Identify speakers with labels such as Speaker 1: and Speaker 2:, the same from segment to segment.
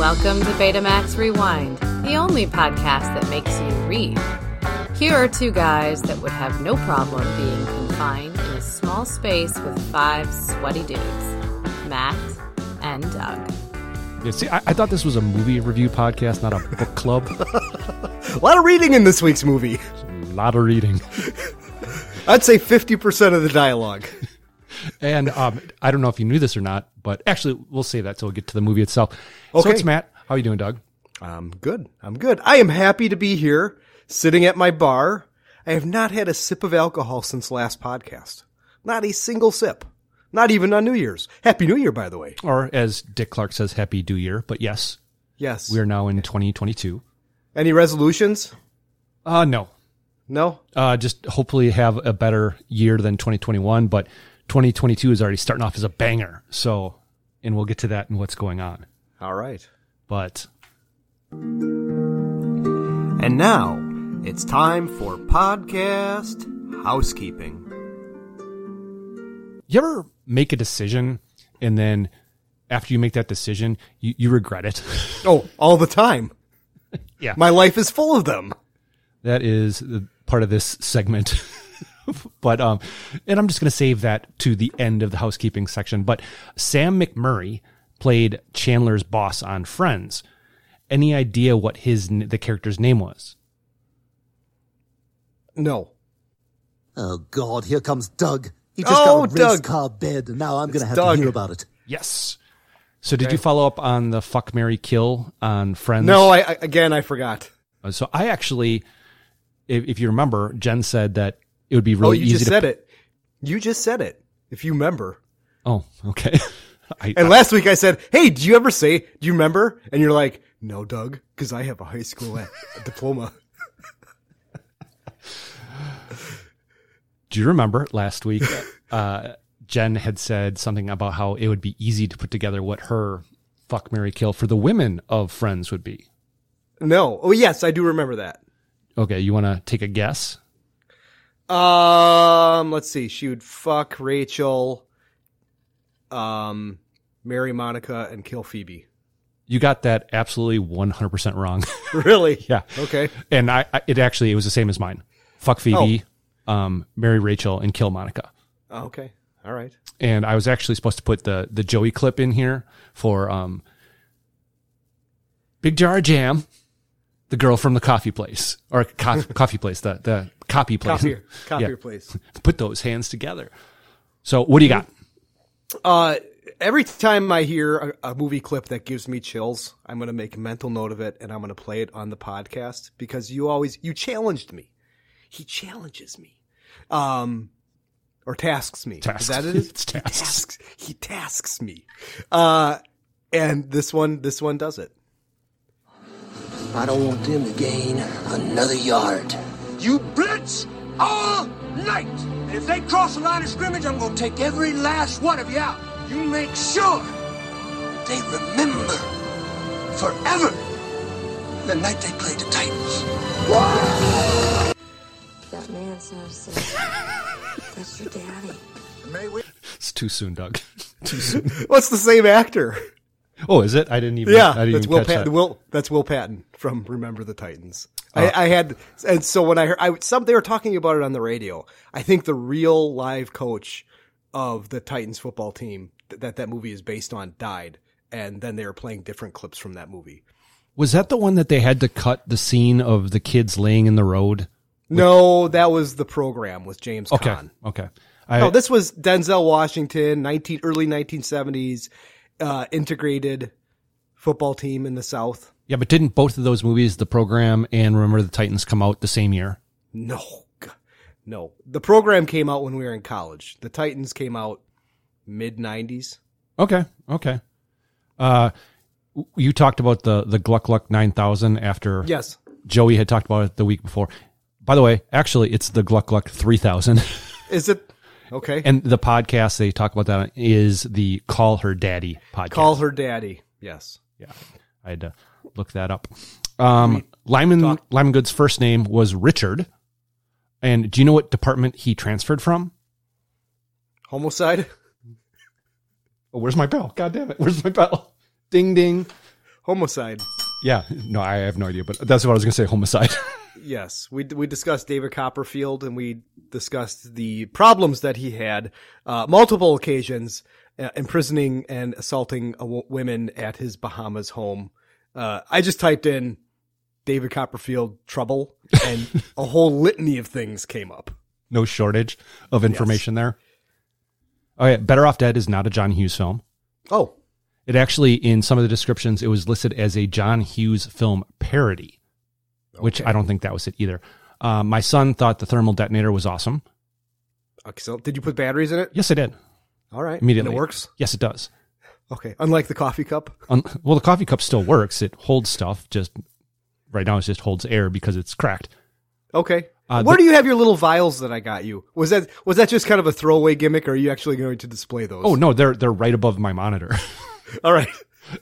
Speaker 1: Welcome to Betamax Rewind, the only podcast that makes you read. Here are two guys that would have no problem being confined in a small space with five sweaty dudes Matt and Doug.
Speaker 2: Yeah, see, I, I thought this was a movie review podcast, not a book club.
Speaker 3: A lot of reading in this week's movie.
Speaker 2: a lot of reading.
Speaker 3: I'd say 50% of the dialogue.
Speaker 2: And um, I don't know if you knew this or not, but actually, we'll say that till we get to the movie itself. So
Speaker 3: Okay.
Speaker 2: it's Matt. How are you doing, Doug?
Speaker 3: I'm good. I'm good. I am happy to be here, sitting at my bar. I have not had a sip of alcohol since last podcast. Not a single sip. Not even on New Year's. Happy New Year, by the way.
Speaker 2: Or as Dick Clark says, Happy New Year. But yes,
Speaker 3: Yes.
Speaker 2: we are now in 2022.
Speaker 3: Any resolutions?
Speaker 2: Uh, no,
Speaker 3: No?
Speaker 2: uh, just hopefully have a better year than 2021. But 2022 is already starting off as a banger. So, and we'll get to that and what's going on.
Speaker 3: All right.
Speaker 2: But
Speaker 3: And now, it's time for podcast housekeeping.
Speaker 2: you ever make a decision and then after you make that decision, you, you regret it.
Speaker 3: Oh, all the time.
Speaker 2: Yeah.
Speaker 3: My life is full of them.
Speaker 2: that is the part of this segment. but um and I'm just going to save that to the end of the housekeeping section, but Sam McMurray played Chandler's boss on Friends. Any idea what his n- the character's name was?
Speaker 3: No.
Speaker 4: Oh God, here comes Doug. He just
Speaker 3: Oh,
Speaker 4: got a race
Speaker 3: Doug.
Speaker 4: car bed, and now I'm going to have
Speaker 3: Doug.
Speaker 4: to hear about it.
Speaker 2: Yes. So did you follow up on the fuck Mary kill on Friends?
Speaker 3: No, I, I again, I forgot.
Speaker 2: Uh, So I actually if, if you remember, Jen said that it would be really
Speaker 3: oh, you
Speaker 2: easy
Speaker 3: just
Speaker 2: to
Speaker 3: said it. You just said it. If you remember.
Speaker 2: Oh, okay. I,
Speaker 3: And last week I said, "Hey, do you ever say, do you remember?" And you're like, "No, Doug, because I have a high school a- a diploma."
Speaker 2: do you remember last week uh, jen had said something about how it would be easy to put together what her fuck mary kill for the women of friends would be
Speaker 3: No. Oh, yes, I do remember that.
Speaker 2: okay you want to take a guess
Speaker 3: Um, let's see. She would fuck Rachel, um, marry Monica, and kill Phoebe.
Speaker 2: you got that absolutely 100% wrong
Speaker 3: Really?
Speaker 2: yeah
Speaker 3: Okay.
Speaker 2: and I, I it actually it was the same as mine fuck phoebe
Speaker 3: Oh.
Speaker 2: um, marry rachel and kill monica
Speaker 3: Okay. All right.
Speaker 2: and i was actually supposed to put the the joey clip in here for um, big jar of jam the girl from the coffee place or co- coffee place the the copy place
Speaker 3: Copier, copier,
Speaker 2: Yeah.
Speaker 3: please.
Speaker 2: put those hands together. So what do you got?
Speaker 3: Uh, every time I hear a, a movie clip that gives me chills, I'm going to make a mental note of it and I'm going to play it on the podcast because you always, you challenged me. He challenges me. Um, or tasks me.
Speaker 2: Tasks.
Speaker 3: Is that it? is?
Speaker 2: It's tasks.
Speaker 3: He tasks. He tasks me. Uh, and this one, this one does it.
Speaker 5: I don't want them to gain another yard. You blitz all night. And if they cross the line of scrimmage, I'm going to take every last one of you out. You make sure that they remember forever the night they played the Titans.
Speaker 6: That man sounds so. That's your daddy.
Speaker 2: It's too soon, Doug. too soon.
Speaker 3: What's the same actor?
Speaker 2: Oh, is it? I didn't even.
Speaker 3: Yeah,
Speaker 2: I didn't
Speaker 3: that's
Speaker 2: even
Speaker 3: Will
Speaker 2: catch
Speaker 3: Patton.
Speaker 2: that.
Speaker 3: Will that's Will Patton from Remember the Titans.
Speaker 2: Uh-huh.
Speaker 3: I, I had, and so when I heard I, some, they were talking about it on the radio. I think the real live coach of the Titans football team th- that that movie is based on died, and then they were playing different clips from that movie.
Speaker 2: Was that the one that they had to cut the scene of the kids laying in the road?
Speaker 3: No, that was the program with James
Speaker 2: Okay.
Speaker 3: Caan.
Speaker 2: Okay. I,
Speaker 3: No, this was Denzel Washington, nineteen early nineteen seventies, uh, integrated football team in the South.
Speaker 2: yeah, but didn't both of those movies, The Program and Remember the Titans, come out the same year?
Speaker 3: No, g- no. The program came out when we were in college. The Titans came out mid '90s.
Speaker 2: Okay. Okay. Uh, w- you talked about the the Gluck Gluck nine thousand after
Speaker 3: Yes.
Speaker 2: Joey had talked about it the week before. By the way, actually, it's the Gluck Gluck three thousand.
Speaker 3: Is it okay?
Speaker 2: And the podcast they talk about that on is the Call Her Daddy podcast.
Speaker 3: Call her daddy. Yes.
Speaker 2: Yeah, I had to look that up. Um, Lyman Lyman Good's first name was Richard, and do you know what department he transferred from?
Speaker 3: Homicide.
Speaker 2: Oh, where's my bell? God damn it! Where's my bell? Ding ding.
Speaker 3: homicide.
Speaker 2: Yeah, no, I have no idea, but that's what I was going to say. Homicide.
Speaker 3: Yes, we we discussed David Copperfield and we discussed the problems that he had uh, multiple occasions uh, imprisoning and assaulting a wo- women at his Bahamas home. Uh, I just typed in David Copperfield trouble and a whole litany of things came up.
Speaker 2: no shortage of information there. Okay, Better Off Dead is not a John Hughes film.
Speaker 3: Oh,
Speaker 2: It actually, in some of the descriptions, it was listed as a John Hughes film parody, which I don't think that was it either. Uh, my son thought the thermal detonator was awesome.
Speaker 3: okay, so did you put batteries in it?
Speaker 2: Yes, I did
Speaker 3: All right,
Speaker 2: immediately.
Speaker 3: And it works.
Speaker 2: Yes, it does.
Speaker 3: Okay, unlike the coffee cup.
Speaker 2: Un- well, the coffee cup still works. It holds stuff. Just right now, it just holds air because it's cracked.
Speaker 3: Okay.
Speaker 2: Uh,
Speaker 3: Where
Speaker 2: the-
Speaker 3: do you have your little vials that I got you? Was that was that just kind of a throwaway gimmick, or are you actually going to display those?
Speaker 2: Oh no, they're they're right above my monitor.
Speaker 3: all right.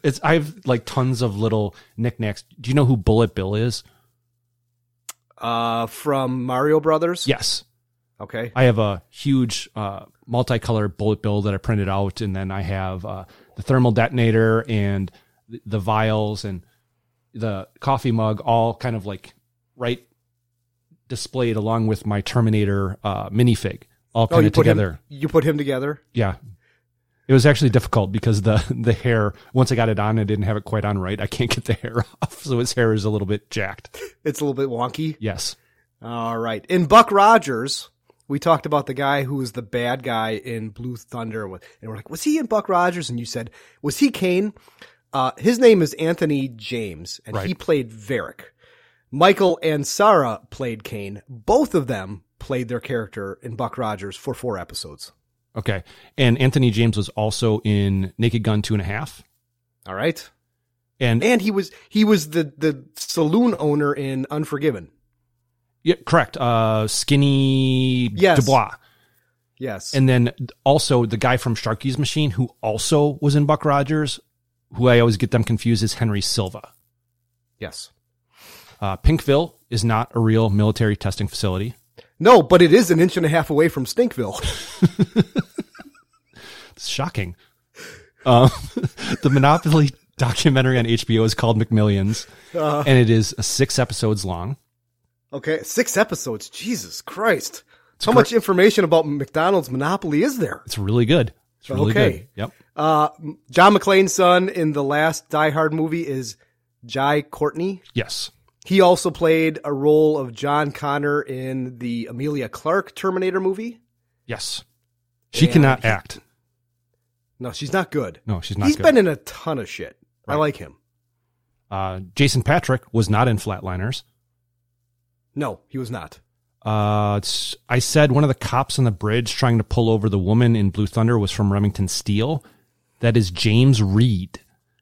Speaker 2: it's I have like tons of little knickknacks. Do you know who Bullet Bill is?
Speaker 3: Uh, from Mario Brothers.
Speaker 2: Yes,
Speaker 3: Okay.
Speaker 2: I have a huge uh, multicolor bullet bill that I printed out, and then I have uh, the thermal detonator and th- the vials and the coffee mug, all kind of like right displayed along with my Terminator uh, minifig, all
Speaker 3: Oh,
Speaker 2: kind
Speaker 3: you
Speaker 2: of
Speaker 3: put
Speaker 2: together.
Speaker 3: him. You put him together.
Speaker 2: Yeah, it was actually difficult because the the hair once I got it on, I didn't have it quite on right. I can't get the hair off, so his hair is a little bit jacked.
Speaker 3: It's a little bit wonky.
Speaker 2: Yes,
Speaker 3: All right. In Buck Rogers, we talked about the guy who was the bad guy in Blue Thunder, and we're like, was he in Buck Rogers? And you said, was he Kane? Uh, his name is Anthony James, and he
Speaker 2: Right.
Speaker 3: played Varric. Michael and Sarah played Kane. Both of them played their character in Buck Rogers for four episodes.
Speaker 2: okay. And Anthony James was also in Naked Gun two and a half.
Speaker 3: All right.
Speaker 2: And
Speaker 3: And he was he was the the saloon owner in Unforgiven.
Speaker 2: Yeah, correct. Uh, skinny
Speaker 3: Yes.
Speaker 2: Dubois,
Speaker 3: Yes.
Speaker 2: and then also the guy from Sharky's Machine, who also was in Buck Rogers, who I always get them confused is Henry Silva.
Speaker 3: yes.
Speaker 2: Uh, Pinkville is not a real military testing facility.
Speaker 3: No, but it is an inch and a half away from Stinkville.
Speaker 2: It's shocking. Um, the Monopoly documentary on HBO is called McMillions,
Speaker 3: Uh.
Speaker 2: and it is six episodes long.
Speaker 3: Okay, six episodes. Jesus Christ. How much information about McDonald's monopoly is there?
Speaker 2: It's really good. It's really
Speaker 3: Okay.
Speaker 2: good. Yep.
Speaker 3: Uh, John McClane's son in the last Die Hard movie is Jai Courtney.
Speaker 2: Yes.
Speaker 3: He also played a role of John Connor in the Amelia Clark Terminator movie.
Speaker 2: Yes. She
Speaker 3: And-
Speaker 2: cannot act.
Speaker 3: No, she's not good.
Speaker 2: No, she's not
Speaker 3: He's
Speaker 2: good.
Speaker 3: been in a ton of shit. I like him.
Speaker 2: uh, Jason Patrick was not in Flatliners.
Speaker 3: No, he was not.
Speaker 2: Uh, it's, I said one of the cops on the bridge trying to pull over the woman in Blue Thunder was from Remington Steel. That is James Reed,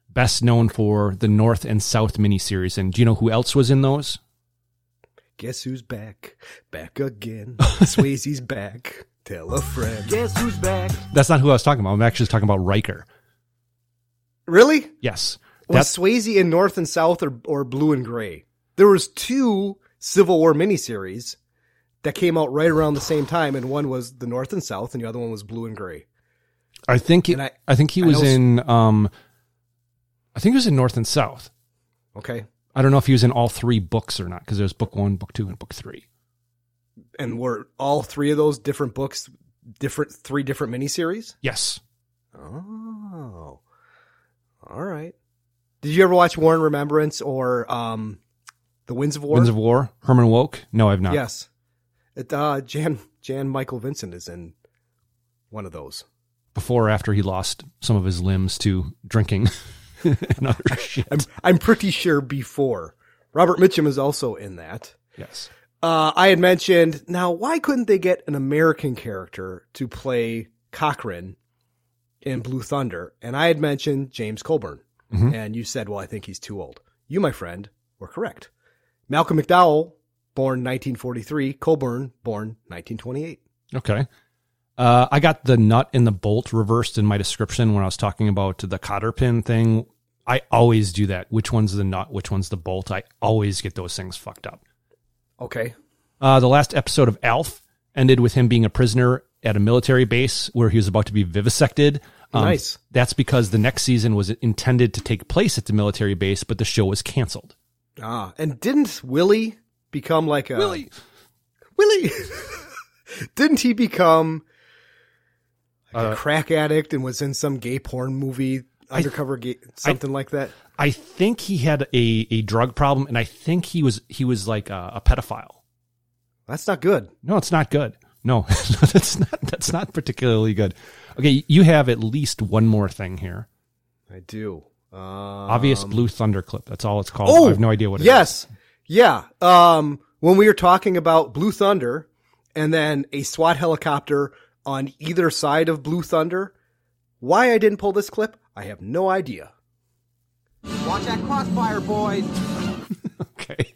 Speaker 2: best known for the North and South miniseries. And do you know who else was in those?
Speaker 3: Guess who's back? Back again. Swayze's back. Tell a friend.
Speaker 5: Guess who's back?
Speaker 2: That's not who I was talking about. I'm actually talking about Riker.
Speaker 3: Really?
Speaker 2: Yes.
Speaker 3: was
Speaker 2: That's,
Speaker 3: Swayze in North and South or, or Blue and Gray? There was two Civil War miniseries that came out right around the same time, and one was the North and South, and the other one was Blue and Gray.
Speaker 2: I think, it,
Speaker 3: and I-
Speaker 2: I, think he
Speaker 3: I
Speaker 2: was
Speaker 3: know-
Speaker 2: in, um, I think he was in North and South.
Speaker 3: Okay,
Speaker 2: I don't know if he was in all three books or not. Cause there's book one, book two, and book three.
Speaker 3: and were all three of those different books, different three different miniseries?
Speaker 2: Yes.
Speaker 3: Oh, all right. Did you ever watch War and Remembrance or um, The Winds of War?
Speaker 2: Winds of War, Herman Woke. No, I've not.
Speaker 3: Yes, it, uh, Jan Jan Michael Vincent is in one of those.
Speaker 2: before or after he lost some of his limbs to drinking and other shit.
Speaker 3: I'm I'm pretty sure before. Robert Mitchum is also in that.
Speaker 2: yes.
Speaker 3: Uh, I had mentioned now why couldn't they get an American character to play Cochrane in Blue Thunder? And I had mentioned James Colburn, and you said, "Well, I think he's too old." You, my friend, were correct. Malcolm McDowell, born 1943, Colburn, born 1928.
Speaker 2: Okay. Uh, I got the nut and the bolt reversed in my description when I was talking about the cotter pin thing. I always do that. Which one's the nut? Which one's the bolt? I always get those things fucked up.
Speaker 3: Okay,
Speaker 2: Uh, the last episode of Alf ended with him being a prisoner at a military base where he was about to be vivisected Um,
Speaker 3: Nice.
Speaker 2: That's because the next season was intended to take place at the military base, but the show was canceled.
Speaker 3: Ah, and didn't Willie become like a
Speaker 2: Willie,
Speaker 3: Willie? didn't he become like
Speaker 2: Uh,
Speaker 3: a crack addict and was in some gay porn movie, undercover gay, something like that?
Speaker 2: I think he had a, a drug problem, and I think he was he was like a, a pedophile.
Speaker 3: That's not good.
Speaker 2: No, it's not good. No, that's not that's not particularly good. Okay, you have at least one more thing here.
Speaker 3: I do. Um, Oh,
Speaker 2: Obvious blue thunder clip. That's all it's called. Oh, I have no idea what it is.
Speaker 3: yes. Yeah. Um, when we were talking about Blue Thunder and then a SWAT helicopter on either side of Blue Thunder, why I didn't pull this clip, I have no idea.
Speaker 7: Watch that crossfire, boys.
Speaker 2: Okay.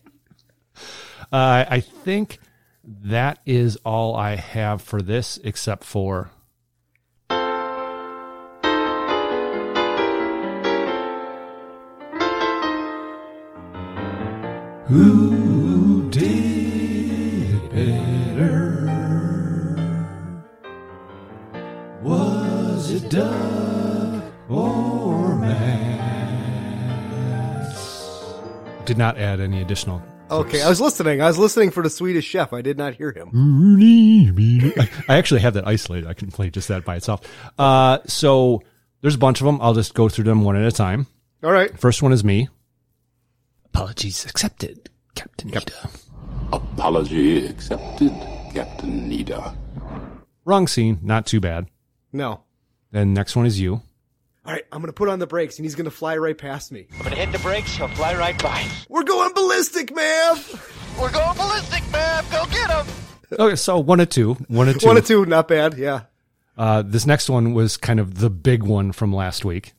Speaker 2: Uh, I think that is all I have for this, except for who did better? Was it Doug or Did not add any additional.
Speaker 3: Okay. I was listening. I was listening for the Swedish chef. I did not hear
Speaker 2: Mm.
Speaker 3: him.
Speaker 2: I I actually have that isolated. I can play just that by itself. Uh, so there's a bunch of them. I'll just go through them one at a time.
Speaker 3: All right.
Speaker 2: First one is me. Apologies accepted, Captain Nita.
Speaker 8: Apology accepted, Captain Nita.
Speaker 2: Wrong scene. Not too bad.
Speaker 3: No.
Speaker 2: Then next one is you.
Speaker 3: All right. I'm going to put on the brakes and he's going to fly right past me.
Speaker 7: I'm gonna hit the brakes, he'll fly right by.
Speaker 3: We're going ballistic, man.
Speaker 7: We're going ballistic, man. Go get him.
Speaker 2: Okay, so one of two. One of two.
Speaker 3: One or two. Not bad. Yeah.
Speaker 2: Uh, this next one was kind of the big one from last week.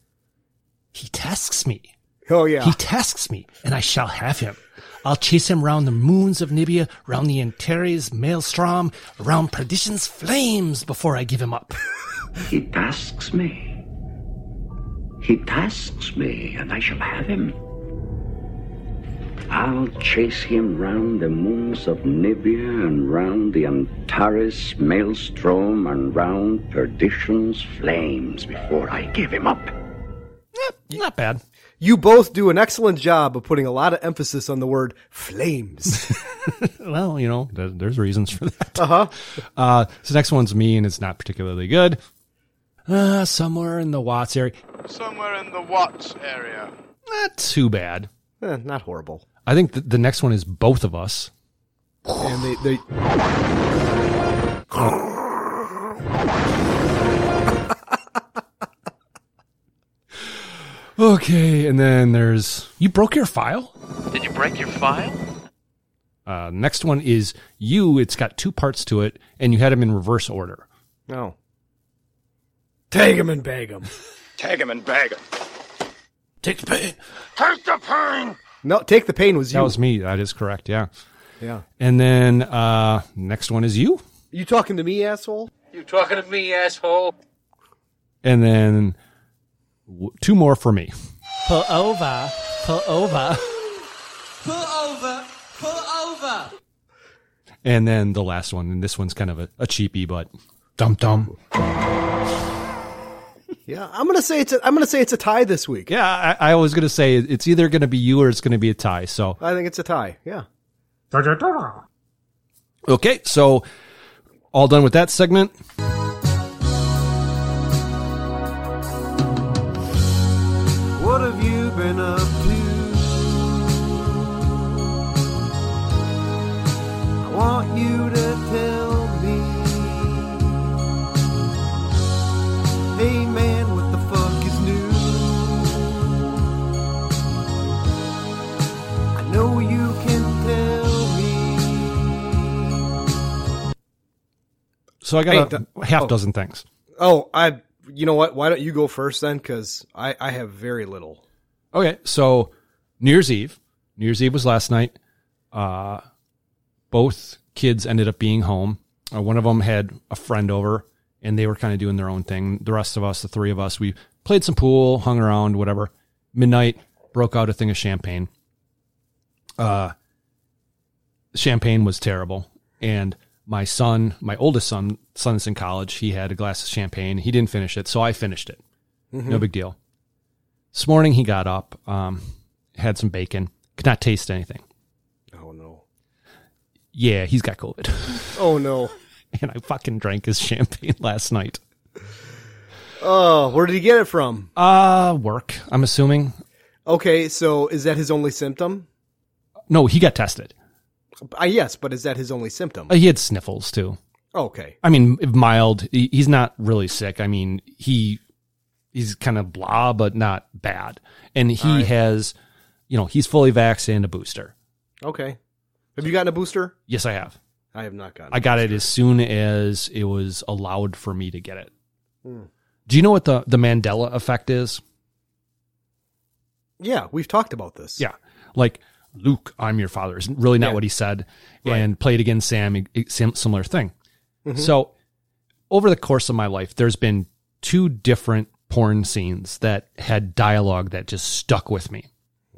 Speaker 2: He tasks me.
Speaker 3: Oh, yeah.
Speaker 2: He tasks me, and I shall have him. I'll chase him round the moons of Nibia, round the Antares maelstrom, round perdition's flames before I give him up.
Speaker 9: He tasks me. He tasks me, and I shall have him. I'll chase him round the moons of Nibia and round the Antares maelstrom and round perdition's flames before I give him up.
Speaker 2: Eh, not bad.
Speaker 3: You both do an excellent job of putting a lot of emphasis on the word flames.
Speaker 2: Well, you know, there- there's reasons for that. Uh-huh. Uh, so next one's me, and it's not particularly good. Uh, somewhere in the Watts area.
Speaker 10: Somewhere in the Watts area.
Speaker 2: Not too bad.
Speaker 3: Eh, not horrible.
Speaker 2: I think th- the next one is both of us.
Speaker 3: And they, they,
Speaker 2: Okay, and then there's you broke your file.
Speaker 11: Did you break your file?
Speaker 2: Uh, next one is you. It's got two parts to it, and you had them in reverse order.
Speaker 3: No. Tag him and bag him.
Speaker 10: Tag him and bag him.
Speaker 2: Take the pain.
Speaker 10: Take the pain!
Speaker 3: No, take the pain was you.
Speaker 2: That was me. That is correct. Yeah.
Speaker 3: yeah.
Speaker 2: And then uh, next one is you,
Speaker 3: You talking to me, asshole?
Speaker 11: You talking to me, asshole?
Speaker 2: and then w- two more for me.
Speaker 12: Pull over. Pull over.
Speaker 7: Pull over. Pull over.
Speaker 2: And then the last one, and this one's kind of a, a cheapie, but dum dum.
Speaker 3: Yeah, I'm gonna say it's a, I'm gonna say it's a tie this week.
Speaker 2: Yeah, I, I was gonna say it's either gonna be you or it's gonna be a tie. So
Speaker 3: I think it's a tie. Yeah.
Speaker 2: okay, so all done with that segment.
Speaker 7: What have you been up to? I want you to tell me. Hey man, what the fuck is new? I know you can tell me.
Speaker 2: So I got
Speaker 3: Hey,
Speaker 2: a
Speaker 3: th-
Speaker 2: half
Speaker 3: oh.
Speaker 2: dozen things.
Speaker 3: Oh, I. You know what? Why don't you go first then? Because I I have very little.
Speaker 2: Okay, so New Year's Eve. New Year's Eve was last night. Uh, both kids ended up being home. Uh, one of them had a friend over, and they were kind of doing their own thing. The rest of us, the three of us, we played some pool, hung around, whatever. Midnight, broke out a thing of champagne. Uh, champagne was terrible, and my son, my oldest son, son's in college. He had a glass of champagne. He didn't finish it, so I finished it.
Speaker 13: Mhm.
Speaker 2: No big deal. This morning he got up, um, had some bacon, could not taste anything.
Speaker 3: Oh no.
Speaker 2: Yeah, he's got COVID.
Speaker 3: Oh no.
Speaker 2: and I fucking drank his champagne last night.
Speaker 3: Oh, where did he get it from?
Speaker 2: Uh, work. I'm assuming.
Speaker 3: Okay, so is that his only symptom?
Speaker 2: No, he got tested.
Speaker 3: Uh, yes, but is that his only symptom?
Speaker 2: Uh, He had sniffles too.
Speaker 3: Okay.
Speaker 2: I mean, mild. He- He's not really sick. I mean, he he's kind of blah, but not bad. And he
Speaker 3: All right.
Speaker 2: has, you know, he's fully vaccinated and a booster.
Speaker 3: Okay. Have you gotten a booster?
Speaker 2: Yes, I have.
Speaker 3: I have not gotten.
Speaker 2: I got it as soon as it was allowed for me to get it.
Speaker 3: Hmm.
Speaker 2: Do you know what the, the Mandela effect is?
Speaker 3: Yeah, we've talked about this.
Speaker 2: Yeah. Like, Luke, I'm your father is really not
Speaker 3: Yeah.
Speaker 2: what he said.
Speaker 3: Right.
Speaker 2: And played against Sam, e- e- sim- similar thing.
Speaker 3: Mhm.
Speaker 2: So, over the course of my life, there's been two different porn scenes that had dialogue that just stuck with me.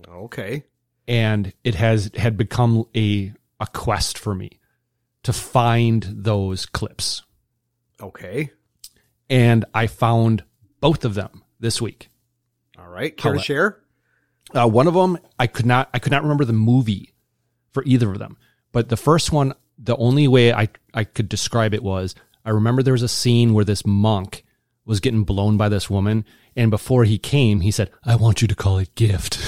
Speaker 3: Okay.
Speaker 2: And it has had become a, a quest for me to find those clips.
Speaker 3: Okay.
Speaker 2: And I found both of them this week.
Speaker 3: All right. Care to
Speaker 2: How-
Speaker 3: share?
Speaker 2: Uh, one of them, I could not, I could not remember the movie for either of them. But the first one, the only way I, I could describe it was, I remember there was a scene where this monk was getting blown by this woman, and before he came, he said, "I want you to call it gift,"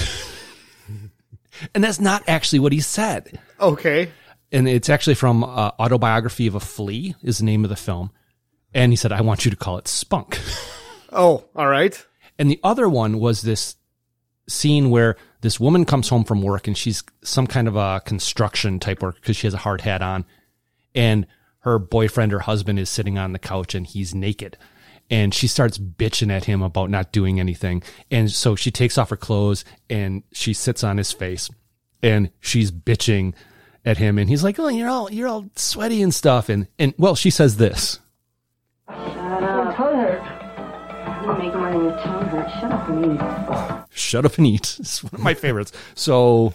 Speaker 2: and that's not actually what he said.
Speaker 3: Okay.
Speaker 2: And it's actually from uh, Autobiography of a Flea is the name of the film, and he said, "I want you to call it spunk."
Speaker 3: Oh, all right.
Speaker 2: And the other one was this scene where this woman comes home from work and she's some kind of a construction type worker because she has a hard hat on. And her boyfriend or husband is sitting on the couch and he's naked. And she starts bitching at him about not doing anything. And so she takes off her clothes and she sits on his face and she's bitching at him. And he's like, Oh, you're all, you're all sweaty and stuff. And, and well, she says this.
Speaker 14: Your toe hurts. You make more than your toe hurts. Shut up and eat.
Speaker 2: Shut up and eat. It's one of my favorites. So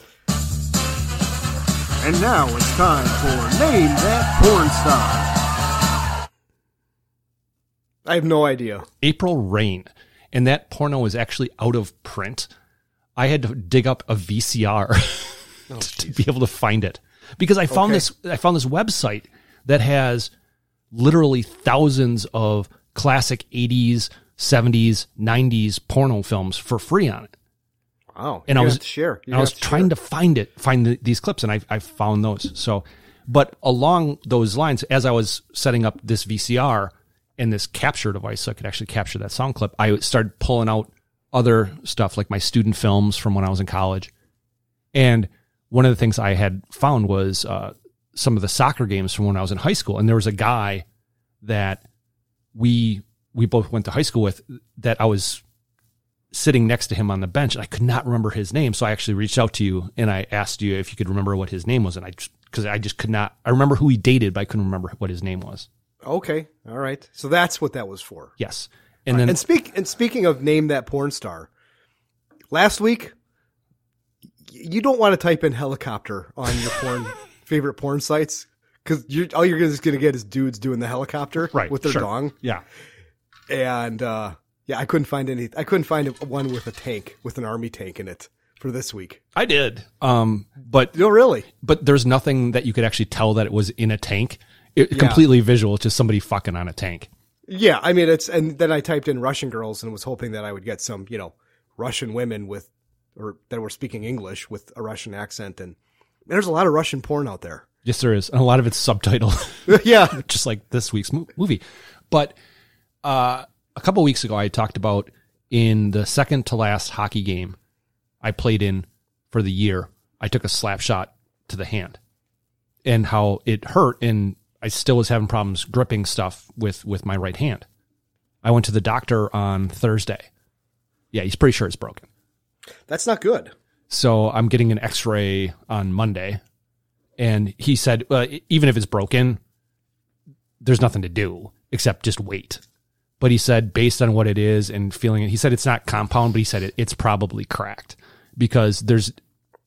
Speaker 3: And now it's time for Name That Porn Star. I have no idea.
Speaker 2: April Rain. And that porno is actually out of print. I had to dig up a VCR to be able to find it because I found
Speaker 15: Okay.
Speaker 2: this I found this website that has literally thousands of classic 80s, 70s, 90s porno films for free on it.
Speaker 3: Wow.
Speaker 2: And I
Speaker 3: You're gonna
Speaker 2: was
Speaker 3: have to share.
Speaker 2: and I was trying to find it, find the, these clips, and I I found those. So, but along those lines, as I was setting up this VCR and this capture device, so I could actually capture that sound clip, I started pulling out other stuff like my student films from when I was in college, and one of the things I had found was uh, some of the soccer games from when I was in high school, and there was a guy that we we both went to high school with that I was sitting next to him on the bench. I could not remember his name, so I actually reached out to you and I asked you if you could remember what his name was, and I just because I just could not. I remember who he dated, but I couldn't remember what his name was.
Speaker 3: Okay. All right. So that's what that was for.
Speaker 2: Yes, and then
Speaker 3: and speak and speaking of name that porn star, last week y- you don't want to type in helicopter on your porn favorite porn sites because you're all you're just gonna get is dudes doing the helicopter
Speaker 2: Right,
Speaker 3: with their
Speaker 2: sure.
Speaker 3: dong.
Speaker 2: Yeah.
Speaker 3: And uh, yeah, I couldn't find any. I couldn't find one with a tank with an army tank in it for this week.
Speaker 2: I did, um, but
Speaker 3: no, really.
Speaker 2: But there's nothing that you could actually tell that it was in a tank. It,
Speaker 3: Yeah.
Speaker 2: Completely visual, it's just somebody fucking on a tank.
Speaker 3: Yeah, I mean it's and then I typed in Russian girls and was hoping that I would get some, you know, Russian women with or that were speaking English with a Russian accent and there's a lot of Russian porn out there.
Speaker 2: Yes, there is. And a lot of it's subtitle.
Speaker 3: yeah.
Speaker 2: Just like this week's mo- movie. But uh, a couple weeks ago, I talked about in the second to last hockey game I played in for the year, I took a slap shot to the hand and how it hurt. And I still was having problems gripping stuff with, with my right hand. I went to the doctor on Thursday. Yeah, he's pretty sure it's broken.
Speaker 3: That's not good.
Speaker 2: So I'm getting an x ray on Monday. And he said, uh, even if it's broken, there's nothing to do except just wait. But he said, based on what it is and feeling it, he said it's not compound, but he said it, it's probably cracked because there's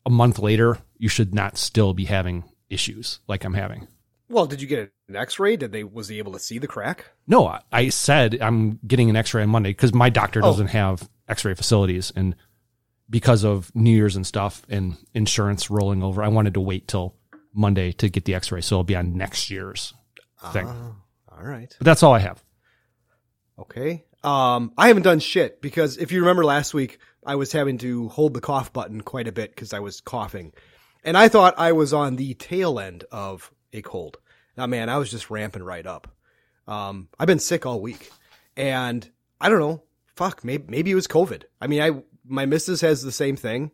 Speaker 2: a month later, you should not still be having issues like I'm having.
Speaker 3: Well, did you get an X-ray? Did they was he able to see the crack?
Speaker 2: No, I- I said I'm getting an X-ray on Monday because my doctor
Speaker 3: Oh.
Speaker 2: doesn't have X-ray facilities, and because of New Year's and stuff and insurance rolling over, I wanted to wait till Monday to get the X-ray, so it'll be on next year's thing.
Speaker 3: Ah, all right.
Speaker 2: But that's all I have.
Speaker 3: Okay. Um, I haven't done shit because if you remember last week, I was having to hold the cough button quite a bit because I was coughing, and I thought I was on the tail end of a cold. Now, man, I was just ramping right up. Um, I've been sick all week, and I don't know. Fuck, maybe maybe it was COVID. I mean, I my missus has the same thing.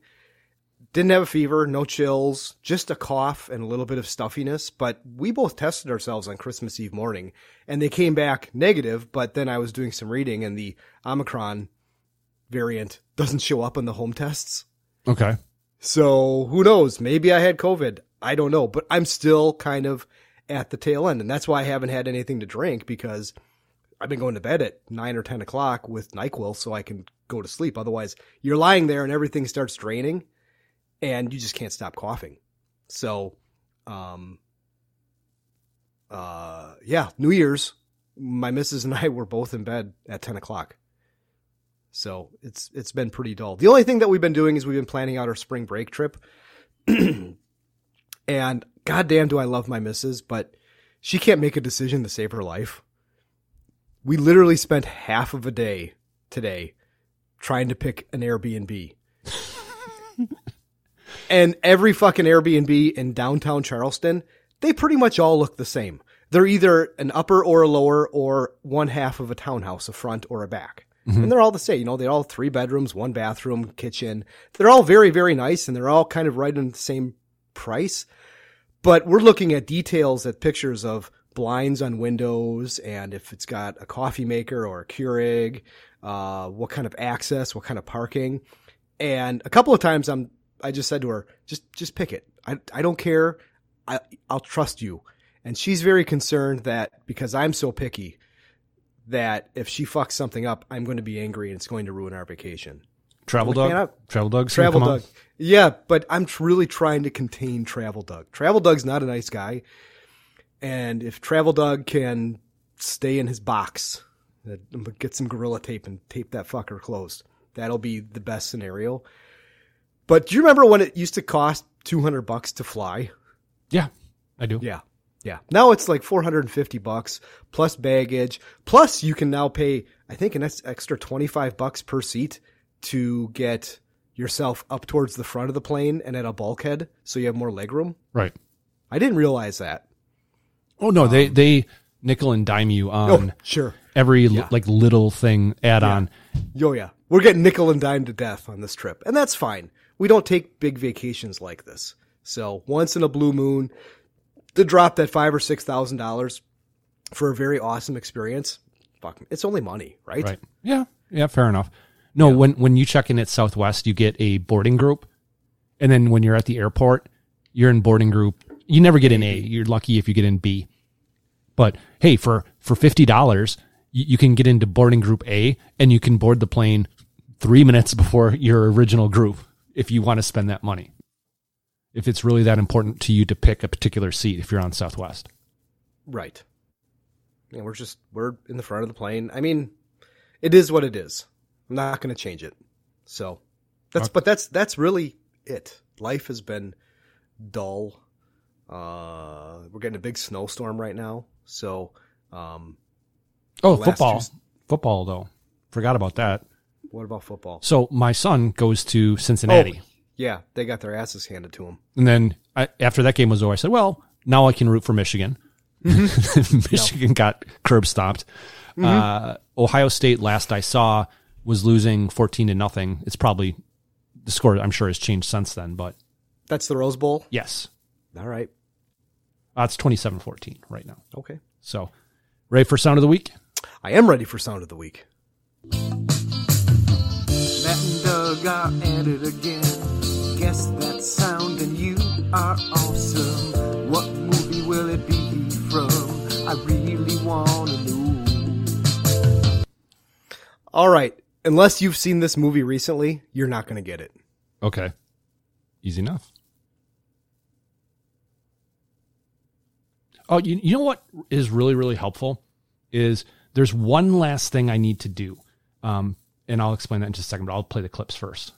Speaker 3: Didn't have a fever, no chills, just a cough and a little bit of stuffiness. But we both tested ourselves on Christmas Eve morning and they came back negative. But then I was doing some reading and the Omicron variant doesn't show up on the home tests.
Speaker 2: Okay.
Speaker 3: So who knows? Maybe I had COVID. I don't know, but I'm still kind of at the tail end. And that's why I haven't had anything to drink because I've been going to bed at nine or 10 o'clock with NyQuil so I can go to sleep. Otherwise, you're lying there and everything starts draining and you just can't stop coughing. So, um, uh, yeah, New Year's, my missus and I were both in bed at 10 o'clock. So it's it's been pretty dull. The only thing that we've been doing is we've been planning out our spring break trip. and goddamn do I love my missus, but she can't make a decision to save her life. We literally spent half of a day today trying to pick an Airbnb. and every fucking Airbnb in downtown Charleston, they pretty much all look the same. They're either an upper or a lower or one half of a townhouse, a front or a back.
Speaker 13: Mhm.
Speaker 3: And they're all the same. You know, they're all three bedrooms, one bathroom, kitchen. They're all very, very nice and they're all kind of right in the same price. But we're looking at details at pictures of blinds on windows and if it's got a coffee maker or a Keurig, uh, what kind of access, what kind of parking. And a couple of times I'm, I just said to her, just, just pick it. I, I don't care. I, I'll trust you. And she's very concerned that because I'm so picky, that if she fucks something up, I'm going to be angry and it's going to ruin our vacation.
Speaker 2: Travel
Speaker 3: I'm like,
Speaker 2: Doug?
Speaker 3: "Man, I-
Speaker 2: Travel Doug's gonna
Speaker 3: Travel
Speaker 2: come on?"
Speaker 3: Doug. Yeah, but I'm tr- really trying to contain Travel Doug. Travel Doug's not a nice guy, and if Travel Doug can stay in his box, that- I'm gonna get some gorilla tape and tape that fucker closed. That'll be the best scenario. But do you remember when it used to cost 200 bucks to fly?
Speaker 2: Yeah, I do.
Speaker 3: Yeah. Yeah. Now it's like 450 bucks plus baggage. Plus you can now pay, I think an ex- extra 25 bucks per seat to get yourself up towards the front of the plane and at a bulkhead. So you have more legroom.
Speaker 2: Right.
Speaker 3: I didn't realize that.
Speaker 2: Oh no, they they nickel and dime you on
Speaker 3: Um, Oh, sure.
Speaker 2: every li- like little thing add on.
Speaker 3: Yo, yeah. We're getting nickel and dime to death on this trip. And that's fine. We don't take big vacations like this. So once in a blue moon to drop that five or six thousand dollars for a very awesome experience. Fuck, it's only money, right?
Speaker 2: Right. Yeah. Yeah, fair enough. No, when when you check in at Southwest, you get a boarding group, and then when you're at the airport, you're in boarding group. You never get in A. You're lucky if you get in B. But hey, for for fifty dollars, you, you can get into boarding group A, and you can board the plane three minutes before your original group if you want to spend that money. If it's really that important to you to pick a particular seat, if you're on Southwest.
Speaker 3: Right. Yeah, we're just we're in the front of the plane. I mean, it is what it is. I'm not going to change it. So that's but that's that's really it. Life has been dull. Uh, we're getting a big snowstorm right now, so um.
Speaker 2: Oh,
Speaker 3: last
Speaker 2: football.
Speaker 3: Tues-
Speaker 2: Football though. Forgot about that.
Speaker 3: what about football?
Speaker 2: So my son goes to Cincinnati.
Speaker 3: Oh, yeah, they got their asses handed to them.
Speaker 2: And then I, after that game was over, I said, "Well, now I can root for Michigan." Michigan got curb stomped. Uh, Ohio State, last I saw, was losing fourteen to nothing. It's probably the score. I'm sure has changed since then, but
Speaker 3: That's the Rose Bowl.
Speaker 2: yes,
Speaker 3: All right.
Speaker 2: uh, it's 27-14 right now.
Speaker 3: Okay.
Speaker 2: So, ready for sound of the week?
Speaker 3: I am ready for sound of the week.
Speaker 7: Matt and Doug are at it again. Guess that sound, and you are awesome. What movie will it be from? I really wanna know.
Speaker 3: All right. Unless you've seen this movie recently, you're not going to get it.
Speaker 2: Okay, easy enough. Oh, you, you know what is really, really helpful is there's one last thing I need to do. Um, and I'll explain that in just a second, but I'll play the clips first.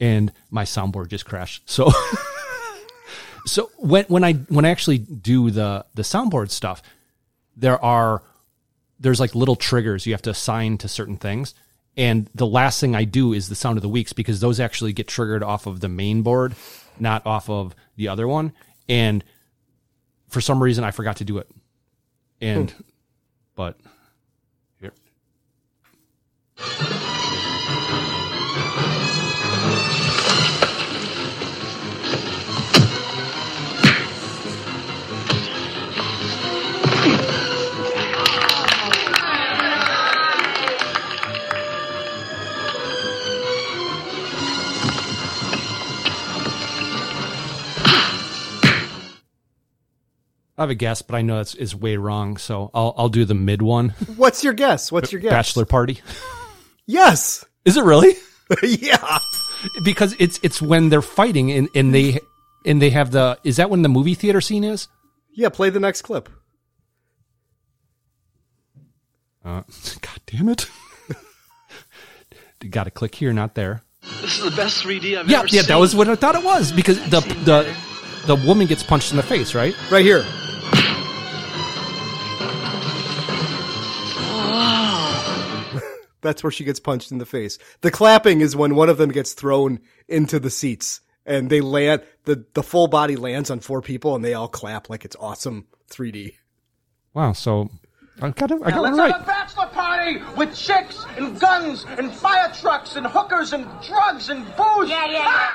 Speaker 2: And my soundboard just crashed. So, so when, when I, when I actually do the, the soundboard stuff, there are, there's like little triggers you have to assign to certain things. And the last thing I do is the sound of the weeks because those actually get triggered off of the main board, not off of the other one. And for some reason, I forgot to do it. And, but here. I have a guess, but I know that's is way wrong. So I'll I'll do the mid one.
Speaker 3: What's your guess? What's your guess?
Speaker 2: Bachelor party.
Speaker 3: Yes.
Speaker 2: Is it really?
Speaker 3: yeah.
Speaker 2: Because it's it's when they're fighting and, and they and they have the is that when the movie theater scene is?
Speaker 3: Yeah, play the next clip.
Speaker 2: Uh, God damn it! Got to click here, not there.
Speaker 13: This is the best 3D I've
Speaker 2: yeah,
Speaker 13: ever seen.
Speaker 2: yeah, that was what I thought it was because the the the woman gets punched in the face, right?
Speaker 3: Right here. That's where she gets punched in the face. The clapping is when one of them gets thrown into the seats and they land the the full body lands on four people and they all clap like it's awesome 3D.
Speaker 2: Wow. So I got it. I
Speaker 15: now
Speaker 2: got it
Speaker 15: let's
Speaker 2: right.
Speaker 15: have a bachelor party with chicks and guns and fire trucks and hookers and drugs and booze. Yeah, yeah.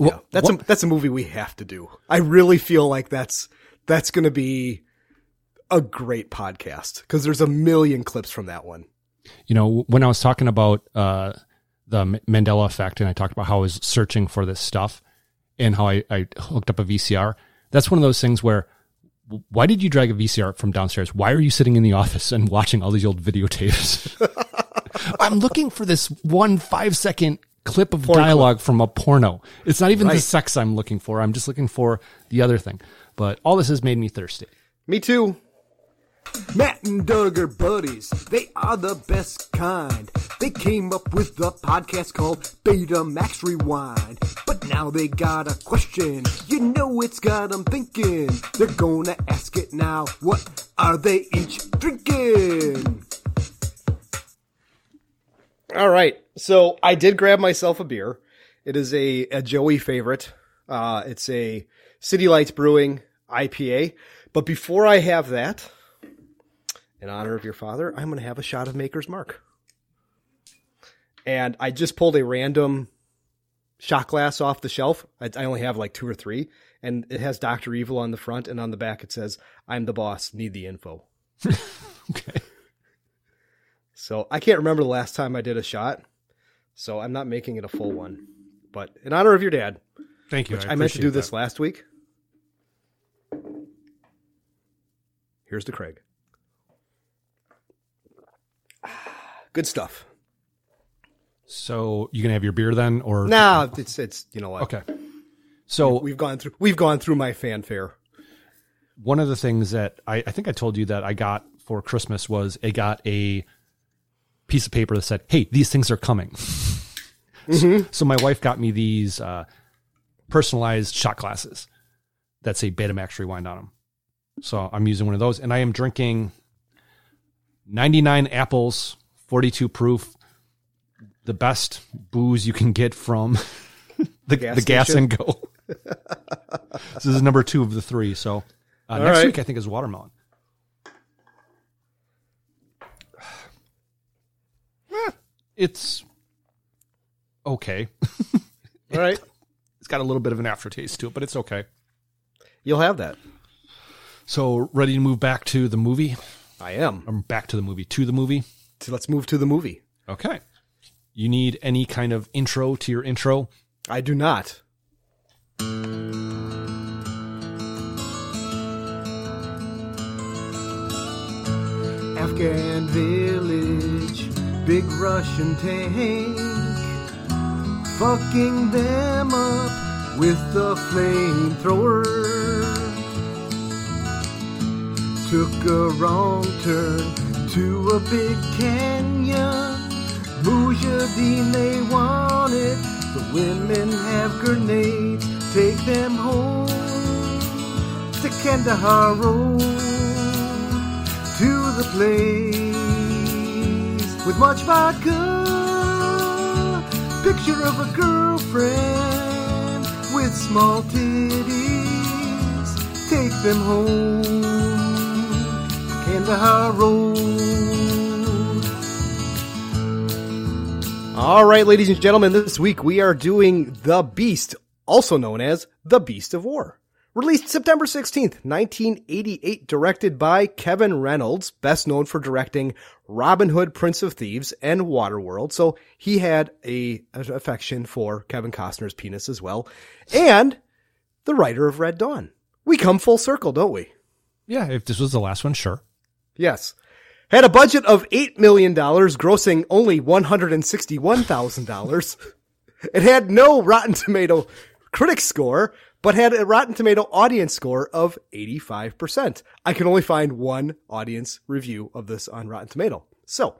Speaker 3: yeah, that's a that's a movie we have to do. I really feel like that's that's going to be a great podcast because there's a million clips from that one.
Speaker 2: you know when i was talking about uh, the M- mandela effect and i talked about how i was searching for this stuff and how I, I hooked up a vcr that's one of those things where w- why did you drag a vcr from downstairs why are you sitting in the office and watching all these old videotapes i'm looking for this one five second clip of dialogue from a porno it's not even the
Speaker 3: Right.
Speaker 2: sex i'm looking for i'm just looking for the other thing but all this has made me thirsty
Speaker 3: Me too.
Speaker 7: Matt and Doug are buddies. They are the best kind. They came up with the podcast called Betamax Rewind. But now they got a question. You know it's got 'em thinking. They're gonna ask it now. What are they each drinking?
Speaker 3: All right. So I did grab myself a beer. It is a, a Joey favorite. Uh, it's a City Lights Brewing IPA. But before I have that, in honor of your father, I'm going to have a shot of Maker's Mark. And I just pulled a random shot glass off the shelf. I, I only have like two or three. And it has Dr. Evil on the front. And on the back, it says, I'm the boss. Need the info. So I can't remember the last time I did a shot, so I'm not making it a full one. But in honor of your dad,
Speaker 2: Thank you.
Speaker 3: Which
Speaker 2: I
Speaker 3: I, meant to
Speaker 2: appreciate
Speaker 3: do this
Speaker 2: that.
Speaker 3: last week. Here's to Craig. Good stuff.
Speaker 2: so you gonna have your beer then or
Speaker 3: Nah, it's it's you know what.
Speaker 2: Okay. So
Speaker 3: we've gone through we've gone through my fanfare.
Speaker 2: one of the things that I, I think I told you that I got for Christmas was I got a piece of paper that said, "Hey, these things are coming." So, so my wife got me these uh, personalized shot glasses that say Betamax Rewind on them. So I'm using one of those, and I am drinking 99 apples, 42 proof, the best booze you can get from the, the
Speaker 3: gas
Speaker 2: gas,
Speaker 3: station.
Speaker 2: and go. this is number two of the three. So uh,
Speaker 3: All
Speaker 2: next
Speaker 3: right.
Speaker 2: week I think is watermelon. Eh, It's okay.
Speaker 3: All right.
Speaker 2: It's got a little bit of an aftertaste to it, but it's okay.
Speaker 3: You'll have that.
Speaker 2: So ready to move back to the movie?
Speaker 3: I am.
Speaker 2: I'm back to the movie. To the movie.
Speaker 3: So let's move to the movie.
Speaker 2: Okay. You need any kind of intro to your intro?
Speaker 3: I do not.
Speaker 7: Afghan village, big Russian tank. Fucking them up with the flamethrower. Took a wrong turn to a big canyon. Mujahideen, they want it. The women have grenades. Take them home to Kandahar Road, to the place with much vodka. Picture of a girlfriend with small titties. Take them home to Kandahar Road.
Speaker 3: All right, ladies and gentlemen, this week we are doing The Beast, also known as The Beast of War. Released September 16th, 1988, directed by Kevin Reynolds, best known for directing Robin Hood, Prince of Thieves, and Waterworld. So he had a an affection for Kevin Costner's penis as well. And the writer of Red Dawn. We come full circle, don't we?
Speaker 2: Yeah, if this was the last one, sure.
Speaker 3: Yes. Had a budget of $8 million, grossing only $161,000. it had no Rotten Tomato critic score, but had a Rotten Tomato audience score of 85%. I can only find one audience review of this on Rotten Tomato. So,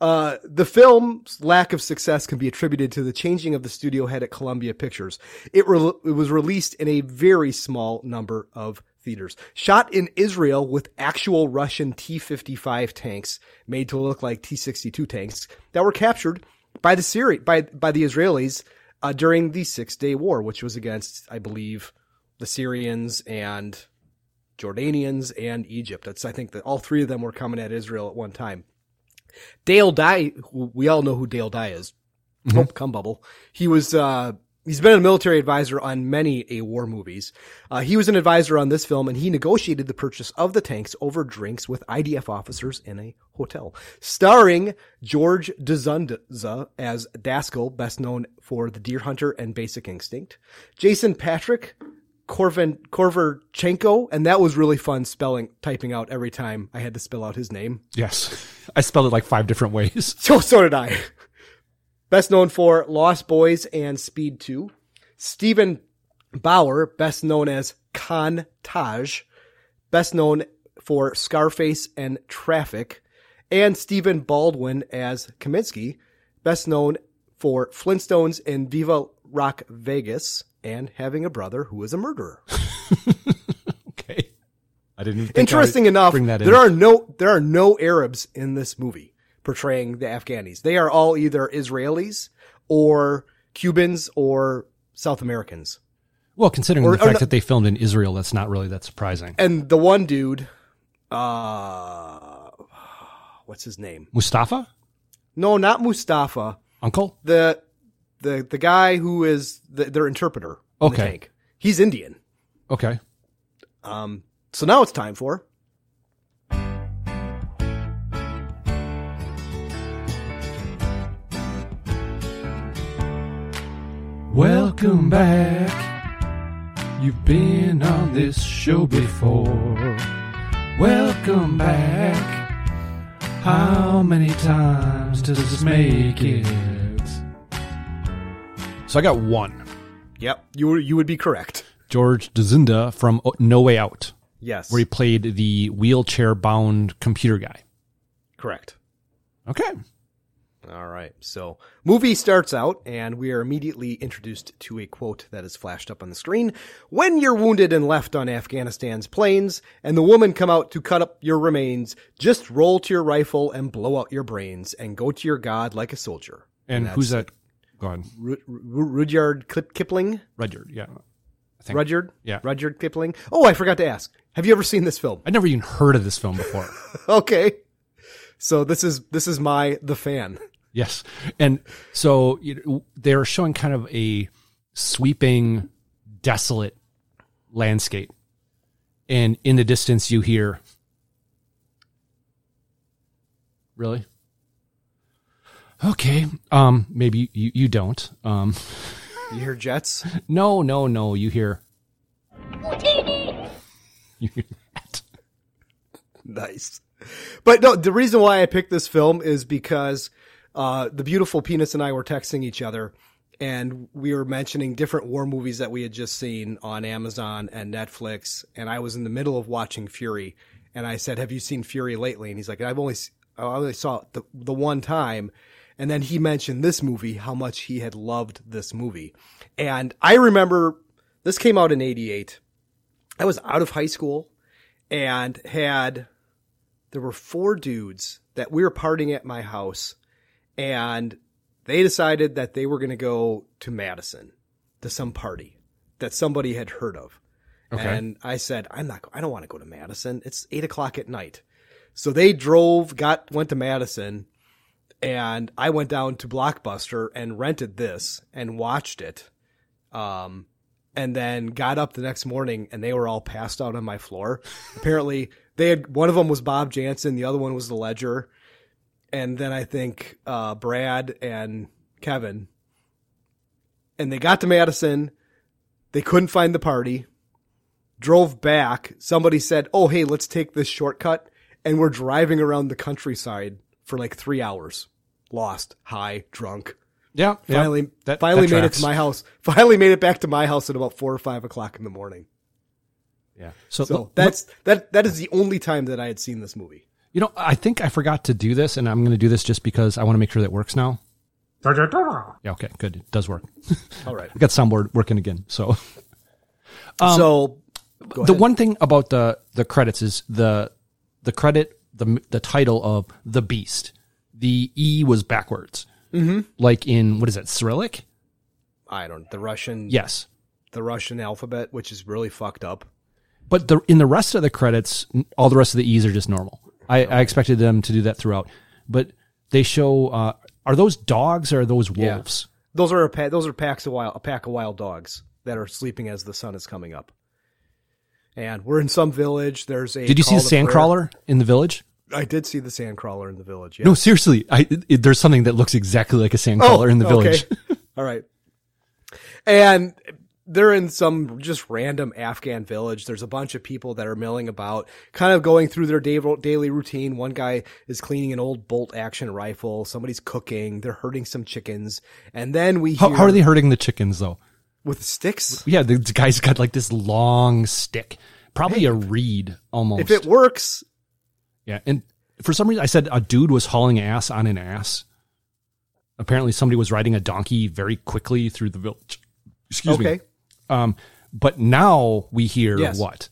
Speaker 3: uh, the film's lack of success can be attributed to the changing of the studio head at Columbia Pictures. It, re- it was released in a very small number of theaters. Shot in Israel with actual Russian T 55 tanks made to look like T 62 tanks that were captured by the Syri- by, by the Israelis uh, during the Six Day War, which was against, I believe, the Syrians and Jordanians and Egypt. That's, I think that all three of them were coming at Israel at one time. Dale Dye, who we all know who Dale Dye is. Oh, come bubble. He was, uh, he's been a military advisor on many a war movies. Uh, he was an advisor on this film and he negotiated the purchase of the tanks over drinks with IDF officers in a hotel. Starring George DeZunza as Daskell, best known for The Deer Hunter and Basic Instinct. Jason Patrick, Corvin, Korverchenko, and that was really fun spelling, typing out every time I had to spell out his name.
Speaker 2: Yes. I spelled it like five different ways.
Speaker 3: So, so did I. Best known for Lost Boys and Speed 2. Stephen Bauer, best known as Khan Taj, best known for Scarface and Traffic. And Stephen Baldwin as Kaminsky, best known for Flintstones and Viva Rock Vegas and having a brother who is a murderer.
Speaker 2: Okay. I didn't think I would
Speaker 3: Interesting enough,
Speaker 2: bring that in.
Speaker 3: there are no there are no Arabs in this movie portraying the Afghanis. They are all either Israelis or Cubans or South Americans.
Speaker 2: Well, considering
Speaker 3: Or-
Speaker 2: the
Speaker 3: or
Speaker 2: fact
Speaker 3: no-
Speaker 2: that they filmed in Israel, that's not really that surprising.
Speaker 3: And the one dude, uh, what's his name?
Speaker 2: Mustafa?
Speaker 3: No, not Mustafa.
Speaker 2: Uncle?
Speaker 3: The the the guy who is the, their interpreter. in the
Speaker 2: Okay.
Speaker 3: tank. he's Indian.
Speaker 2: Okay.
Speaker 3: Um, so now it's time for
Speaker 2: Welcome back. You've been on this show before. Welcome back. How many times does this make it? So I got one.
Speaker 3: yep. You were- you would be correct.
Speaker 2: George Dazinda from O- No Way Out.
Speaker 3: Yes.
Speaker 2: Where he played the wheelchair bound computer guy.
Speaker 3: Correct.
Speaker 2: Okay.
Speaker 3: All right. So, movie starts out, and we are immediately introduced to a quote that is flashed up on the screen. When you're wounded and left on Afghanistan's plains, and the woman come out to cut up your remains, just roll to your rifle and blow out your brains, and go to your god like a soldier.
Speaker 2: And,
Speaker 3: that's
Speaker 2: who's that? Go on.
Speaker 3: Ru- Ru- Rudyard Kip- Kipling.
Speaker 2: Rudyard, yeah. I think.
Speaker 3: Rudyard.
Speaker 2: Yeah.
Speaker 3: Rudyard Kipling. Oh, I forgot to ask. Have you ever seen this film?
Speaker 2: I'd never even heard of this film before.
Speaker 3: okay. So this is this is my the fan.
Speaker 2: Yes. And so you know, they're showing kind of a sweeping, desolate landscape. And in the distance, you hear. Really? Okay. Um, maybe you, you don't. Um,
Speaker 3: You hear jets?
Speaker 2: no, no, no. You hear. You hear that.
Speaker 3: Nice. But no, the reason why I picked this film is because uh, the beautiful penis and I were texting each other, and we were mentioning different war movies that we had just seen on Amazon and Netflix. And I was in the middle of watching Fury, and I said, "Have you seen Fury lately?" And he's like, "I've only, s- I only saw it the the one time." And then he mentioned this movie, how much he had loved this movie, and I remember this came out in '88. I was out of high school, and had there were four dudes that we were partying at my house, and they decided that they were going to go to Madison to some party that somebody had heard of.
Speaker 16: Okay.
Speaker 3: And I said, I'm not, I don't want to go to Madison. It's eight o'clock at night. So they drove, got, went to Madison and I went down to Blockbuster and rented this and watched it. Um, and then got up the next morning and they were all passed out on my floor. Apparently they had, one of them was Bob Jansen. The other one was the ledger and then I think uh, Brad and Kevin. And they got to Madison. They couldn't find the party. Drove back. Somebody said, "Oh, hey, let's take this shortcut." And we're driving around the countryside for like three hours, lost, high, drunk.
Speaker 2: Yeah, yeah.
Speaker 3: Finally,
Speaker 2: That-
Speaker 3: finally
Speaker 2: that
Speaker 3: made it
Speaker 2: tracks.
Speaker 3: to my house. Finally made it back to my house at about four or five o'clock in the morning.
Speaker 2: Yeah.
Speaker 3: So,
Speaker 2: So-
Speaker 3: that's that. That is the only time that I had seen this movie.
Speaker 2: You know, I think I forgot to do this, and I'm going to do this just because I want to make sure that works now. Yeah, okay, good. It does work.
Speaker 3: All right.
Speaker 2: I got soundboard working again. So,
Speaker 3: So, go
Speaker 2: Um, the
Speaker 3: ahead.
Speaker 2: one thing about the the credits is the the credit the the title of the Beast. The E was backwards,
Speaker 3: Mhm.
Speaker 2: like in what is that Cyrillic?
Speaker 3: I don't the Russian
Speaker 2: Yes.
Speaker 3: the Russian alphabet, which is really fucked up.
Speaker 2: But the in the rest of the credits, n- all the rest of the E's are just normal. I, I expected them to do that throughout, but they show uh, are those dogs or are those wolves?
Speaker 3: Those are a pa- those are packs of wild a pack of wild dogs that are sleeping as the sun is coming up. And we're in some village. There's a.
Speaker 2: Did you see
Speaker 3: call
Speaker 2: the
Speaker 3: to prayer.
Speaker 2: sandcrawler in the village?
Speaker 3: I did see the sandcrawler in the village. Yeah. Oh,
Speaker 2: No, seriously, I, it, there's something that looks exactly like a sandcrawler in the village.
Speaker 3: Okay. All right. And they're in some just random Afghan village. There's a bunch of people that are milling about, kind of going through their day- daily routine. One guy is cleaning an old bolt action rifle. Somebody's cooking. They're herding some chickens. And then we
Speaker 2: How,
Speaker 3: hear
Speaker 2: how are they hurting the chickens though?
Speaker 3: with sticks.
Speaker 2: Yeah, the, the guy's got like this long stick, probably a reed almost.
Speaker 3: If it works,
Speaker 2: yeah, and for some reason I said a dude was hauling ass on an ass. Apparently, somebody was riding a donkey very quickly through the village. Excuse me.
Speaker 3: Okay.
Speaker 2: Um, but now we hear
Speaker 3: Yes.
Speaker 2: what?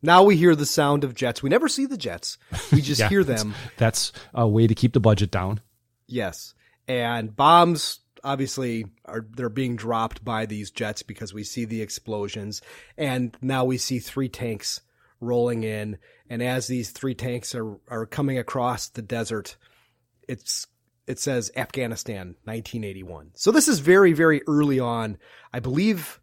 Speaker 3: now we hear the sound of jets. We never see the jets. We just
Speaker 2: Yeah,
Speaker 3: hear
Speaker 2: that's-
Speaker 3: them.
Speaker 2: That's a way to keep the budget down.
Speaker 3: Yes. And bombs obviously are they're being dropped by these jets because we see the explosions and now we see three tanks rolling in and as these three tanks are are coming across the desert it's it says Afghanistan 1981. So this is very very early on. I believe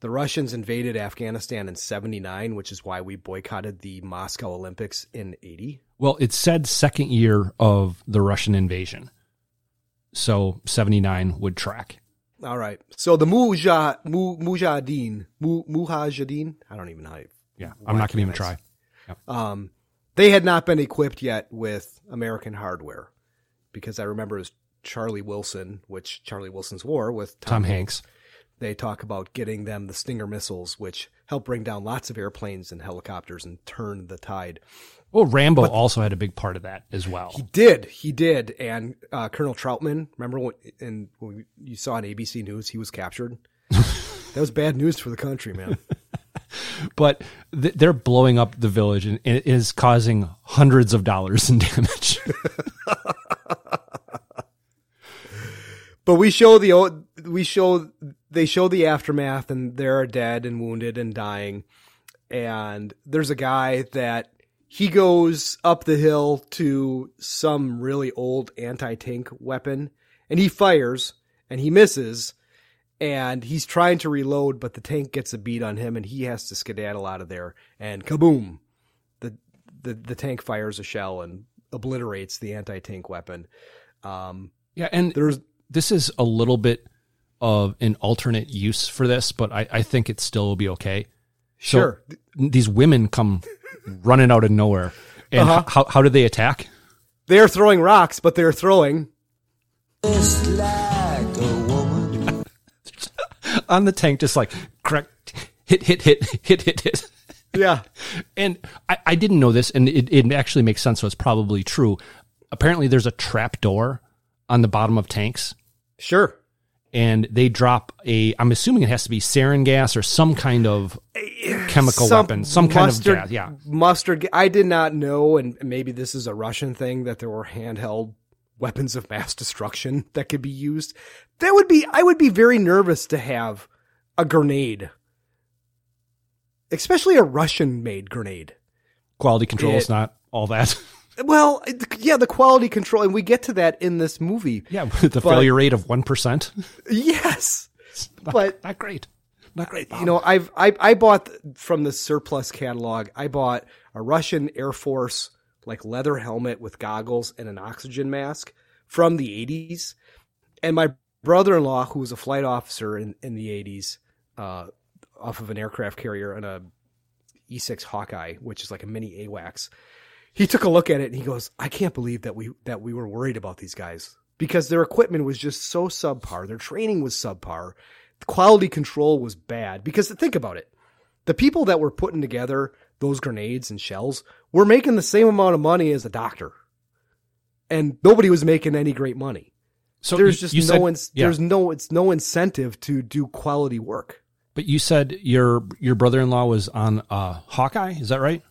Speaker 3: the Russians invaded Afghanistan in 79, which is why we boycotted the Moscow Olympics in 80.
Speaker 2: Well, it said second year of the Russian invasion. So 79 would track.
Speaker 3: All right. So the Mujah, Mu, Mujahideen, Mu, Mujahideen, I don't even know. How you,
Speaker 2: Yeah. I'm not going to even try.
Speaker 3: Um, they had not been equipped yet with American hardware because I remember it was Charlie Wilson, which Charlie Wilson's war with Tom,
Speaker 2: Tom Hanks.
Speaker 3: They talk about getting them the Stinger missiles, which help bring down lots of airplanes and helicopters and turn the tide.
Speaker 2: Well, Rambo also had a big part of that as well.
Speaker 3: He did. He did. And uh, Colonel Troutman, remember when, and when you saw on ABC News he was captured? that was bad news for the country, man.
Speaker 2: But th- they're blowing up the village and it is causing hundreds of dollars in damage.
Speaker 3: But we show the we show they show the aftermath, and there are dead and wounded and dying. And there's a guy that he goes up the hill to some really old anti tank weapon, and he fires and he misses, and he's trying to reload, but the tank gets a beat on him, and he has to skedaddle out of there. And kaboom! the the, the tank fires a shell and obliterates the anti tank weapon. Um,
Speaker 2: yeah. And
Speaker 3: there's
Speaker 2: this is a little bit of an alternate use for this, but I, I think it still will be okay. So
Speaker 3: Sure.
Speaker 2: th- these women come running out of nowhere. And
Speaker 3: Uh-huh.
Speaker 2: h- how, how do they attack?
Speaker 3: They are throwing rocks, but they're throwing.
Speaker 2: on the tank, just like correct, hit, hit, hit, hit, hit, hit.
Speaker 3: Yeah.
Speaker 2: and I, I didn't know this, and it, it actually makes sense. So it's probably true. Apparently, there's a trap door on the bottom of tanks.
Speaker 3: Sure.
Speaker 2: And they drop a, I'm assuming it has to be sarin gas or some kind of chemical weapon, some kind
Speaker 3: mustard,
Speaker 2: of gas. Yeah.
Speaker 3: mustard. ga- I did not know, and maybe this is a Russian thing that there were handheld weapons of mass destruction that could be used. That would be. I would be very nervous to have a grenade, especially a Russian-made grenade.
Speaker 2: Quality control is
Speaker 3: It-
Speaker 2: not all that.
Speaker 3: Well, it- yeah, the quality control, and we get to that in this movie.
Speaker 2: Yeah, the failure rate of 1%.
Speaker 3: Yes, but
Speaker 2: not great. Not great.
Speaker 3: You know, I've I I bought th- from the surplus catalog. I bought a Russian Air Force like leather helmet with goggles and an oxygen mask from the 80s. And my brother-in-law, who was a flight officer in in the 80s, uh, off of an aircraft carrier and a E6 Hawkeye, which is like a mini AWACS. He took a look at it and he goes, "I can't believe that we that we were worried about these guys because their equipment was just so subpar, their training was subpar, the quality control was bad." Because think about it, the people that were putting together those grenades and shells were making the same amount of money as a doctor, and nobody was making any great money.
Speaker 2: So
Speaker 3: there's
Speaker 2: you-
Speaker 3: just
Speaker 2: you
Speaker 3: no
Speaker 2: said-
Speaker 3: ins-
Speaker 2: yeah.
Speaker 3: there's no it's no incentive to do quality work.
Speaker 2: But you said your your brother in law was on uh, Hawkeye. Is that right?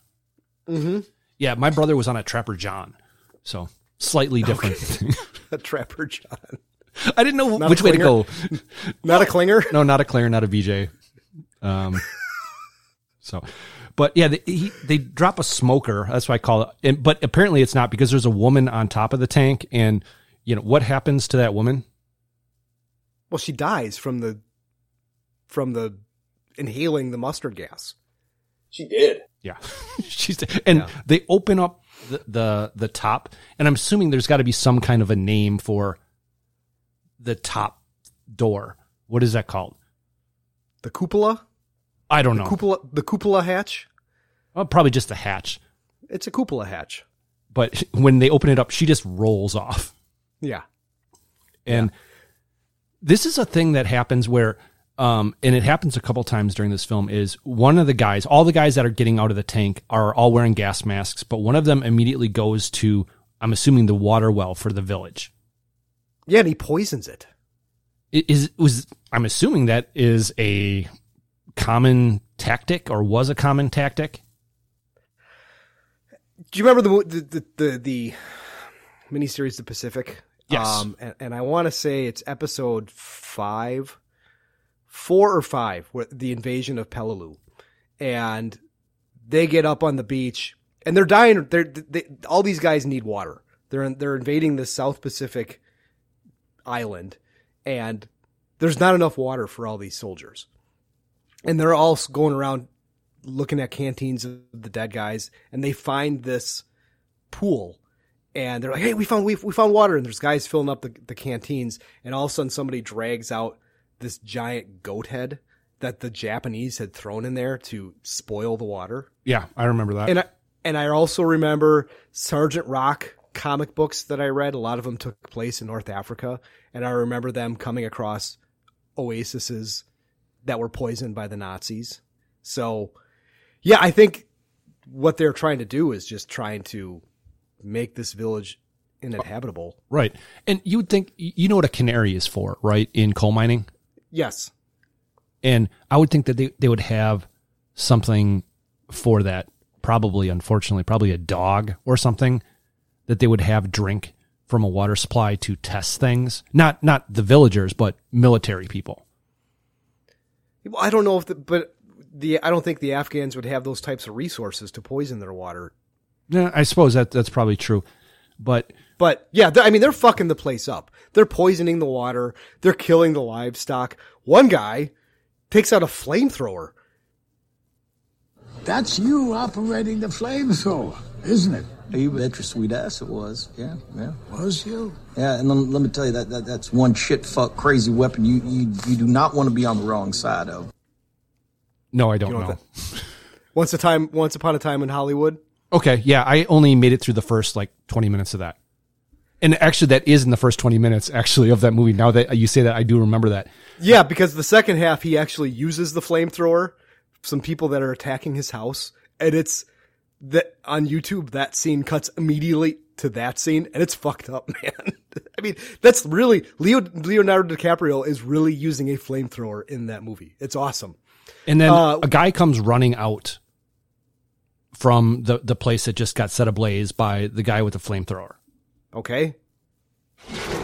Speaker 3: Mm-hmm.
Speaker 2: Yeah, my brother was on a Trapper John, so slightly different.
Speaker 3: A trapper John.
Speaker 2: I didn't know
Speaker 3: Not a
Speaker 2: which way to go.
Speaker 3: clinger? Not a clinger.
Speaker 2: No, not a clinger, not a VJ. Um, so, but yeah, they, he, they drop a smoker. That's what I call it. And, but apparently, it's not because there's a woman on top of the tank, and you know what happens to that woman?
Speaker 3: Well, she dies from the from the inhaling the mustard gas.
Speaker 16: She did.
Speaker 2: Yeah, she's and they open up the, the the top, and I'm assuming there's got to be some kind of a name for the top door. What is that called?
Speaker 3: The cupola.
Speaker 2: I don't
Speaker 3: The
Speaker 2: know.
Speaker 3: cupola. The cupola hatch.
Speaker 2: Well, probably just the hatch.
Speaker 3: It's a cupola hatch.
Speaker 2: But when they open it up, she just rolls off.
Speaker 3: Yeah.
Speaker 2: And this is a thing that happens where, um, and it happens a couple times during this film, is one of the guys, all the guys that are getting out of the tank are all wearing gas masks, but one of them immediately goes to, I'm assuming, the water well for the village.
Speaker 3: Yeah, and he poisons it.
Speaker 2: I- Is was I'm assuming that is a common tactic or was a common tactic.
Speaker 3: Do you remember the mo- the the the, the miniseries The Pacific? Um,
Speaker 2: Yes.
Speaker 3: and, and I want to say it's episode five, four or five, where the invasion of Peleliu, and they get up on the beach and they're dying. They're they, all these guys need water. They're in, they're invading the South Pacific island, and there's not enough water for all these soldiers, and they're all s- going around looking at canteens of the dead guys, and they find this pool and they're like, "Hey, we found we, we found water." And there's guys filling up the, the canteens, and all of a sudden somebody drags out this giant goat head that the Japanese had thrown in there to spoil the water.
Speaker 2: Yeah, I remember that.
Speaker 3: And I and I also remember Sergeant Rock comic books that I read. A lot of them took place in North Africa, and I remember them coming across oases that were poisoned by the Nazis. So, yeah, I think what they're trying to do is just trying to make this village uninhabitable.
Speaker 2: right. And you would think you know what a canary is for, right? In coal mining.
Speaker 3: Yes.
Speaker 2: And I would think that they, they would have something for that. Probably, unfortunately, probably a dog or something that they would have drink from a water supply to test things. Not not the villagers, but military people.
Speaker 3: Well, I don't know if the, but the I don't think the Afghans would have those types of resources to poison their water.
Speaker 2: Yeah, I suppose that that's probably true. But
Speaker 3: But yeah, th- I mean they're fucking the place up. They're poisoning the water. They're killing the livestock. One guy takes out a flamethrower.
Speaker 17: That's you operating the flamethrower, isn't it? You bet your sweet ass it was. Yeah, yeah. Was you?
Speaker 4: Yeah, and lem- let me tell you that, that that's one shit fuck crazy weapon you, you you do not want to be on the wrong side of.
Speaker 2: No, I don't
Speaker 3: You
Speaker 2: know.
Speaker 3: know what Once a time, once upon a time in Hollywood.
Speaker 2: Okay, yeah, I only made it through the first like 20 minutes of that. And actually, that is in the first 20 minutes, actually, of that movie. Now that you say that, I do remember that.
Speaker 3: Yeah, because the second half he actually uses the flamethrower, some people that are attacking his house, and it's that on YouTube that scene cuts immediately to that scene, and it's fucked up, man. I mean, that's really Leo Leonardo DiCaprio is really using a flamethrower in that movie. It's awesome.
Speaker 2: And then a guy comes running out from the, the place that just got set ablaze by the guy with the flamethrower.
Speaker 3: Okay.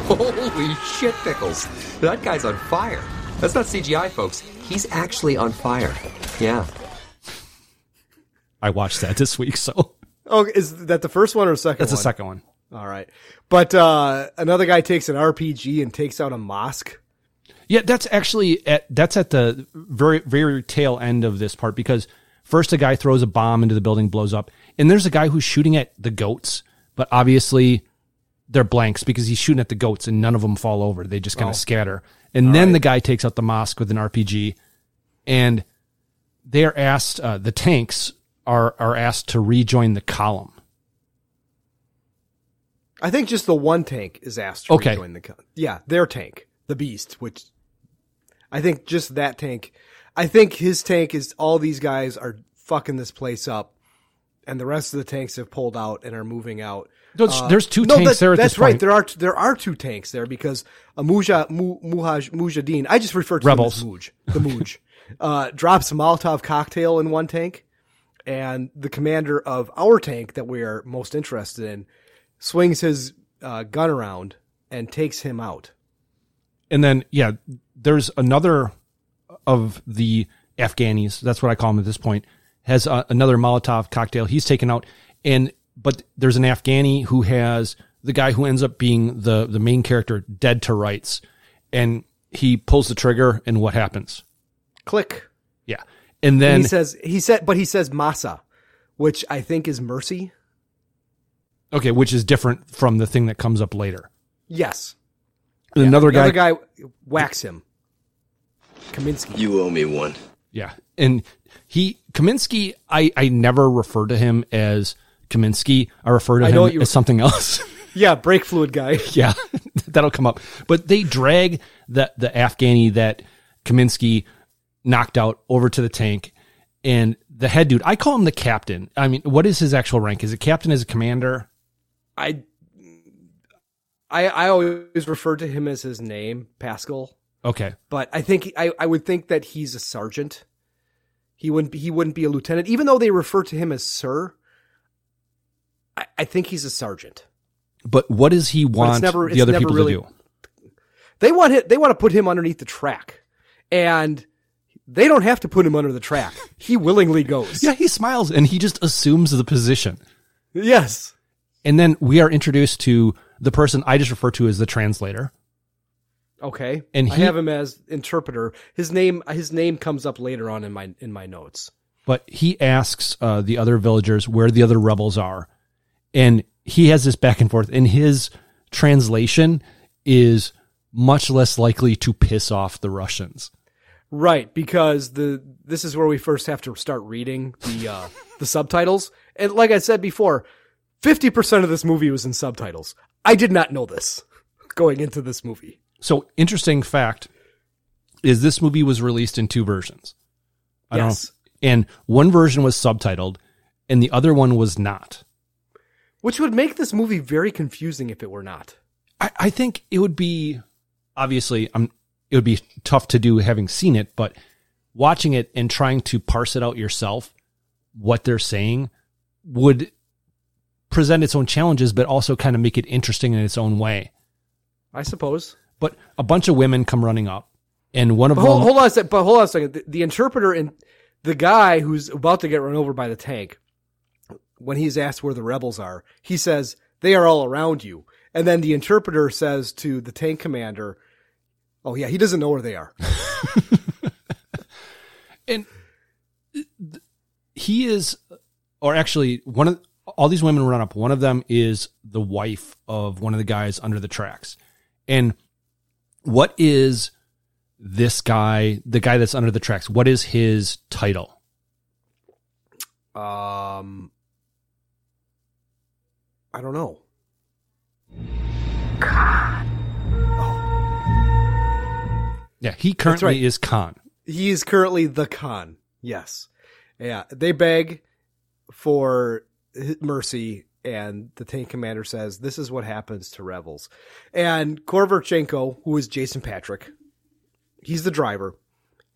Speaker 16: Holy shit, Pickles. That guy's on fire. That's not CGI, folks. He's actually on fire. Yeah.
Speaker 2: I watched that this week, so
Speaker 3: Oh, is that the first one or the second
Speaker 2: that's
Speaker 3: one?
Speaker 2: the second one.
Speaker 3: All right. But uh, another guy takes an RPG and takes out a mosque.
Speaker 2: Yeah, that's actually at that's at the very very tail end of this part because first a guy throws a bomb into the building, blows up, and there's a guy who's shooting at the goats, but obviously they're blanks because he's shooting at the goats and none of them fall over. They just kind
Speaker 18: Oh.
Speaker 2: of scatter. And then the guy takes out the mosque with an RPG, and they are asked uh, the tanks are are asked to rejoin the column.
Speaker 3: I think just the one tank is asked to
Speaker 2: Okay.
Speaker 3: rejoin the co- yeah their tank, the beast. Which I think just that tank. I think his tank is all these guys are fucking this place up, and the rest of the tanks have pulled out and are moving out.
Speaker 2: There's- there's two tanks there at
Speaker 3: Uh, that's
Speaker 2: this
Speaker 3: right.
Speaker 2: point.
Speaker 3: There are t- there are two tanks there because a Muja, Mu, Muhaj, Mujahideen. I just refer to
Speaker 2: Rebels.
Speaker 3: him as Muj, the Muj, uh, drops a Molotov cocktail in one tank, and the commander of our tank that we are most interested in swings his uh, gun around and takes him out.
Speaker 2: and then yeah, there's another of the Afghanis. That's what I call him at this point. Has uh, another Molotov cocktail. He's taken out, and but there's an Afghani who has the guy who ends up being the the main character dead to rights, and he pulls the trigger, and what happens?
Speaker 3: Click.
Speaker 2: Yeah, and then
Speaker 3: he says he said, but he says masa, which I think is mercy.
Speaker 2: okay, which is different from the thing that comes up later.
Speaker 3: Yes.
Speaker 2: And another guy,
Speaker 3: Another guy whacks him. Kaminsky.
Speaker 19: You owe me one.
Speaker 2: Yeah. And he Kaminsky, I, I never refer to him as Kaminsky. I refer to
Speaker 3: I know what
Speaker 2: him
Speaker 3: you-
Speaker 2: as something else.
Speaker 3: Yeah, brake fluid guy.
Speaker 2: yeah. That'll come up. But they drag the the Afghani that Kaminsky knocked out over to the tank and the head dude, I call him the captain. I mean, what is his actual rank? Is it captain as a commander?
Speaker 3: I I I always refer to him as his name, Pascal.
Speaker 2: Okay.
Speaker 3: But I think I, I would think that he's a sergeant. He wouldn't be, he wouldn't be a lieutenant, even though they refer to him as sir. I, I think he's a sergeant.
Speaker 2: But what does he
Speaker 3: it's
Speaker 2: want
Speaker 3: never- it's
Speaker 2: the other
Speaker 3: never
Speaker 2: people
Speaker 3: really-
Speaker 2: to do?
Speaker 3: They want him, they want to put him underneath the track, and they don't have to put him under the track. He willingly goes.
Speaker 2: Yeah, he smiles and he just assumes the position.
Speaker 3: Yes.
Speaker 2: And then we are introduced to the person I just referred to as the translator.
Speaker 3: Okay.
Speaker 2: And
Speaker 3: I
Speaker 2: he-
Speaker 3: have him as interpreter. His name his name comes up later on in my in my notes.
Speaker 2: but he asks uh, the other villagers where the other rebels are, and he has this back and forth. And his translation is much less likely to piss off the Russians.
Speaker 3: Right, because the this is where we first have to start reading the uh, the subtitles. And like I said before, fifty percent of this movie was in subtitles. I did not know this going into this movie.
Speaker 2: So, interesting fact is this movie was released in two versions.
Speaker 3: Yes.
Speaker 2: know, and one version was subtitled, and the other one was not.
Speaker 3: Which would make this movie very confusing if it were not.
Speaker 2: I, I think it would be obviously I'm it would be tough to do having seen it, but watching it and trying to parse it out yourself, what they're saying would present its own challenges, but also kind of make it interesting in its own way.
Speaker 3: I suppose.
Speaker 2: But a bunch of women come running up, and one of
Speaker 3: But
Speaker 2: them
Speaker 3: hold, hold on a second. But hold on a second. The, the interpreter and the guy who's about to get run over by the tank, when he's asked where the rebels are, he says they are all around you. And then the interpreter says to the tank commander, "Oh yeah, he doesn't know where they are."
Speaker 2: he is, or actually one of all these women run up. One of them is the wife of one of the guys under the tracks, and what is this guy, the guy that's under the tracks? What is his title?
Speaker 3: Um, I don't know.
Speaker 2: Yeah, he currently
Speaker 3: right.
Speaker 2: is Khan.
Speaker 3: He is currently the Khan. Yes. Yeah. They beg for h- mercy, and the tank commander says, This is what happens to rebels. And Korverchenko, who is Jason Patrick, he's the driver,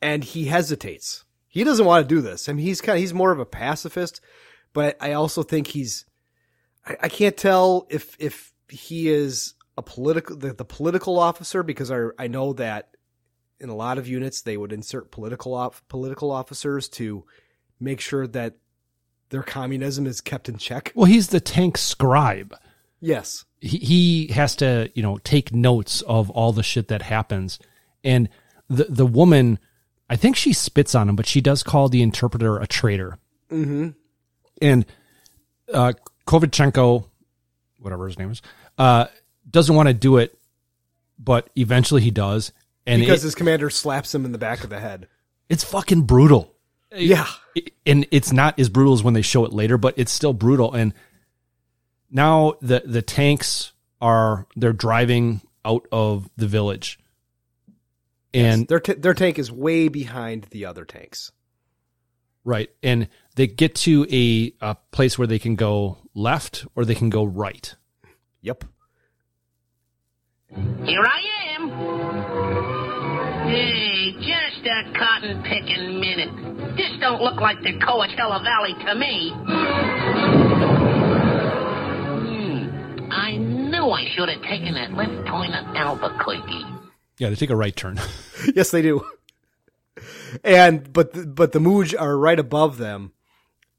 Speaker 3: and he hesitates. He doesn't want to do this. I mean, he's kind of, he's more of a pacifist, but I also think he's, I, I can't tell if, if he is a political, the, the political officer, because I, I know that in a lot of units they would insert political off political officers to make sure that their communism is kept in check.
Speaker 2: Well, he's the tank scribe.
Speaker 3: Yes.
Speaker 2: He, he has to, you know, take notes of all the shit that happens. And the the woman, I think she spits on him, but she does call the interpreter a traitor.
Speaker 3: Mm-hmm.
Speaker 2: And uh, Kovachenko, whatever his name is, uh, doesn't want to do it, but eventually he does. And
Speaker 3: because
Speaker 2: it-
Speaker 3: his commander slaps him in the back of the head.
Speaker 2: it's fucking brutal.
Speaker 3: Yeah.
Speaker 2: It- and it's not as brutal as when they show it later, but it's still brutal. And now the the tanks are they're driving out of the village, and
Speaker 3: their t- their tank is way behind the other tanks.
Speaker 2: right, and they get to a, a place where they can go left or they can go right.
Speaker 3: Yep.
Speaker 18: Here I am. Hey, just a cotton picking minute. This don't look like the Coachella Valley to me. Hmm, I knew I should have taken that left turn at Albuquerque.
Speaker 2: Yeah, they take a right turn.
Speaker 3: yes, they do. And but the, but the Mooj are right above them,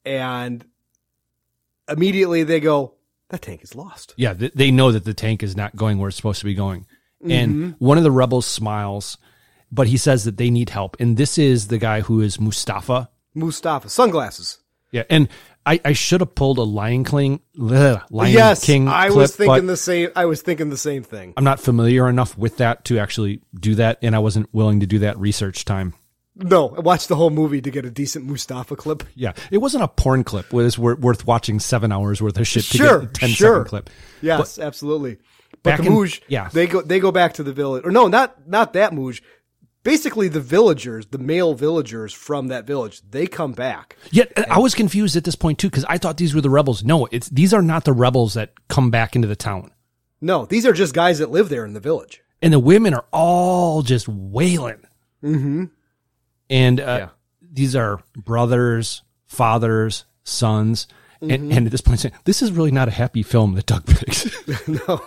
Speaker 3: and immediately they go, "That tank is lost."
Speaker 2: Yeah, th- they know that the tank is not going where it's supposed to be going. And one of the rebels smiles, but he says that they need help. And this is the guy who is Mustafa.
Speaker 3: Mustafa, sunglasses.
Speaker 2: Yeah, and I, I should have pulled a Lion King, bleh, Lion
Speaker 3: yes,
Speaker 2: King.
Speaker 3: I
Speaker 2: clip,
Speaker 3: was thinking
Speaker 2: but
Speaker 3: the same. I was thinking the same thing.
Speaker 2: I'm not familiar enough with that to actually do that, and I wasn't willing to do that research time.
Speaker 3: No, I watched the whole movie to get a decent Mustafa clip.
Speaker 2: Yeah, it wasn't a porn clip. Was worth, worth watching seven hours worth of shit to
Speaker 3: Sure,
Speaker 2: get a 10 second
Speaker 3: sure.
Speaker 2: clip.
Speaker 3: Yes, absolutely. But
Speaker 2: Back
Speaker 3: the
Speaker 2: in-
Speaker 3: Muj,
Speaker 2: yeah.
Speaker 3: they go they go back to the village. Or no, not not that Muj. Basically, the villagers, the male villagers from that village, they come back.
Speaker 2: Yet I was confused at this point too because I thought these were the rebels. No, it's these are not the rebels that come back into the town.
Speaker 3: No, these are just guys that live there in the village.
Speaker 2: and the women are all just wailing. Mm-hmm. And uh, these are brothers, fathers, sons, and,
Speaker 3: Mhm.
Speaker 2: and at this point, this is really not a happy film that Doug picks.
Speaker 3: no.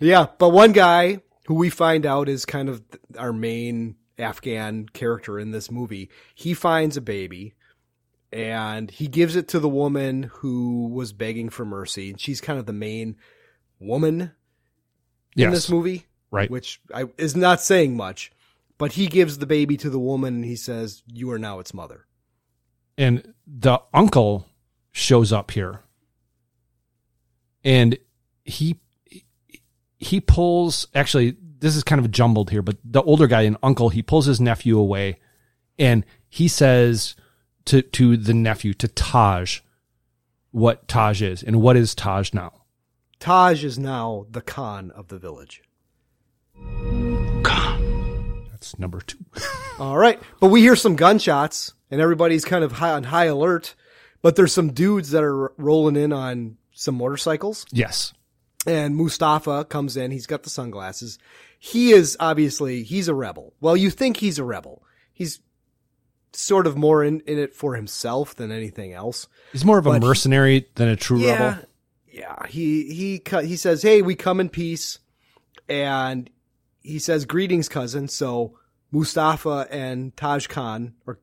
Speaker 3: Yeah, but one guy who we find out is kind of th- our main Afghan character in this movie, he finds a baby and he gives it to the woman who was begging for mercy. And she's kind of the main woman in
Speaker 2: Yes.
Speaker 3: this movie.
Speaker 2: Right.
Speaker 3: Which I, is not saying much, but he gives the baby to the woman and he says, You are now its mother.
Speaker 2: and the uncle shows up here, and he he pulls. Actually, this is kind of jumbled here, but the older guy and uncle he pulls his nephew away, and he says to to the nephew to Taj, what Taj is and what is Taj now.
Speaker 3: Taj is now the Khan of the village.
Speaker 2: That's number two.
Speaker 3: All right. But we hear some gunshots and everybody's kind of high on high alert, but there's some dudes that are rolling in on some motorcycles
Speaker 2: Yes.
Speaker 3: and Mustafa comes in. He's got the sunglasses. He is obviously, he's a rebel. Well, you think he's a rebel. He's sort of more in, in it for himself than anything else.
Speaker 2: He's more of a
Speaker 3: But he-
Speaker 2: mercenary than a true
Speaker 3: yeah,
Speaker 2: rebel.
Speaker 3: Yeah, he he cu- he says, "Hey, we come in peace," and he says, "Greetings, cousin." So Mustafa and Taj Khan or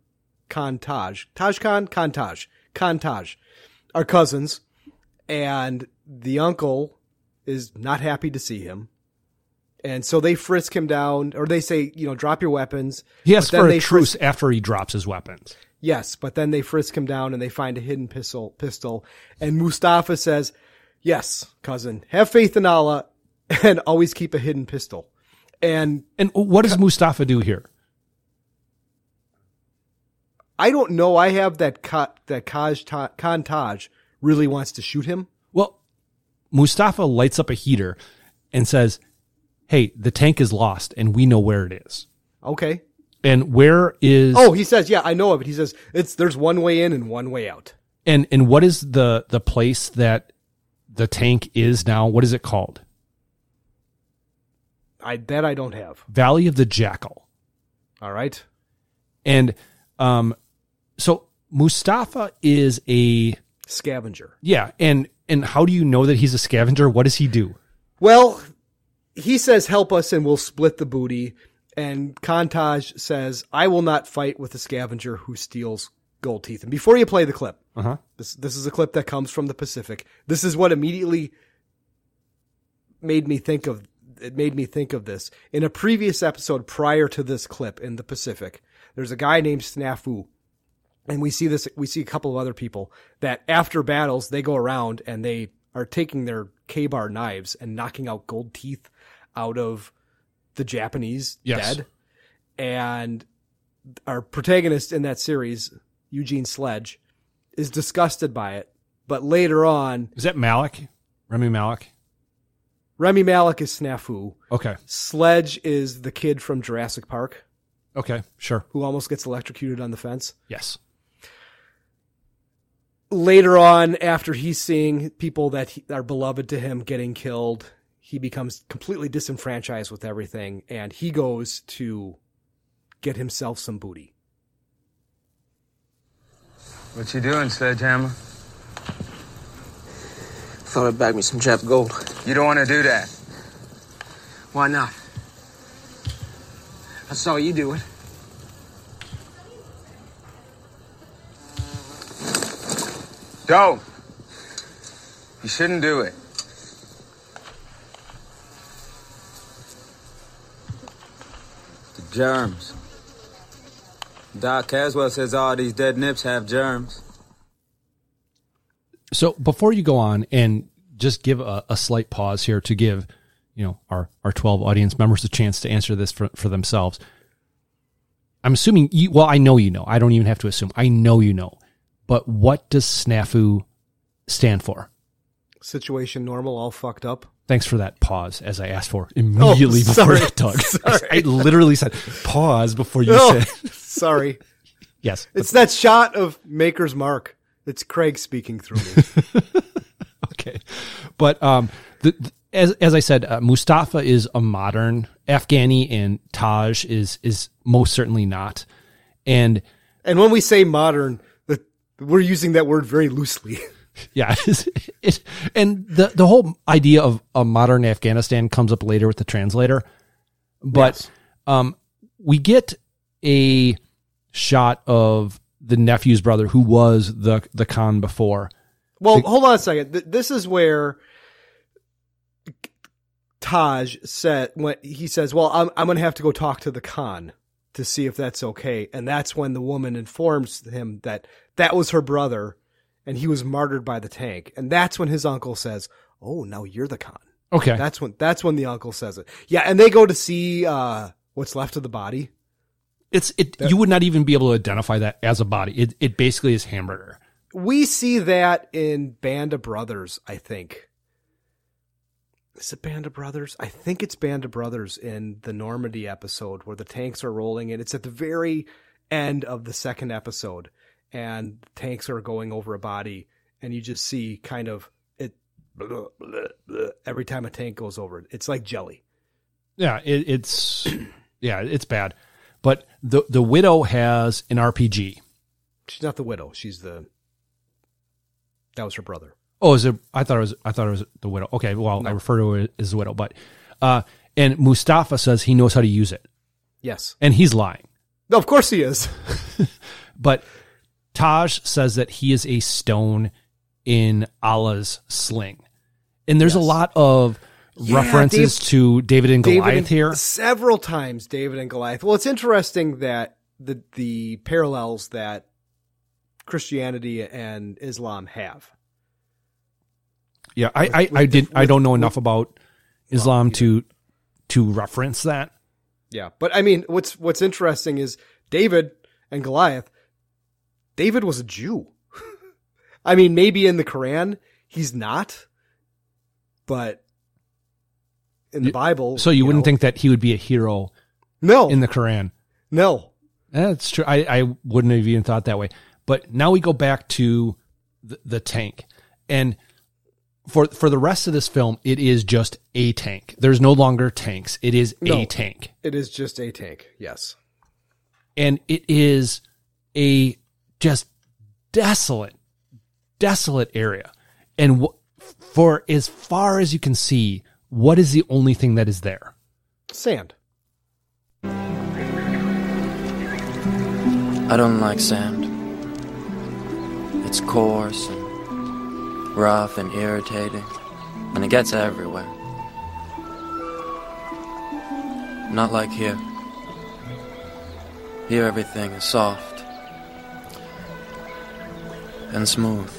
Speaker 3: Khan Taj, Taj Khan, Khan Taj, Khan Taj, are cousins, and the uncle is not happy to see him. And so they frisk him down, or they say, you know, drop your weapons.
Speaker 2: He asks
Speaker 3: But then
Speaker 2: for
Speaker 3: they
Speaker 2: a
Speaker 3: frisk-
Speaker 2: truce after he drops his weapons.
Speaker 3: Yes, but then they frisk him down and they find a hidden pistol. Pistol, and Mustafa says, "Yes, cousin, have faith in Allah, and always keep a hidden pistol." And
Speaker 2: and what does Mustafa do here?
Speaker 3: I don't know. I have that Ka- that Kaj Ta- Khan Taj really wants to shoot him.
Speaker 2: Well, Mustafa lights up a heater and says, "Hey, the tank is lost, and we know where it is."
Speaker 3: Okay.
Speaker 2: And where is
Speaker 3: Oh, he says, yeah, I know of it. He says it's there's one way in and one way out.
Speaker 2: and and what is the the place that the tank is now? What is it called?
Speaker 3: I that I don't have.
Speaker 2: Valley of the Jackal.
Speaker 3: All right.
Speaker 2: And um, so Mustafa is a
Speaker 3: Scavenger.
Speaker 2: yeah, and and how do you know that he's a scavenger? What does he do?
Speaker 3: Well, he says, "Help us, and we'll split the booty." And Kantaj says, "I will not fight with the scavenger who steals gold teeth." And before you play the clip,
Speaker 2: Uh-huh.
Speaker 3: this this is a clip that comes from the Pacific. This is what immediately made me think of it made me think of this. In a previous episode prior to this clip in the Pacific, there's a guy named Snafu and we see this we see a couple of other people that after battles they go around and they are taking their K-bar knives and knocking out gold teeth out of the Japanese
Speaker 2: Yes.
Speaker 3: dead. And our protagonist in that series, Eugene Sledge, is disgusted by it. But later on,
Speaker 2: Is that Malik? Remy Malik?
Speaker 3: Remy Malik is Snafu.
Speaker 2: Okay.
Speaker 3: Sledge is the kid from Jurassic Park
Speaker 2: Okay, sure.
Speaker 3: who almost gets electrocuted on the fence.
Speaker 2: Yes.
Speaker 3: later on, after he's seeing people that he, are beloved to him getting killed, he becomes completely disenfranchised with everything, and he goes to get himself some booty.
Speaker 19: What you doing, Sledgehammer?
Speaker 7: Thought I'd bag me some Jap gold.
Speaker 19: You don't want to do that.
Speaker 7: Why not? I saw you do it.
Speaker 19: Don't. You shouldn't do it.
Speaker 20: The germs. Doc Caswell says all these dead nips have germs.
Speaker 2: So before you go on and just give a, a slight pause here to give, you know, our, our 12 audience members a chance to answer this for, for themselves. I'm assuming you, well, I know you know. I don't even have to assume. I know you know. But what does SNAFU stand for?
Speaker 3: Situation normal, all fucked up.
Speaker 2: Thanks for that pause as I asked for immediately
Speaker 3: Oh,
Speaker 2: before
Speaker 3: sorry.
Speaker 2: I talked.
Speaker 3: Sorry.
Speaker 2: I, literally said pause before you
Speaker 3: Oh,
Speaker 2: said
Speaker 3: sorry.
Speaker 2: yes.
Speaker 3: It's that shot of Maker's Mark. It's Craig speaking through me.
Speaker 2: okay. But um, the, the- as as I said, uh, Mustafa is a modern Afghani, and Taj is is most certainly not. And
Speaker 3: and when we say modern, the- we're using that word very loosely.
Speaker 2: yeah, it's, it's, and the the whole idea of a modern Afghanistan comes up later with the translator, but um, we get a shot of the nephew's brother who was the the Khan before.
Speaker 3: Well, hold on a second. Th- This is where Taj said when he says, "Well, I'm I'm going to have to go talk to the Khan to see if that's okay." And that's when the woman informs him that that was her brother, and he was martyred by the tank. And that's when his uncle says, "Oh, now you're the Khan."
Speaker 2: Okay.
Speaker 3: that's when that's when the uncle says it. Yeah, and they go to see uh, what's left of the body.
Speaker 2: It's it. you would not even be able to identify that as a body. It it basically is hamburger.
Speaker 3: we see that in Band of Brothers, I think. Is it Band of Brothers? I think it's Band of Brothers in the Normandy episode where the tanks are rolling in. It's at the very end of the second episode, and tanks are going over a body, and you just see kind of it blah, blah, blah, every time a tank goes over it. It's like jelly.
Speaker 2: Yeah, it, it's yeah, it's bad. But the the widow has an RPG.
Speaker 3: She's not the widow. She's the. That was her brother.
Speaker 2: Oh, is it? I thought it was. I thought it was the widow. Okay, well, I refer to it as the widow, but uh, and Mustafa says he knows how to use it,
Speaker 3: Yes.
Speaker 2: and he's lying.
Speaker 3: No, of course he is.
Speaker 2: But Taj says that he is a stone in Allah's sling, and there's a lot of
Speaker 3: Yeah,
Speaker 2: references
Speaker 3: Dave-
Speaker 2: to David and
Speaker 3: David
Speaker 2: Goliath
Speaker 3: and-
Speaker 2: here.
Speaker 3: Several times, David and Goliath. Well, it's interesting that the the parallels that Christianity and Islam have.
Speaker 2: Yeah, I I, I did. I don't know enough about Islam to to reference that.
Speaker 3: Yeah, but I mean, what's what's interesting is David and Goliath. David was a Jew. I mean, maybe in the Quran he's not, but in the Bible.
Speaker 2: So you, wouldn't think that he would be a hero?
Speaker 3: No.
Speaker 2: In the Quran.
Speaker 3: No.
Speaker 2: That's true. I, I wouldn't have even thought that way. But now we go back to the, the tank. And for for the rest of this film, it is just a tank. There's no longer tanks. It is
Speaker 3: No.
Speaker 2: a tank.
Speaker 3: It is just a tank. Yes.
Speaker 2: and it is a just desolate, desolate area. And wh- for as far as you can see, what is the only thing that is there?
Speaker 3: Sand.
Speaker 21: I don't like sand. It's coarse and rough and irritating, and it gets everywhere. Not like here. Here everything is soft and smooth.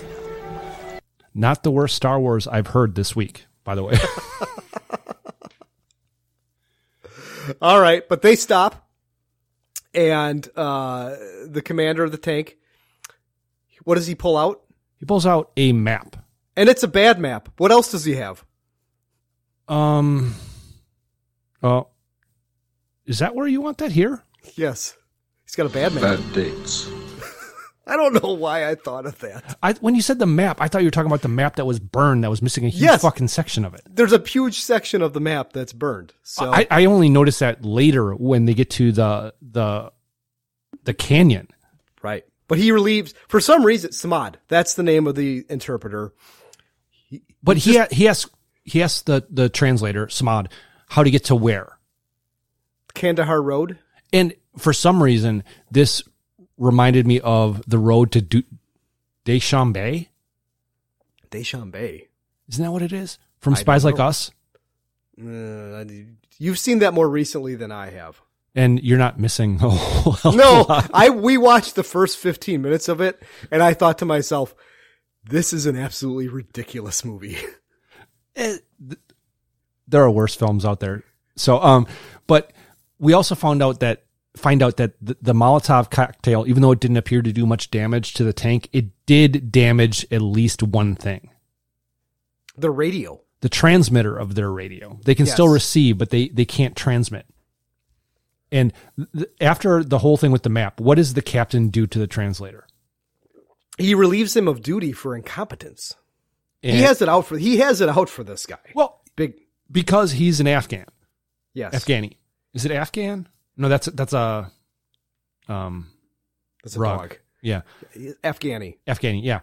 Speaker 2: Not the worst Star Wars I've heard this week, by the way.
Speaker 3: All right, but they stop, and uh, the commander of the tank. What does he pull out?
Speaker 2: he pulls out a map.
Speaker 3: And it's a bad map. What else does he have?
Speaker 2: Um, oh, is that where you want that here?
Speaker 3: Yes, he's got a bad map.
Speaker 2: dates.
Speaker 3: I don't know why I thought of that.
Speaker 2: I, when you said the map, I thought you were talking about the map that was burned that was missing a huge
Speaker 3: Yes.
Speaker 2: fucking section of it.
Speaker 3: There's a huge section of the map that's burned. So
Speaker 2: I, I only noticed that later when they get to the the the canyon.
Speaker 3: Right. But he relieves for some reason Samad. That's the name of the interpreter.
Speaker 2: But he a- he asked he asked the the translator Samad how to get to where,
Speaker 3: Kandahar Road.
Speaker 2: and for some reason this reminded me of the road to du- Deschambe.
Speaker 3: Deschambe.
Speaker 2: Isn't that what it is from
Speaker 3: I
Speaker 2: Spies
Speaker 3: don't
Speaker 2: Like
Speaker 3: know.
Speaker 2: Us?
Speaker 3: Uh, you've seen that more recently than I have.
Speaker 2: And you're not missing. A whole
Speaker 3: No,
Speaker 2: lot.
Speaker 3: I we watched the first 15 minutes of it and I thought to myself, this is an absolutely ridiculous movie.
Speaker 2: Eh. there are worse films out there. So, um, but we also found out that find out that the, the Molotov cocktail, even though it didn't appear to do much damage to the tank, it did damage at least one thing:
Speaker 3: the radio.
Speaker 2: the transmitter of their radio. They can
Speaker 3: Yes.
Speaker 2: still receive, but they they can't transmit. And th- after the whole thing with the map, what does the captain do to the translator?
Speaker 3: He relieves him of duty for incompetence.
Speaker 2: And-
Speaker 3: he has it out for he has it out for this guy.
Speaker 2: Well,
Speaker 3: big
Speaker 2: because he's an Afghan.
Speaker 3: Yes.
Speaker 2: Afghani. Is it Afghan? No, that's that's a um
Speaker 3: That's a
Speaker 2: rug.
Speaker 3: dog.
Speaker 2: Yeah.
Speaker 3: Afghani.
Speaker 2: Afghani, yeah.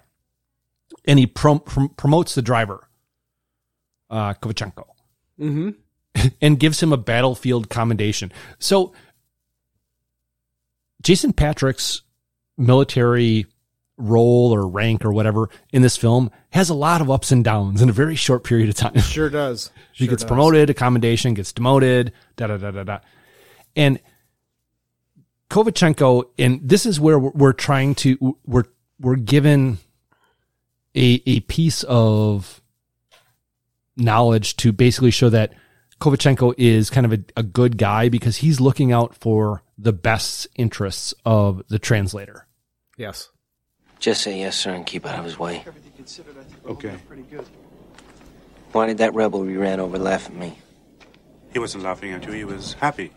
Speaker 2: And he prom- prom- promotes the driver, uh, Kovachenko,
Speaker 3: Mhm.
Speaker 2: and gives him a battlefield commendation. So, Jason Patrick's military role or rank or whatever in this film has a lot of ups and downs in a very short period of time.
Speaker 3: Sure does.
Speaker 2: He
Speaker 3: Sure
Speaker 2: gets
Speaker 3: does.
Speaker 2: promoted, a commendation, gets demoted, da da da da da. And Kovachenko, and this is where we're, we're trying to we're we're given a a piece of knowledge to basically show that Kovachenko is kind of a, a good guy because he's looking out for the best interests of the translator.
Speaker 3: Yes.
Speaker 22: Just say yes, sir, and keep out of his way.
Speaker 23: Okay.
Speaker 22: Why did that rebel you ran over laugh at me?
Speaker 23: He wasn't laughing at you, he was happy.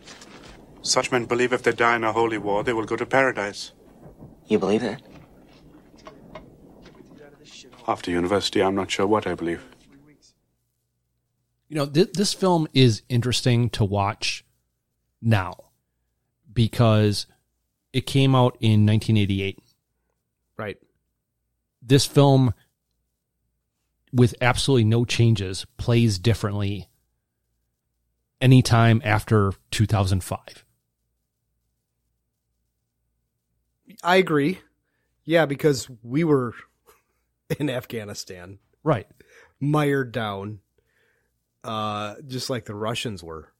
Speaker 23: Such men believe if they die in a holy war, they will go to paradise.
Speaker 22: You believe that?
Speaker 23: After university, I'm not sure what I believe.
Speaker 2: you know th- this film is interesting to watch now because it came out in 1988
Speaker 3: Right.
Speaker 2: this film with absolutely no changes plays differently anytime after 2005
Speaker 3: I agree. Yeah, because we were in Afghanistan,
Speaker 2: right?
Speaker 3: Mired down, uh, just like the Russians were.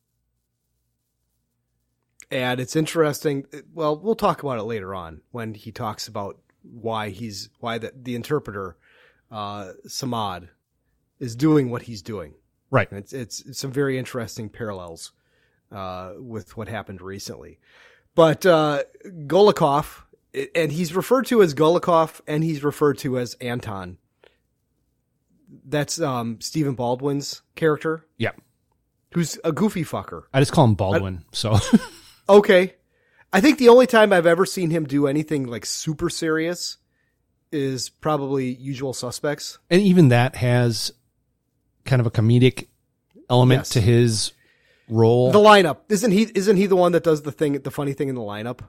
Speaker 3: And it's interesting. Well, we'll talk about it later on when he talks about why he's why the the interpreter, uh, Samad, is doing what he's doing.
Speaker 2: Right.
Speaker 3: And it's, it's it's some very interesting parallels uh, with what happened recently. But uh, Golikov, i- and he's referred to as Golikov, and he's referred to as Anton. That's um, Stephen Baldwin's character,
Speaker 2: yeah
Speaker 3: who's a goofy fucker.
Speaker 2: I just call him Baldwin. so
Speaker 3: Okay. I think the only time I've ever seen him do anything like super serious is probably Usual Suspects.
Speaker 2: and even that has kind of a comedic element
Speaker 3: Yes.
Speaker 2: to his role.
Speaker 3: The lineup isn't he? Isn't he the one that does the thing, the funny thing in the lineup?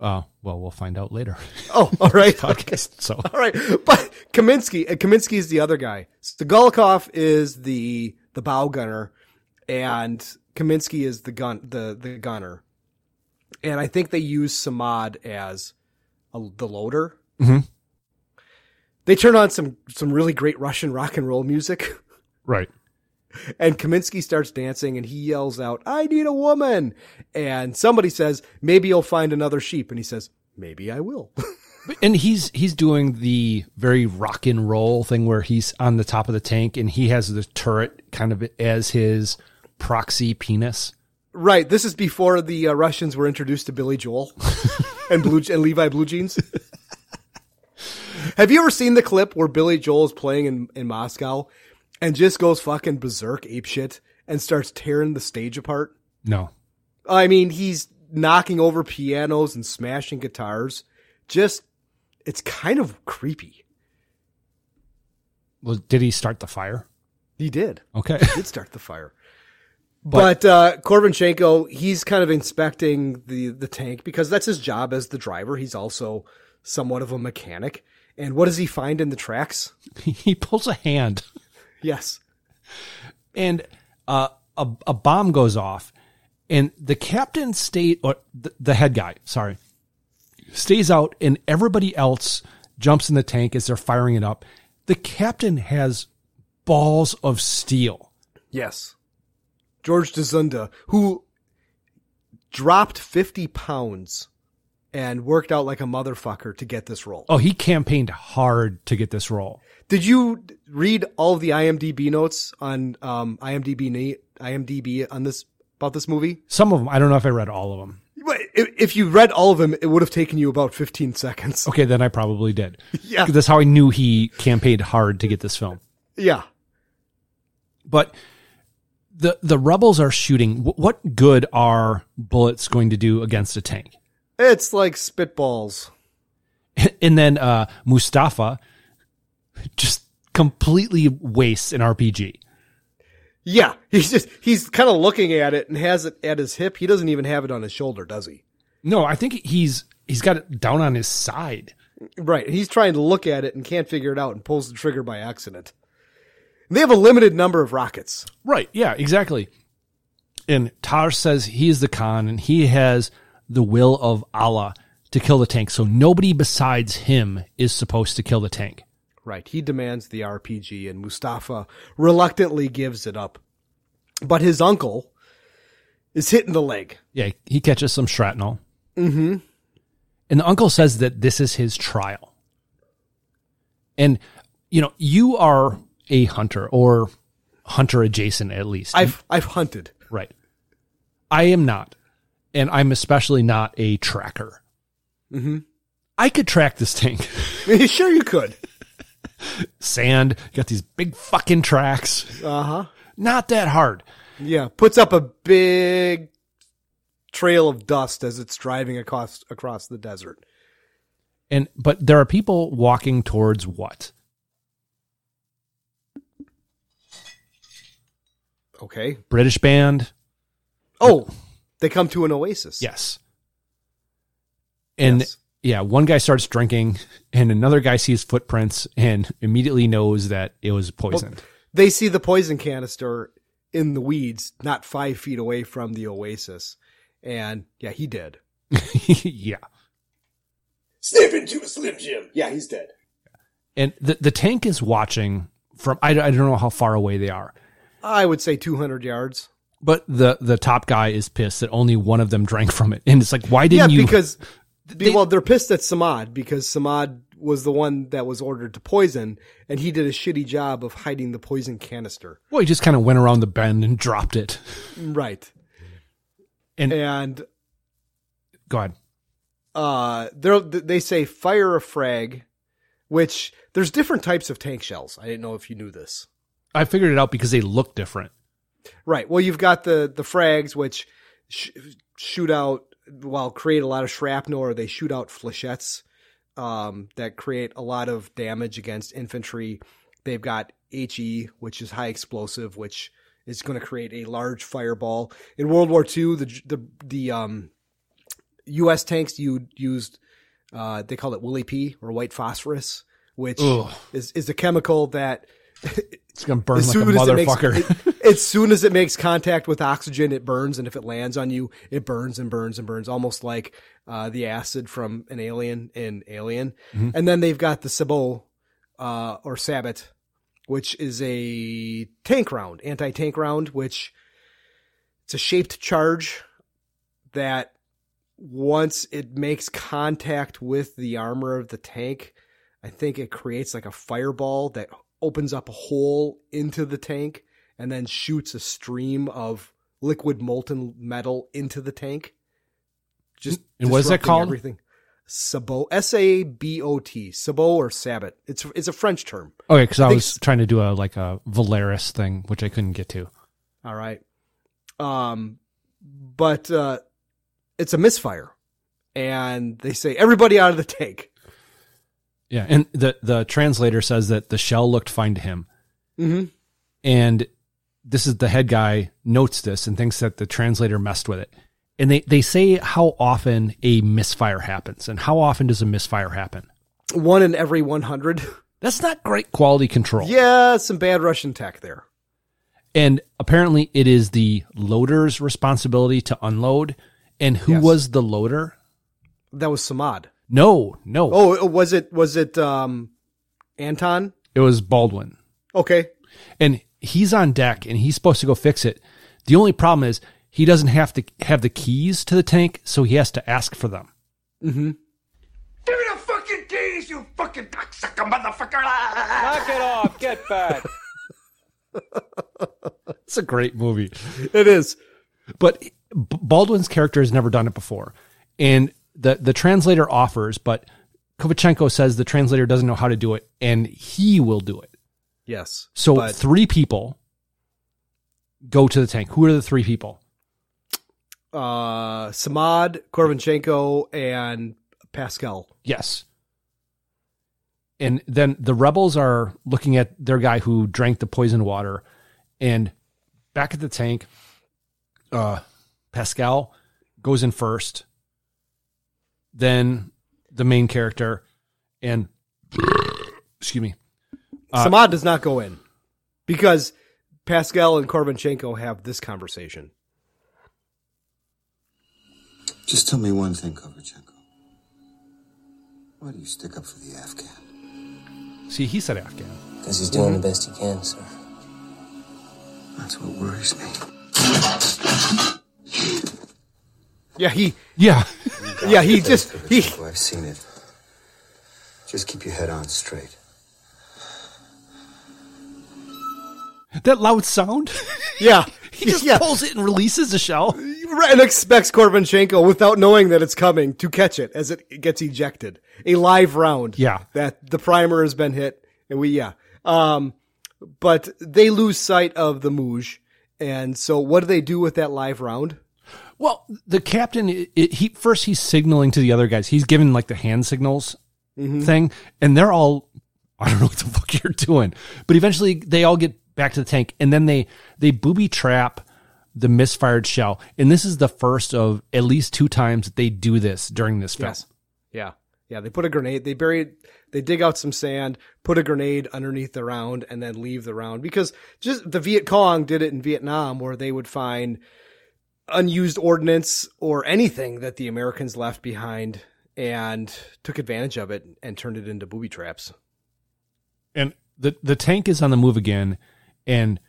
Speaker 2: uh, well, we'll find out later.
Speaker 3: Oh, all right.
Speaker 2: Podcast. So
Speaker 3: All right, but Kaminsky and Kaminsky is the other guy. Stogolikov is the the bow gunner, and Kaminsky is the gun the the gunner. And I think they use Samad as a, the loader.
Speaker 2: Mhm.
Speaker 3: They turn on some some really great Russian rock and roll music.
Speaker 2: right.
Speaker 3: And Kaminsky starts dancing and he yells out, I need a woman. And somebody says, Maybe you'll find another sheep. And he says, Maybe I will.
Speaker 2: and he's he's doing the very rock and roll thing where he's on the top of the tank and he has the turret kind of as his proxy penis.
Speaker 3: right. This is before the uh, Russians were introduced to Billy Joel and, Blue, and Levi Blue Jeans. Have you ever seen the clip where Billy Joel is playing in, in Moscow and just goes fucking berserk apeshit and starts tearing the stage apart?
Speaker 2: No.
Speaker 3: I mean, he's knocking over pianos and smashing guitars. Just, it's kind of creepy.
Speaker 2: Well, did he start the fire?
Speaker 3: He did.
Speaker 2: Okay.
Speaker 3: He did start the fire. But, uh, Corbin Shenko, he's kind of inspecting the, the tank because that's his job as the driver. He's also somewhat of a mechanic. And what does he find in the tracks?
Speaker 2: he pulls a hand.
Speaker 3: Yes.
Speaker 2: and uh, a a bomb goes off, and the captain stay or the, the head guy, sorry, stays out, and everybody else jumps in the tank as they're firing it up. The captain has balls of steel.
Speaker 3: Yes. George DeZunda, who dropped 50 pounds and worked out like a motherfucker to get this role.
Speaker 2: Oh, he campaigned hard to get this role.
Speaker 3: Did you read all of the IMDb notes on, um, IMDb, ne- IMDb on this, about this movie?
Speaker 2: Some of them, I don't know if I read all of them.
Speaker 3: But if if you read all of them, it would have taken you about 15 seconds.
Speaker 2: Okay, then I probably did.
Speaker 3: Yeah.
Speaker 2: that's how I knew he campaigned hard to get this film.
Speaker 3: Yeah.
Speaker 2: But the the rebels are shooting. Wh- What good are bullets going to do against a tank?
Speaker 3: It's like spitballs.
Speaker 2: and then uh, Mustafa just completely wastes an RPG.
Speaker 3: Yeah. He's just, he's kind of looking at it and has it at his hip. He doesn't even have it on his shoulder, does he?
Speaker 2: No, I think he's he's got it down on his side.
Speaker 3: Right. He's trying to look at it and can't figure it out and pulls the trigger by accident. And they have a limited number of rockets.
Speaker 2: Right. Yeah. Exactly. And Tar says he is the Khan and he has the will of Allah to kill the tank. So nobody besides him is supposed to kill the tank.
Speaker 3: Right. He demands the RPG and Mustafa reluctantly gives it up. But his uncle is hit in the leg.
Speaker 2: Yeah. He catches some shrapnel.
Speaker 3: Mm-hmm.
Speaker 2: And the uncle says that this is his trial. And, you know, you are a hunter or hunter adjacent at least.
Speaker 3: I've, I've hunted.
Speaker 2: right. I am not. And I'm especially not a tracker.
Speaker 3: Mm-hmm.
Speaker 2: I could track this tank.
Speaker 3: sure you could.
Speaker 2: Sand, got these big fucking tracks.
Speaker 3: Uh huh.
Speaker 2: Not that hard.
Speaker 3: Yeah, puts up a big trail of dust as it's driving across across the desert.
Speaker 2: And but there are people walking towards what?
Speaker 3: Okay.
Speaker 2: British band?
Speaker 3: Oh, they come to an oasis.
Speaker 2: Yes. And yeah, one guy starts drinking and another guy sees footprints and immediately knows that it was poisoned.
Speaker 3: They see the poison canister in the weeds, not five feet away from the oasis, and yeah, he dead.
Speaker 2: yeah.
Speaker 1: Snip into a Slim Jim. Yeah, he's dead.
Speaker 2: And the, the tank is watching from, I, I don't know how far away they are,
Speaker 3: I would say two hundred yards.
Speaker 2: but the, the top guy is pissed that only one of them drank from it. And it's like, why didn't
Speaker 3: yeah,
Speaker 2: you?
Speaker 3: because be- well, they're pissed at Samad because Samad was the one that was ordered to poison, and he did a shitty job of hiding the poison canister.
Speaker 2: well, he just kind of went around the bend and dropped it.
Speaker 3: Right.
Speaker 2: And-
Speaker 3: and
Speaker 2: Go ahead.
Speaker 3: uh they they say fire a frag, which there's different types of tank shells. I didn't know if you knew this.
Speaker 2: I figured it out because they look different.
Speaker 3: Right. Well, you've got the the frags which sh- shoot out while create a lot of shrapnel, or they shoot out flechettes um, that create a lot of damage against infantry. They've got HE, which is high explosive, which is going to create a large fireball. In World War II, the the the um, U.S. tanks you used uh, they call it Willy P or white phosphorus, which
Speaker 2: Ugh.
Speaker 3: is is a chemical that
Speaker 2: It's gonna burn
Speaker 3: as
Speaker 2: like a
Speaker 3: soon as it makes-
Speaker 2: motherfucker.
Speaker 3: it- as soon as it makes contact with oxygen, it burns, and if it lands on you, it burns and burns and burns, almost like uh, the acid from an alien in Alien.
Speaker 2: Mhm.
Speaker 3: And then they've got the Sabot uh, or Sabot, which is a tank round, anti tank round, which it's a shaped charge that once it makes contact with the armor of the tank, I think it creates like a fireball that opens up a hole into the tank and then shoots a stream of liquid molten metal into the tank. Just
Speaker 2: And what is that
Speaker 3: disrupting
Speaker 2: called?
Speaker 3: Everything. Sabot, S A B O T, Sabot or Sabot. It's it's a French term.
Speaker 2: Okay, because I,
Speaker 3: think
Speaker 2: was trying to do a like a Valeris thing, which I couldn't get to.
Speaker 3: All right. Um, but uh, it's a misfire, and they say everybody out of the tank.
Speaker 2: Yeah, and the the translator says that the shell looked fine to him,
Speaker 3: Mm-hmm.
Speaker 2: and this is the head guy notes this and thinks that the translator messed with it. And they they say how often a misfire happens, and how often does a misfire happen?
Speaker 3: One in every one hundred.
Speaker 2: That's not Great quality control.
Speaker 3: Yeah, some bad Russian tech there.
Speaker 2: And apparently, it is the loader's responsibility to unload. And who was the loader?
Speaker 3: That was Samad.
Speaker 2: No, no.
Speaker 3: Oh, was it was it um, Anton?
Speaker 2: It was Baldwin.
Speaker 3: Okay.
Speaker 2: And he's on deck and he's supposed to go fix it. The only problem is he doesn't have to have the keys to the tank, so he has to ask for them.
Speaker 3: Mm-hmm.
Speaker 10: Give me the fucking keys, you fucking cocksucker motherfucker!
Speaker 5: Knock it off. Get back.
Speaker 2: It's a great movie.
Speaker 3: It is.
Speaker 2: But B- Baldwin's character has never done it before. And the, the translator offers, but Kovachenko says the translator doesn't know how to do it and he will do it.
Speaker 3: Yes.
Speaker 2: So
Speaker 3: But
Speaker 2: three people go to the tank. Who are the three people?
Speaker 3: uh, Samad, Korvinchenko, and Pascal.
Speaker 2: Yes. And then the rebels are looking at their guy who drank the poison water. And back at the tank, uh, Pascal goes in first, then the main character, and excuse me. Uh,
Speaker 3: Samad does not go in because Pascal and Korvinchenko have this conversation.
Speaker 6: Just tell me one thing, Kovachenko. Why do you stick up for the Afghan?
Speaker 2: See, he said Afghan.
Speaker 6: Because
Speaker 21: he's doing the best he can, sir.
Speaker 6: That's what worries me.
Speaker 3: Yeah, he.
Speaker 2: Yeah.
Speaker 6: Yeah,
Speaker 3: he
Speaker 6: just he. I've seen it. Just keep your head on straight.
Speaker 2: That loud sound?
Speaker 3: Yeah.
Speaker 2: he just pulls it and releases the shell.
Speaker 3: Right, and expects Korvinchenko, without knowing that it's coming, to catch it as it gets ejected. A live round.
Speaker 2: Yeah.
Speaker 3: That the primer has been hit, and we yeah. Um, but they lose sight of the Muj, and so what do they do with that live round?
Speaker 2: Well, the captain, it, it, he first he's signaling to the other guys. He's giving like the hand signals
Speaker 3: Mhm.
Speaker 2: thing, and they're all, I don't know what the fuck you're doing. But eventually, they all get back to the tank, and then they they booby trap the misfired shell. And this is the first of at least two times that they do this during this film.
Speaker 3: Yes. Yeah. Yeah. They put a grenade, they bury, they dig out some sand, put a grenade underneath the round, and then leave the round. Because just the Viet Cong did it in Vietnam where they would find unused ordnance or anything that the Americans left behind and took advantage of it and turned it into booby traps.
Speaker 2: and the the tank is on the move again, and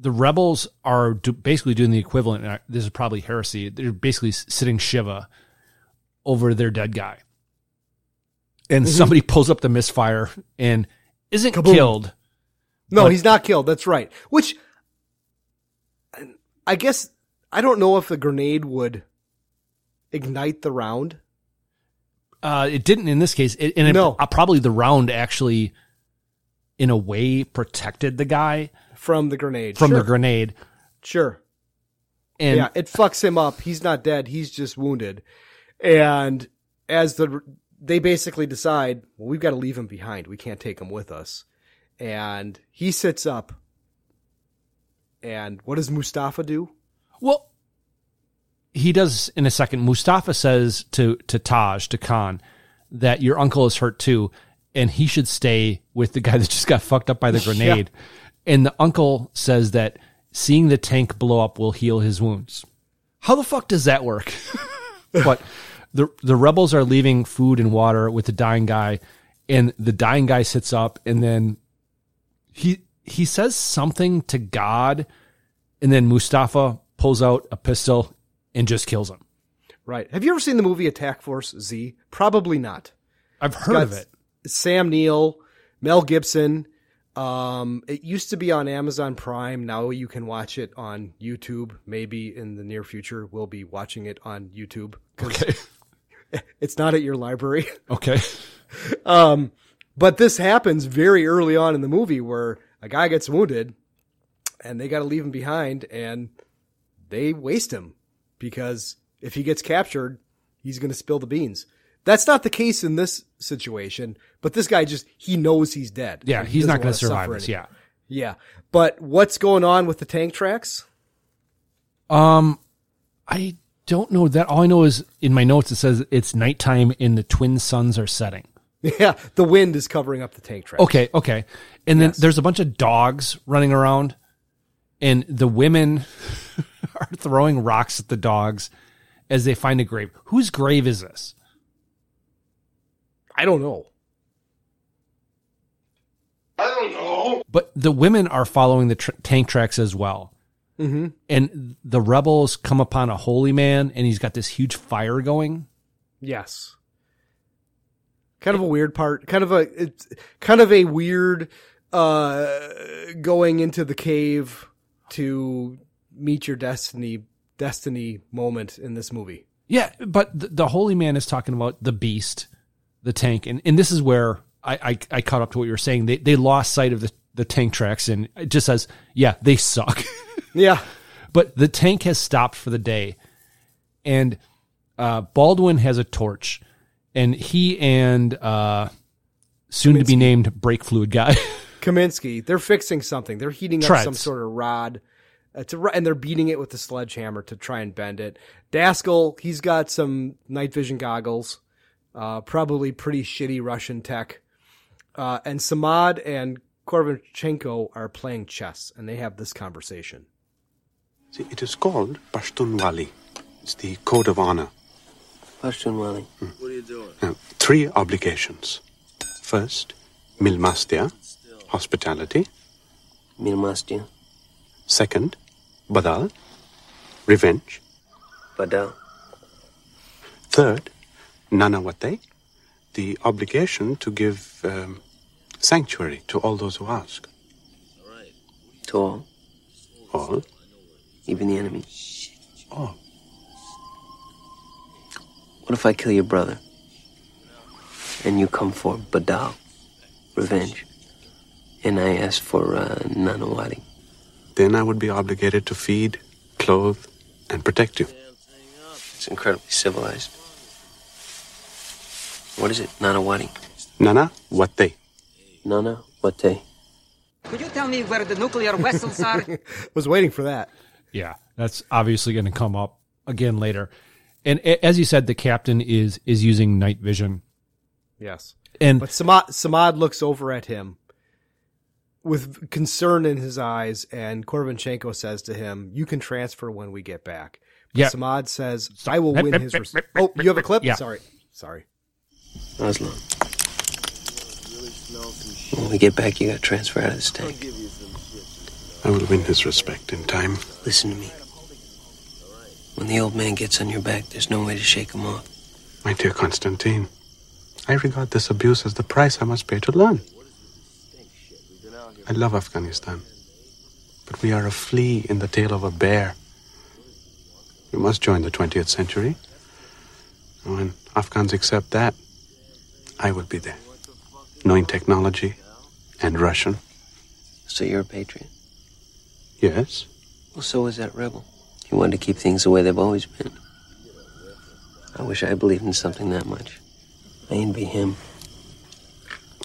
Speaker 2: the rebels are do, basically doing the equivalent. And I, this is probably heresy. They're basically s- sitting shiva over their dead guy, and
Speaker 3: Mhm.
Speaker 2: somebody pulls up the misfire and isn't
Speaker 3: Kaboom.
Speaker 2: killed.
Speaker 3: No,
Speaker 2: But-
Speaker 3: he's not killed. That's right. Which I guess I don't know if the grenade would ignite the round.
Speaker 2: Uh, it didn't in this case, it, and it,
Speaker 3: No.
Speaker 2: uh, probably the round actually, in a way, protected the guy
Speaker 3: From the grenade.
Speaker 2: from the
Speaker 3: Sure.
Speaker 2: grenade.
Speaker 3: Sure.
Speaker 2: And
Speaker 3: yeah, it fucks him up. He's not dead. He's just wounded. And as the they basically decide, well, we've got to leave him behind. We can't take him with us. And he sits up. And what does Mustafa do?
Speaker 2: Well, he does in a second. Mustafa says to to Taj to Khan that your uncle is hurt too, and he should stay with the guy that just got fucked up by the grenade. yeah. And the uncle says that seeing the tank blow up will heal his wounds. How the fuck does that work? but the the rebels are leaving food and water with the dying guy, and the dying guy sits up, and then he he says something to God, and then Mustafa pulls out a pistol and just kills him.
Speaker 3: Right. Have you ever seen the movie Attack Force Z? Probably not.
Speaker 2: I've heard of it.
Speaker 3: Sam Neill, Mel Gibson. Um, it used to be on Amazon Prime. Now you can watch it on YouTube. Maybe in the near future, we'll be watching it on YouTube.
Speaker 2: Okay.
Speaker 3: It's not at your library.
Speaker 2: Okay.
Speaker 3: Um, but this happens very early on in the movie where a guy gets wounded and they got to leave him behind and they waste him because if he gets captured, he's going to spill the beans. That's not the case in this situation, but this guy just, he knows he's dead.
Speaker 2: Yeah,
Speaker 3: He
Speaker 2: he's
Speaker 3: doesn't
Speaker 2: not going
Speaker 3: wanna
Speaker 2: to survive
Speaker 3: suffer
Speaker 2: this.
Speaker 3: any-
Speaker 2: Yeah.
Speaker 3: Yeah. But what's going on with the tank tracks?
Speaker 2: Um, I don't know that. All I know is in my notes it says it's nighttime and the twin suns are setting.
Speaker 3: Yeah. The wind is covering up the tank tracks.
Speaker 2: Okay, okay. And then there's a bunch of dogs running around, and the women are throwing rocks at the dogs as they find a grave. Whose grave is this?
Speaker 3: I don't know.
Speaker 2: But the women are following the tr- tank tracks as well.
Speaker 3: Mm-hmm.
Speaker 2: And the rebels come upon a holy man, and he's got this huge fire going.
Speaker 3: Yes. Kind of a weird part. Kind of a it's kind of a weird uh going into the cave to meet your destiny destiny moment in this movie.
Speaker 2: Yeah, but the, the holy man is talking about the beast, the tank, and, and this is where I, I I caught up to what you were saying. They they lost sight of the the tank tracks, and it just says, yeah, they suck.
Speaker 3: yeah,
Speaker 2: but the tank has stopped for the day, and uh, Baldwin has a torch, and he and uh, soon to be named brake fluid guy.
Speaker 3: Kaminsky, they're fixing something. They're heating up
Speaker 2: Treads.
Speaker 3: some sort of rod. It's a, ro- and they're beating it with the sledgehammer to try and bend it. Daskell, he's got some night vision goggles, uh, probably pretty shitty Russian tech. Uh, and Samad and Korvachenko are playing chess, and they have this conversation.
Speaker 23: See, it is called Pashtunwali. It's the code of honor.
Speaker 22: Pashtunwali.
Speaker 8: What are you doing?
Speaker 23: Now, three obligations. First, milmastya, hospitality.
Speaker 22: Milmastya.
Speaker 23: Second, badal, revenge.
Speaker 22: Badal.
Speaker 23: Third, nanavate, the obligation to give um, sanctuary to all those who ask.
Speaker 22: To all.
Speaker 23: All.
Speaker 22: Even the enemy.
Speaker 23: All.
Speaker 22: What if I kill your brother? And you come for Badal. Revenge. And I ask for uh, Nanawati.
Speaker 23: Then I would be obligated to feed, clothe, and protect you.
Speaker 22: It's incredibly civilized. What is it? Nanawati.
Speaker 23: Nana Wate.
Speaker 22: Nana Wate.
Speaker 9: Could you tell me where the nuclear vessels are?
Speaker 3: Was waiting for that.
Speaker 2: Yeah, that's obviously going to come up again later. And a- as you said, the captain is is using night vision.
Speaker 3: Yes.
Speaker 2: And-
Speaker 3: but Samad, Samad looks over at him with concern in his eyes, and Korvinchenko says to him, "You can transfer when we get back." But
Speaker 22: Yeah.
Speaker 3: Samad says, "I will win his." Res- oh, you have a clip?
Speaker 22: Yeah.
Speaker 3: Sorry, sorry.
Speaker 22: Oslo. When we get back, you got transferred out of this tank.
Speaker 23: I will win his respect in time.
Speaker 22: Listen to me. When the old man gets on your back, there's no way to shake him off.
Speaker 23: My dear Constantine, I regard this abuse as the price I must pay to learn. I love Afghanistan, but we are a flea in the tail of a bear. We must join the 20th century. And When Afghans accept that, I will be there, knowing technology and Russian.
Speaker 22: So you're a patriot?
Speaker 23: Yes.
Speaker 22: Well, so is that rebel. He wanted to keep things the way they've always been. I wish I believed in something that much. I envy him.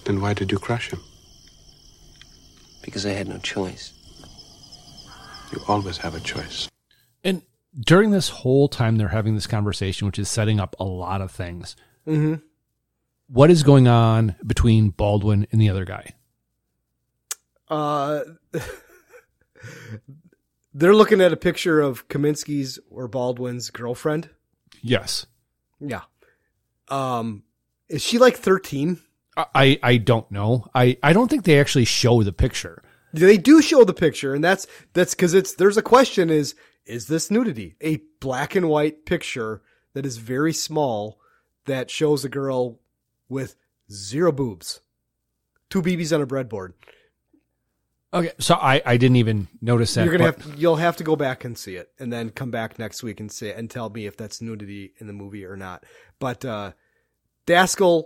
Speaker 23: Then why did you crush him?
Speaker 22: Because I had no choice.
Speaker 23: You always have a choice.
Speaker 2: And during this whole time, they're having this conversation, which is setting up a lot of things.
Speaker 3: Mm-hmm.
Speaker 2: What is going on between Baldwin and the other guy?
Speaker 3: Uh, they're looking at a picture of Kaminsky's or Baldwin's girlfriend.
Speaker 2: Yes.
Speaker 3: Yeah. Um, is she like 13?
Speaker 2: I, I don't know. I, I don't think they actually show the picture.
Speaker 3: They do show the picture, and that's that's because it's there's a question is is this nudity a black and white picture that is very small that shows a girl with zero boobs, two BBs on a breadboard.
Speaker 2: Okay, so I, I didn't even notice that.
Speaker 3: You're gonna
Speaker 2: but-
Speaker 3: have you'll have to go back and see it, and then come back next week and say and tell me if that's nudity in the movie or not. But uh, Daskell,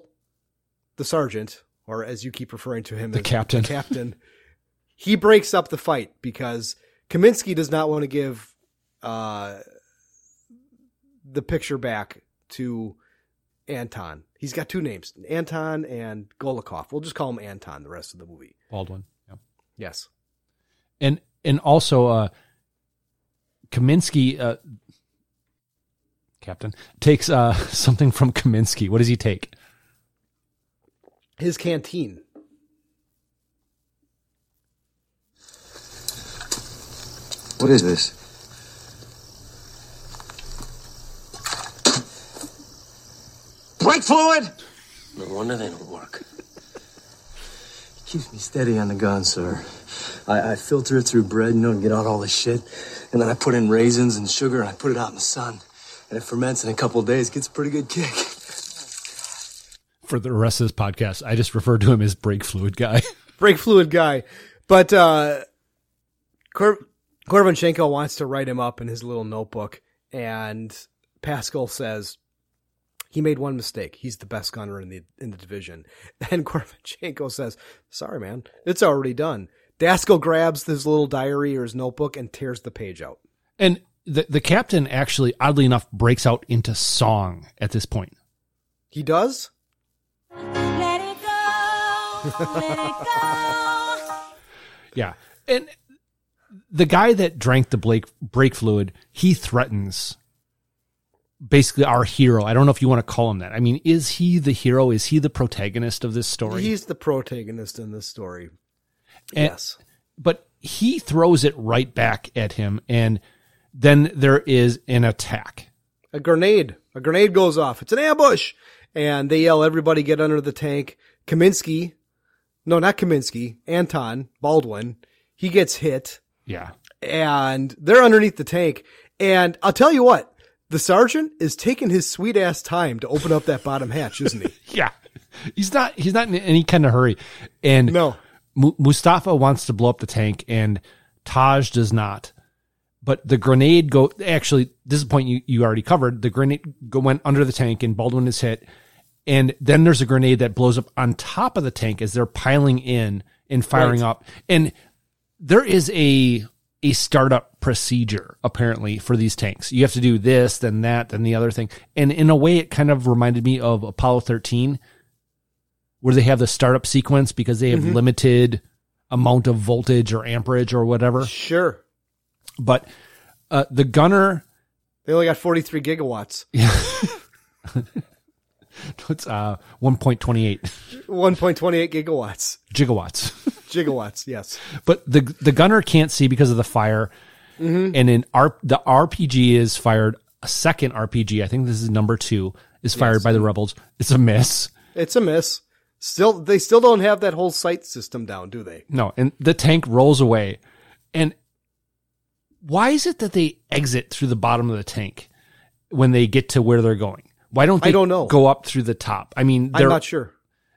Speaker 3: the sergeant, or as you keep referring to him,
Speaker 2: The
Speaker 3: as
Speaker 2: captain.
Speaker 3: the captain, he breaks up the fight because Kaminsky does not want to give uh, the picture back to Anton. He's got two names, Anton and Golikov. We'll just call him Anton the rest of the movie.
Speaker 2: Baldwin. Yeah.
Speaker 3: Yes.
Speaker 2: and and also uh Kaminsky uh captain takes uh something from Kaminsky. What does he take?
Speaker 3: His canteen.
Speaker 6: What is this?
Speaker 22: Brake fluid! No wonder they don't work.
Speaker 6: Keeps me steady on the gun, sir. I, I filter it through bread, you know, to get out all the shit. And then I put in raisins and sugar and I put it out in the sun. And it ferments in a couple days, gets a pretty good kick.
Speaker 2: For the rest of this podcast, I just refer to him as brake fluid guy.
Speaker 3: brake fluid guy. But uh, Kor- Korvanchenko wants to write him up in his little notebook, and Pascal says he made one mistake. He's the best gunner in the in the division. And Korvanchenko says, "Sorry, man, it's already done." Daskell grabs his little diary or his notebook and tears the page out.
Speaker 2: And the the captain actually oddly enough breaks out into song at this point.
Speaker 3: He does.
Speaker 2: Yeah. And the guy that drank the Blake brake fluid, he threatens basically our hero. I don't know if you want to call him that. I mean, is he the hero? Is he the protagonist of this story?
Speaker 3: He's the protagonist in this story.
Speaker 2: And-
Speaker 3: yes.
Speaker 2: But he throws it right back at him, and then there is an attack.
Speaker 3: a grenade. A grenade goes off. It's an ambush. And they yell, everybody get under the tank. Kaminsky, no, not Kaminsky, Anton Baldwin, he gets hit
Speaker 2: Yeah.
Speaker 3: and they're underneath the tank. And I'll tell you what, the sergeant is taking his sweet ass time to open up that bottom hatch, isn't he?
Speaker 2: Yeah. He's not he's not in any kind of hurry. And
Speaker 3: No.
Speaker 2: Mu- Mustafa wants to blow up the tank and Taj does not. But the grenade go actually this is a point you, you already covered. The grenade go, went under the tank and Baldwin is hit. And then there's a grenade that blows up on top of the tank as they're piling in and firing
Speaker 3: Right.
Speaker 2: up. And there is a a startup procedure apparently for these tanks. You have to do this, then that, then the other thing. And in a way it kind of reminded me of Apollo 13 where they have the startup sequence because they have
Speaker 3: Mhm.
Speaker 2: limited amount of voltage or amperage or whatever.
Speaker 3: Sure.
Speaker 2: But uh, the gunner,
Speaker 3: They only got 43 gigawatts,
Speaker 2: it's uh, 1.28
Speaker 3: 1.28 gigawatts,
Speaker 2: gigawatts.
Speaker 3: gigawatts. Yes.
Speaker 2: But the the gunner can't see because of the fire,
Speaker 3: Mhm.
Speaker 2: and an R, the RPG is fired. A second RPG, I think this is number two, is fired by the rebels. It's a miss.
Speaker 3: It's a miss. Still, they still don't have that whole sight system down, do they?
Speaker 2: No, and the tank rolls away. And why is it that they exit through the bottom of the tank when they get to where they're going? Why don't
Speaker 3: I
Speaker 2: they
Speaker 3: don't know.
Speaker 2: go up through the top? I mean,
Speaker 3: I'm
Speaker 2: they're,
Speaker 3: not sure.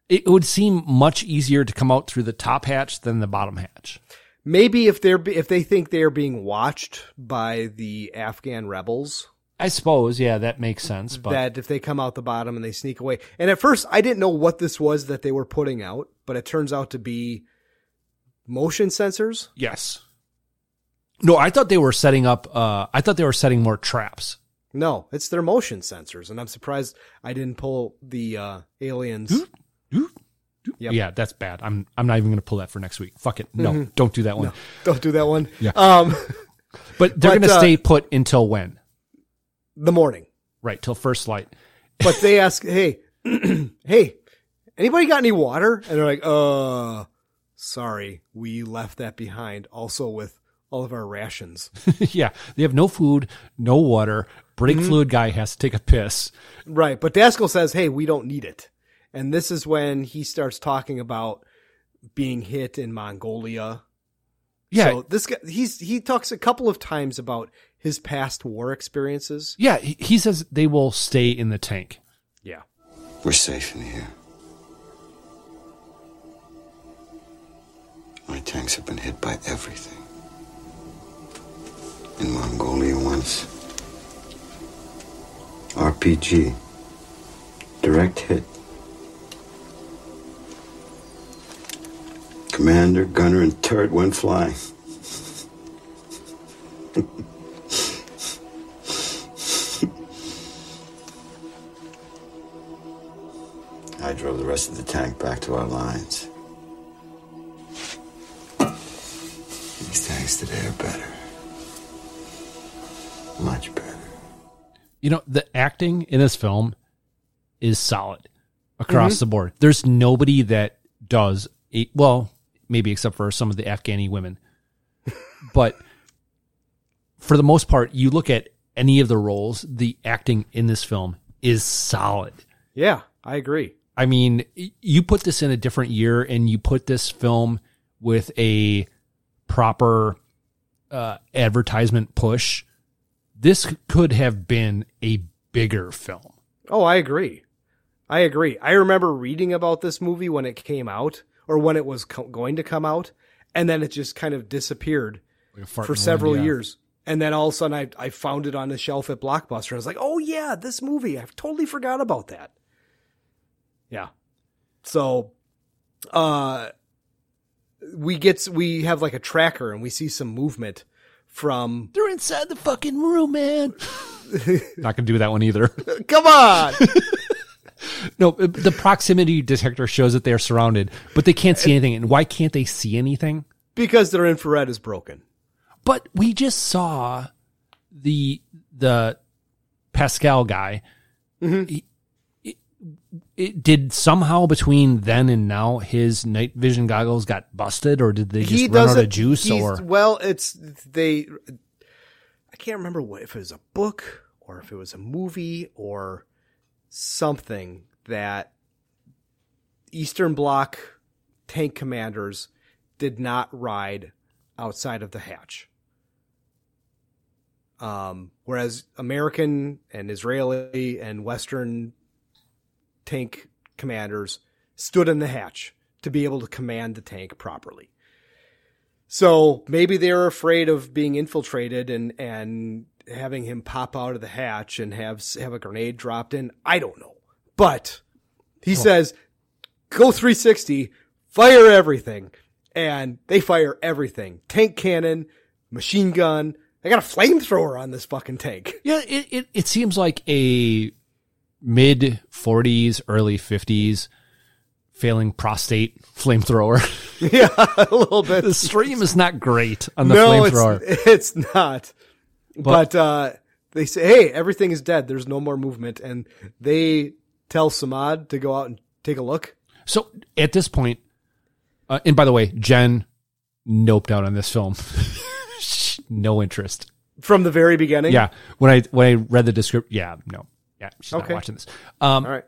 Speaker 2: it would seem much easier to come out through the top hatch than the bottom hatch.
Speaker 3: Maybe if they're be- if they think they are being watched by the Afghan rebels,
Speaker 2: I suppose, yeah, that makes sense. But
Speaker 3: that if they come out the bottom and they sneak away. And at first, I didn't know what this was that they were putting out, but it turns out to be motion sensors.
Speaker 2: yes, No, I thought they were setting up. Uh, I thought they were setting more traps.
Speaker 3: No, it's their motion sensors, and I'm surprised I didn't pull the uh, aliens.
Speaker 2: Hmm?
Speaker 3: Yep.
Speaker 2: Yeah, that's bad. I'm I'm not even going to pull that for next week. Fuck it. No,
Speaker 3: Mhm.
Speaker 2: don't do that one.
Speaker 3: No, don't do that one.
Speaker 2: Yeah.
Speaker 3: Um,
Speaker 2: But they're
Speaker 3: but,
Speaker 2: going to
Speaker 3: uh,
Speaker 2: stay put until when?
Speaker 3: the morning.
Speaker 2: Right till first light.
Speaker 3: But they ask, "Hey, hey, anybody got any water?" And they're like, "Uh, sorry, we left that behind. Also with all of our rations."
Speaker 2: yeah, they have no food, no water. Brake
Speaker 3: Mhm.
Speaker 2: fluid guy has to take a piss.
Speaker 3: Right. But Daskell says, hey, we don't need it. And this is when he starts talking about being hit in Mongolia.
Speaker 2: Yeah.
Speaker 3: So this guy, he's, he talks a couple of times about his past war experiences.
Speaker 2: Yeah, he, he says they will stay in the tank.
Speaker 3: Yeah.
Speaker 8: We're safe in here. My tanks have been hit by everything. In Mongolia once. RPG. Direct hit. Commander, gunner, and turret went flying. I drove the rest of the tank back to our lines. These tanks today are better. Much better.
Speaker 2: You know, the acting in this film is solid across
Speaker 8: Mhm.
Speaker 2: the board. There's nobody that does a well, maybe except for some of the Afghani women. but for the most part, you look at any of the roles, the acting in this film is solid.
Speaker 3: Yeah. I agree.
Speaker 2: I mean, y- you put this in a different year and you put this film with a proper uh, advertisement push. This could have been a bigger film.
Speaker 3: Oh, I agree. I agree. I remember reading about this movie when it came out or when it was co- going to come out, and then it just kind of disappeared
Speaker 2: Like a fart
Speaker 3: for
Speaker 2: in the wind,
Speaker 3: several
Speaker 2: yeah.
Speaker 3: years. And then all of a sudden, I, I found it on the shelf at Blockbuster. I was like, oh, yeah, this movie. I've totally forgot about that. Yeah. So, uh, we get we have like a tracker and we see some movement from
Speaker 2: They're inside the fucking room, man. Not going to do that one either.
Speaker 3: come on
Speaker 2: no, uh, the proximity detector shows that they're surrounded, but they can't see anything. And why can't they see anything?
Speaker 3: because their infrared is broken.
Speaker 2: But we just saw the the Pascal guy.
Speaker 3: Mm-hmm.
Speaker 2: He- it- it- did somehow between then and now his night vision goggles got busted, or did they just run out of
Speaker 3: doesn't-
Speaker 2: juice?
Speaker 3: he's-
Speaker 2: Or
Speaker 3: well, it's they. I can't remember what if it was a book or if it was a movie or something that Eastern Bloc tank commanders did not ride outside of the hatch. Um, whereas American and Israeli and Western tank commanders stood in the hatch to be able to command the tank properly. So maybe they were afraid of being infiltrated and and having him pop out of the hatch and have have a grenade dropped in. I don't know, but he says, "Go 360, fire everything," and they fire everything: tank cannon, machine gun. They got a flamethrower on this fucking tank.
Speaker 2: yeah, it, it it seems like a mid forties, early fifties, failing prostate flamethrower.
Speaker 3: Yeah, a little bit.
Speaker 2: The stream is not great on the
Speaker 3: it's-
Speaker 2: flamethrower.
Speaker 3: It's, not.
Speaker 2: But-
Speaker 3: But, uh, they say, hey, everything is dead. There's no more movement. And they tell Samad to go out and take a look.
Speaker 2: So at this point, uh, and by the way, Jen noped out on this film. no interest.
Speaker 3: From the very beginning?
Speaker 2: Yeah, when I when I read the description, yeah, no, yeah, she's not
Speaker 3: Okay.
Speaker 2: watching this. Um,
Speaker 3: All right.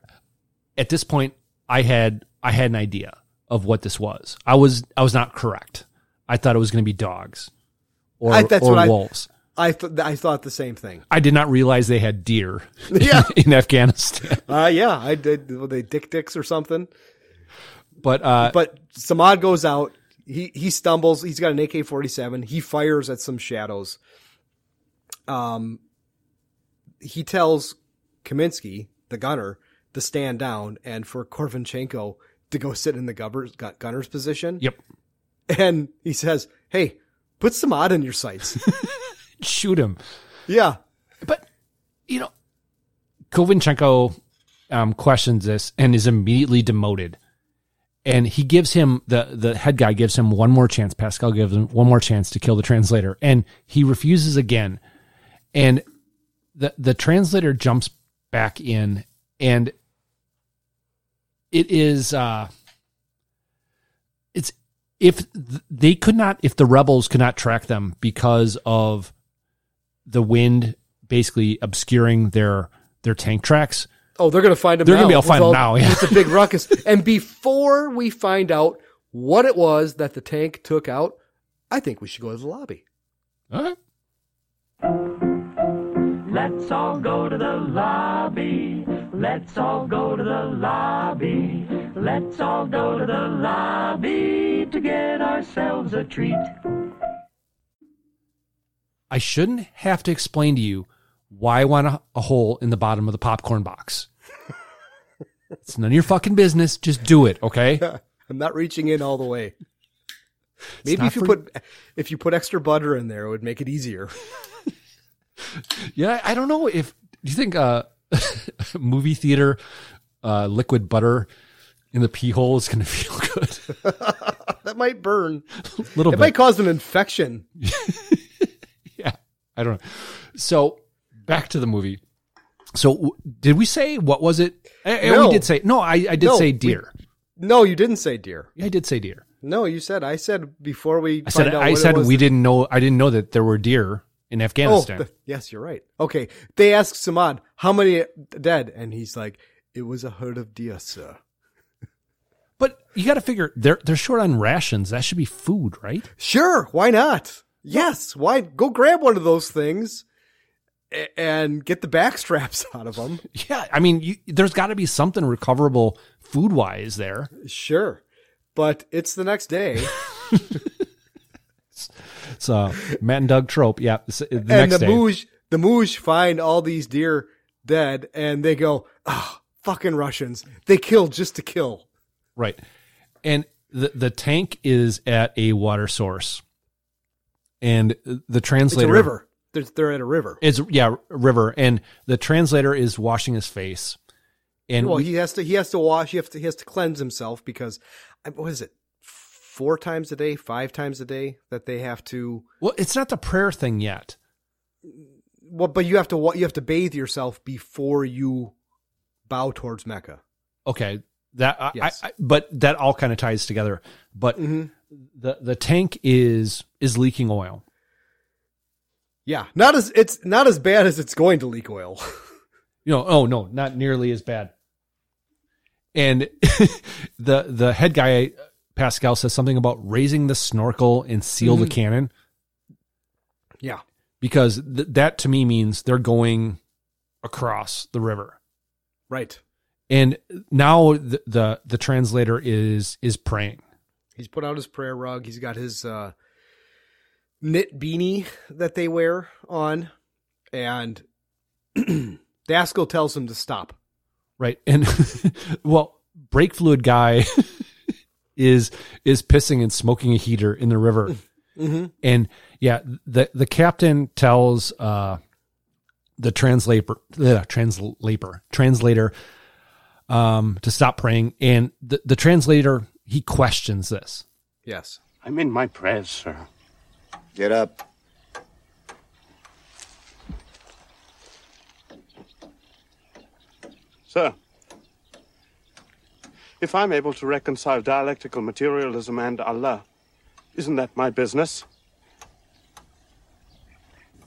Speaker 2: At this point, I had I had an idea of what this was. I was I was not correct. I thought it was going to be dogs or
Speaker 3: I, that's
Speaker 2: or
Speaker 3: what
Speaker 2: wolves.
Speaker 3: I, I, th- I thought the same thing.
Speaker 2: I, did not realize they had deer.
Speaker 3: Yeah.
Speaker 2: in Afghanistan.
Speaker 3: Uh, yeah, I did. Were they dick dicks or something?
Speaker 2: But uh,
Speaker 3: but Samad goes out. He he stumbles. He's got an AK forty seven. He fires at some shadows. Um, he tells Kaminsky, the gunner, to stand down, and for Korvinchenko to go sit in the gunner's, gunner's position.
Speaker 2: Yep.
Speaker 3: And he says, "Hey, Put some odd in your sights.
Speaker 2: Shoot him.
Speaker 3: Yeah.
Speaker 2: But, you know, Kovinchenko um, questions this and is immediately demoted. And he gives him the the head guy gives him one more chance. Pascal gives him one more chance to kill the translator, and he refuses again. And the the translator jumps back in, and it is uh, it's if th- they could not if the rebels could not track them because of the wind basically obscuring their their tank tracks.
Speaker 3: Oh, they're going to find him.
Speaker 2: They're
Speaker 3: now.
Speaker 2: gonna be able to find
Speaker 3: With
Speaker 2: him now, yeah.
Speaker 3: It's a big ruckus. and before we find out what it was that the tank took out, I think we should go to the lobby.
Speaker 2: All right.
Speaker 11: Let's all go to the lobby. Let's all go to the lobby. Let's all go to the lobby to get ourselves a treat.
Speaker 2: I shouldn't have to explain to you why I want a, a hole in the bottom of the popcorn box. it's none of your fucking business. Just do it, okay?
Speaker 3: I'm not reaching in all the way. Maybe
Speaker 2: not
Speaker 3: if you
Speaker 2: for-
Speaker 3: put if you put extra butter in there, it would make it easier.
Speaker 2: Yeah, I don't know if do you think uh movie theater uh liquid butter in the pee hole is going to feel good.
Speaker 3: that might burn.
Speaker 2: Little
Speaker 3: it
Speaker 2: bit.
Speaker 3: might cause an infection.
Speaker 2: I don't know. So back to the movie. So w- did we say what was it? I, I-
Speaker 3: No.
Speaker 2: we did say no. I, I did
Speaker 3: No,
Speaker 2: say
Speaker 3: we-
Speaker 2: deer.
Speaker 3: No, you didn't say deer.
Speaker 2: I did say deer.
Speaker 3: No, you said I said before we
Speaker 2: I said
Speaker 3: find out
Speaker 2: I
Speaker 3: what it
Speaker 2: said
Speaker 3: was
Speaker 2: we didn't know. I didn't know that there were deer in Afghanistan.
Speaker 3: Oh, th- yes, you're right. Okay. They asked Samad, how many dead? And he's like, it was a herd of deer, sir.
Speaker 2: but you got to figure they're they're short on rations. That should be food, right?
Speaker 3: Sure. Why not? Yes. Why? Go grab one of those things a- and get the back straps out of them.
Speaker 2: Yeah. I mean, you, there's got to be something recoverable food wise there.
Speaker 3: Sure. But it's the next day.
Speaker 2: So Matt and Doug trope. Yeah. The the
Speaker 3: and
Speaker 2: next
Speaker 3: the
Speaker 2: day.
Speaker 3: Moosh, the Moosh find all these deer dead and they go, ah, fucking Russians. They kill just to kill.
Speaker 2: Right. And the the tank is at a water source. And the
Speaker 3: It's
Speaker 2: translator
Speaker 3: a river. They're, they're at a river.
Speaker 2: It's yeah, a river and the translator is washing his face. And
Speaker 3: well,
Speaker 2: we-
Speaker 3: he has to he has to wash. He has to he has to cleanse himself because I- what is it? Four times a day, five times a day that they have to.
Speaker 2: well, it's not the prayer thing yet.
Speaker 3: Well, but you have to wa- you have to bathe yourself before you bow towards Mecca.
Speaker 2: Okay. That I,
Speaker 3: Yes. Mm-hmm.
Speaker 2: I, I but that all kind of ties together. But the the tank is is leaking oil.
Speaker 3: Yeah, not as it's not as bad as it's going to leak oil.
Speaker 2: you know, oh no, not nearly as bad. And the the head guy Pascal says something about raising the snorkel and seal the
Speaker 3: Mhm.
Speaker 2: cannon
Speaker 3: yeah,
Speaker 2: because th- that to me means they're going across the river.
Speaker 3: right.
Speaker 2: And now the the, the translator is is praying.
Speaker 3: He's put out his prayer rug. He's got his uh, knit beanie that they wear on, and Daskell tells him to stop.
Speaker 2: Right. And well, brake fluid guy is is pissing and smoking a heater in the river.
Speaker 3: Mm-hmm.
Speaker 2: And yeah, the the captain tells uh the translator the translator translator um to stop praying and the, the translator he questions this.
Speaker 3: Yes.
Speaker 23: I'm in my prayers, sir.
Speaker 12: Get up.
Speaker 23: Sir, if I'm able to reconcile dialectical materialism and Allah, isn't that my business?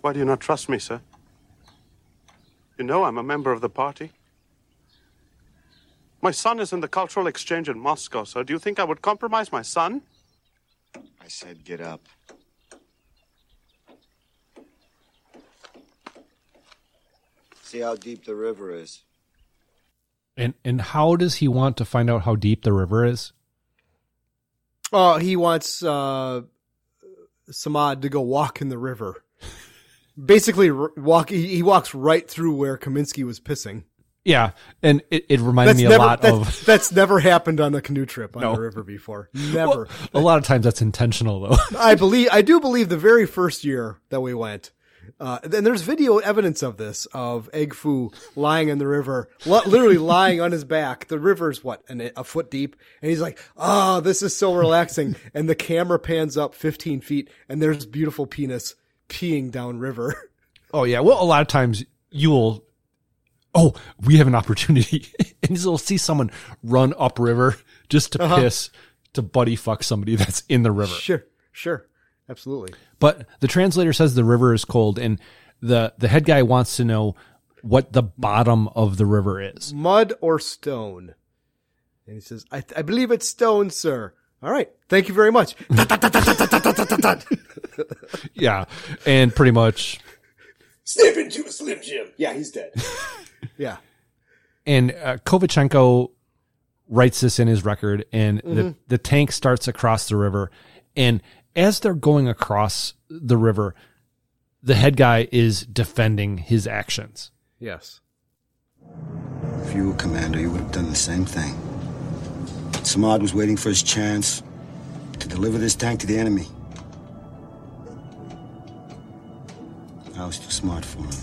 Speaker 23: Why do you not trust me, sir? You know I'm a member of the party. My son is in the cultural exchange in Moscow, sir. Do you think I would compromise my son?
Speaker 12: I said get up. See how deep the river is.
Speaker 2: And and how does he want to find out how deep the river is?
Speaker 3: Oh, he wants uh, Samad to go walk in the river. Basically, r- walk. He, he walks right through where Kaminsky was pissing.
Speaker 2: Yeah, and it, it reminded
Speaker 3: That's
Speaker 2: me
Speaker 3: never,
Speaker 2: a lot
Speaker 3: that's,
Speaker 2: of
Speaker 3: that's never happened on a canoe trip on
Speaker 2: No.
Speaker 3: a river before. Never.
Speaker 2: a lot of times that's intentional though.
Speaker 3: I believe I do believe the very first year that we went. Uh, and there's video evidence of this of Egg Foo lying in the river, li- literally lying on his back. The river's what an, a foot deep, and he's like, "Ah, this is so relaxing." And the camera pans up 15 feet, and there's beautiful penis peeing down river.
Speaker 2: Oh yeah. Well, a lot of times you'll. Oh, we have an opportunity, and you'll see someone run upriver just to
Speaker 3: Uh-huh.
Speaker 2: piss to buddy fuck somebody that's in the river.
Speaker 3: Sure, sure, absolutely.
Speaker 2: But the translator says the river is cold, and the the head guy wants to know what the bottom of the river is.
Speaker 3: mud or stone? And he says, I, I believe it's stone, sir. All right. Thank you very much. Dot, dot, dot, dot, dot, dot, dot, dot, dot.
Speaker 2: Yeah, and pretty much,
Speaker 1: Snap into a Slim Jim. Yeah, he's dead.
Speaker 3: yeah.
Speaker 2: and uh, Kovachenko writes this in his record, and the
Speaker 1: Mhm.
Speaker 2: the tank starts across the river, and as they're going across the river, the head guy is defending his actions.
Speaker 3: Yes.
Speaker 8: If you were commander, you would have done the same thing. Samad was waiting for his chance to deliver this tank to the enemy. I was too smart for him.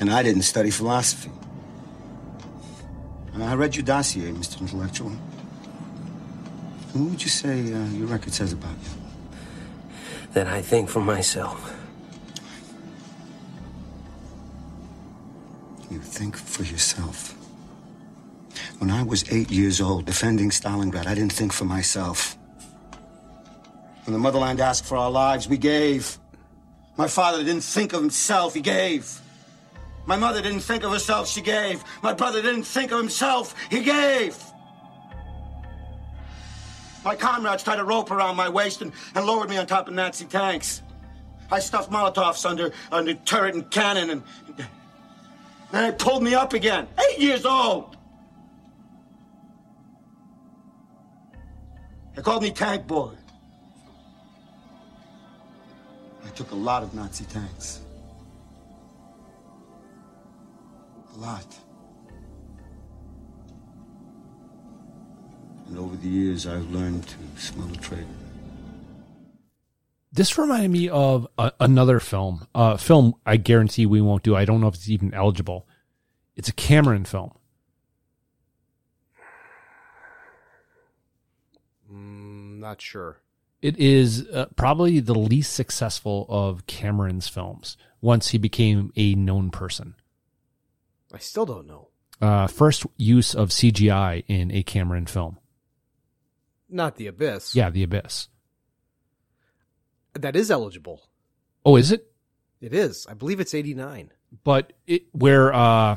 Speaker 8: And I didn't study philosophy. I read your dossier, Mr. Intellectual. And what would you say uh, your record says about you?
Speaker 22: That I think for myself.
Speaker 8: You think for yourself. When I was eight years old, defending Stalingrad, I didn't think for myself. When the motherland asked for our lives, we gave. My father didn't think of himself, he gave. My mother didn't think of herself, she gave. My brother didn't think of himself, he gave. My comrades tied a rope around my waist and, and lowered me on top of Nazi tanks. I stuffed Molotovs under, under turret and cannon and then they pulled me up again. Eight years old. They called me Tank Boy. I took a lot of Nazi tanks. A lot. And over the years, I've learned to smell a traitor.
Speaker 2: This reminded me of a, another film, a film I guarantee we won't do. I don't know if it's even eligible. It's a Cameron film.
Speaker 3: Mm, not sure.
Speaker 2: It is uh, probably the least successful of Cameron's films once he became a known person.
Speaker 3: I still don't know.
Speaker 2: Uh, first use of CGI in a Cameron film.
Speaker 3: Not the abyss.
Speaker 2: Yeah, The Abyss.
Speaker 3: That is eligible.
Speaker 2: Oh, is it?
Speaker 3: It is. I believe it's 89.
Speaker 2: But it, where uh,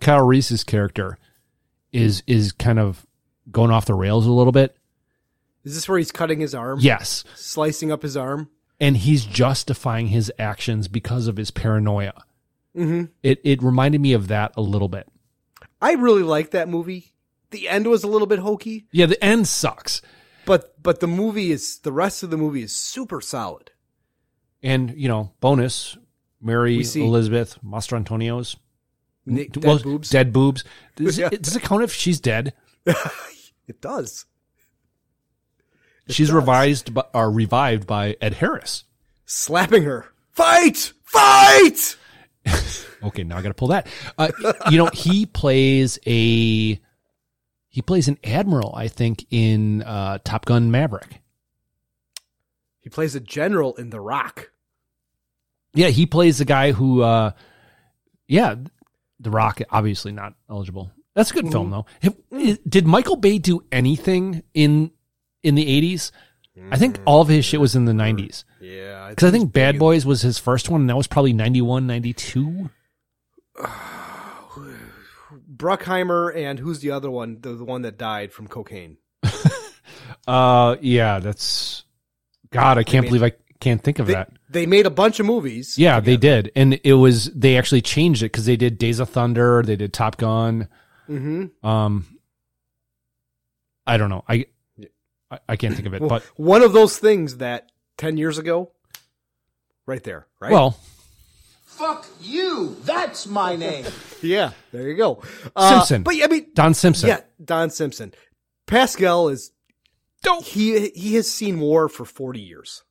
Speaker 2: Kyle Reese's character is is kind of going off the rails a little bit,
Speaker 3: Is this where he's cutting his arm?
Speaker 2: Yes.
Speaker 3: Slicing up his arm?
Speaker 2: and he's justifying his actions because of his paranoia.
Speaker 3: Mm-hmm.
Speaker 2: It it reminded me of that a little bit.
Speaker 3: I really liked that movie. The end was a little bit hokey,
Speaker 2: Yeah, the end sucks.
Speaker 3: but but the movie is the rest of the movie is super solid.
Speaker 2: And you know, bonus, Mary
Speaker 3: We see-
Speaker 2: Elizabeth Mastrantonio's
Speaker 3: Nick, dead
Speaker 2: Mm, well,
Speaker 3: boobs.
Speaker 2: Dead boobs. Does, it, does it count if she's dead?
Speaker 3: It does.
Speaker 2: she's revised, by, or revived by Ed Harris.
Speaker 3: Slapping her. Fight! Fight!
Speaker 2: Okay, now I got to pull that. Uh, you know, he plays a he plays an admiral, I think, in uh, Top Gun Maverick.
Speaker 3: He plays a general in The Rock.
Speaker 2: Yeah, he plays the guy who, uh, yeah, The Rock, obviously not eligible. That's a good
Speaker 3: Mm-hmm.
Speaker 2: film though. Have- i- Did Michael Bay do anything in in the eighties? I think all of his shit was in the nineties.
Speaker 3: Mm-hmm. Yeah, I
Speaker 2: because I think Bad Boys was his first one, and that was probably 91, 92.
Speaker 3: Bruckheimer and who's the other one? The, the one that died from cocaine.
Speaker 2: Uh, yeah, that's God. I can't
Speaker 3: I mean,
Speaker 2: believe I can't think of
Speaker 3: they,
Speaker 2: that.
Speaker 3: They made a bunch of movies.
Speaker 2: Yeah, they did, and it was they actually changed it because they did Days of Thunder, they did Top Gun.
Speaker 3: Mm-hmm.
Speaker 2: Um, I don't know. I I, I can't think of it,
Speaker 3: Well,
Speaker 2: but
Speaker 3: one of those things that 10 years ago, right there, right?
Speaker 2: well,
Speaker 13: Fuck you. That's my name.
Speaker 3: yeah, there you go. Uh,
Speaker 2: Simpson.
Speaker 3: But I mean,
Speaker 2: Don Simpson.
Speaker 3: Yeah, Don Simpson. Pascal is.
Speaker 2: Don't.
Speaker 3: He he has seen war for forty years,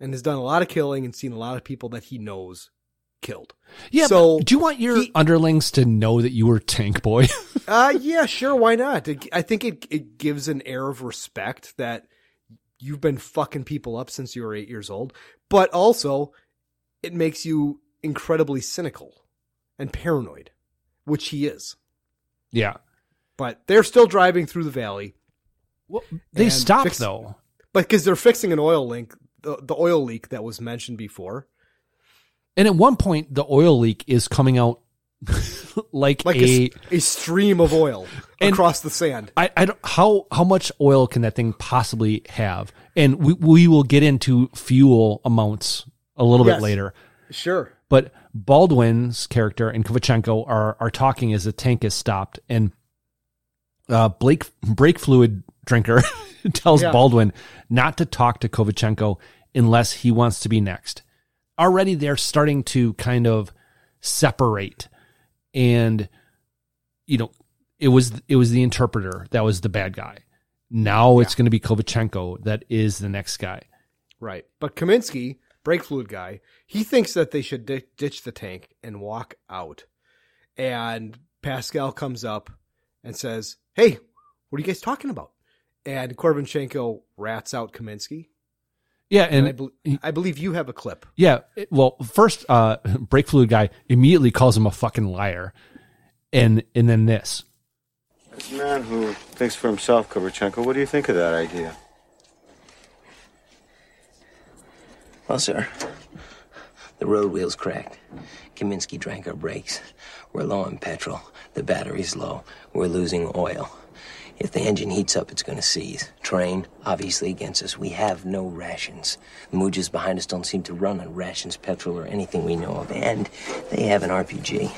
Speaker 3: and has done a lot of killing and seen a lot of people that he knows killed.
Speaker 2: Yeah.
Speaker 3: So
Speaker 2: So do you want your underlings to know that you were Tank Boy?
Speaker 3: uh, yeah, sure, why not? It- I think it it gives an air of respect that you've been fucking people up since you were eight years old, but also it makes you incredibly cynical and paranoid, which he is.
Speaker 2: yeah.
Speaker 3: But they're still driving through the valley.
Speaker 2: Well, They
Speaker 3: And
Speaker 2: stopped
Speaker 3: fix-
Speaker 2: though.
Speaker 3: but because they're fixing an oil link, the, the oil leak that was mentioned before,
Speaker 2: And at one point, the oil leak is coming out like,
Speaker 3: like
Speaker 2: a.
Speaker 3: a, s- a stream of oil across the sand.
Speaker 2: I, I don't, how how much oil can that thing possibly have? And we we will get into fuel amounts a little
Speaker 3: Yes.
Speaker 2: bit later.
Speaker 3: Sure.
Speaker 2: But Baldwin's character and Kovachenko are are talking as the tank is stopped, and uh, Blake brake fluid drinker tells
Speaker 14: Yeah.
Speaker 2: Baldwin not to talk to Kovachenko unless he wants to be next. Already they're starting to kind of separate, and you know it was it was the interpreter that was the bad guy. Now it's going to be Kovachenko that is the next guy.
Speaker 3: Right. But Kaminsky, brake fluid guy, he thinks that they should di- ditch the tank and walk out. And Pascal comes up and says, Hey, what are you guys talking about? And Korbanchenko rats out Kaminsky.
Speaker 2: Yeah,
Speaker 3: And,
Speaker 2: and,
Speaker 3: I, bel I believe you have a clip.
Speaker 2: Yeah. it- Well, first, uh, brake fluid guy immediately calls him a fucking liar, and and then this.
Speaker 12: As a man who thinks for himself, Kovachenko, what do you think of that idea?
Speaker 22: Well, sir, the road wheel's cracked. Kaminsky drank our brakes. We're low on petrol. The battery's low. We're losing oil. If the engine heats up, it's going to seize. Train, obviously against us. We have no rations. The Mujas behind us don't seem to run on rations, petrol, or anything we know of. And they have an RPG.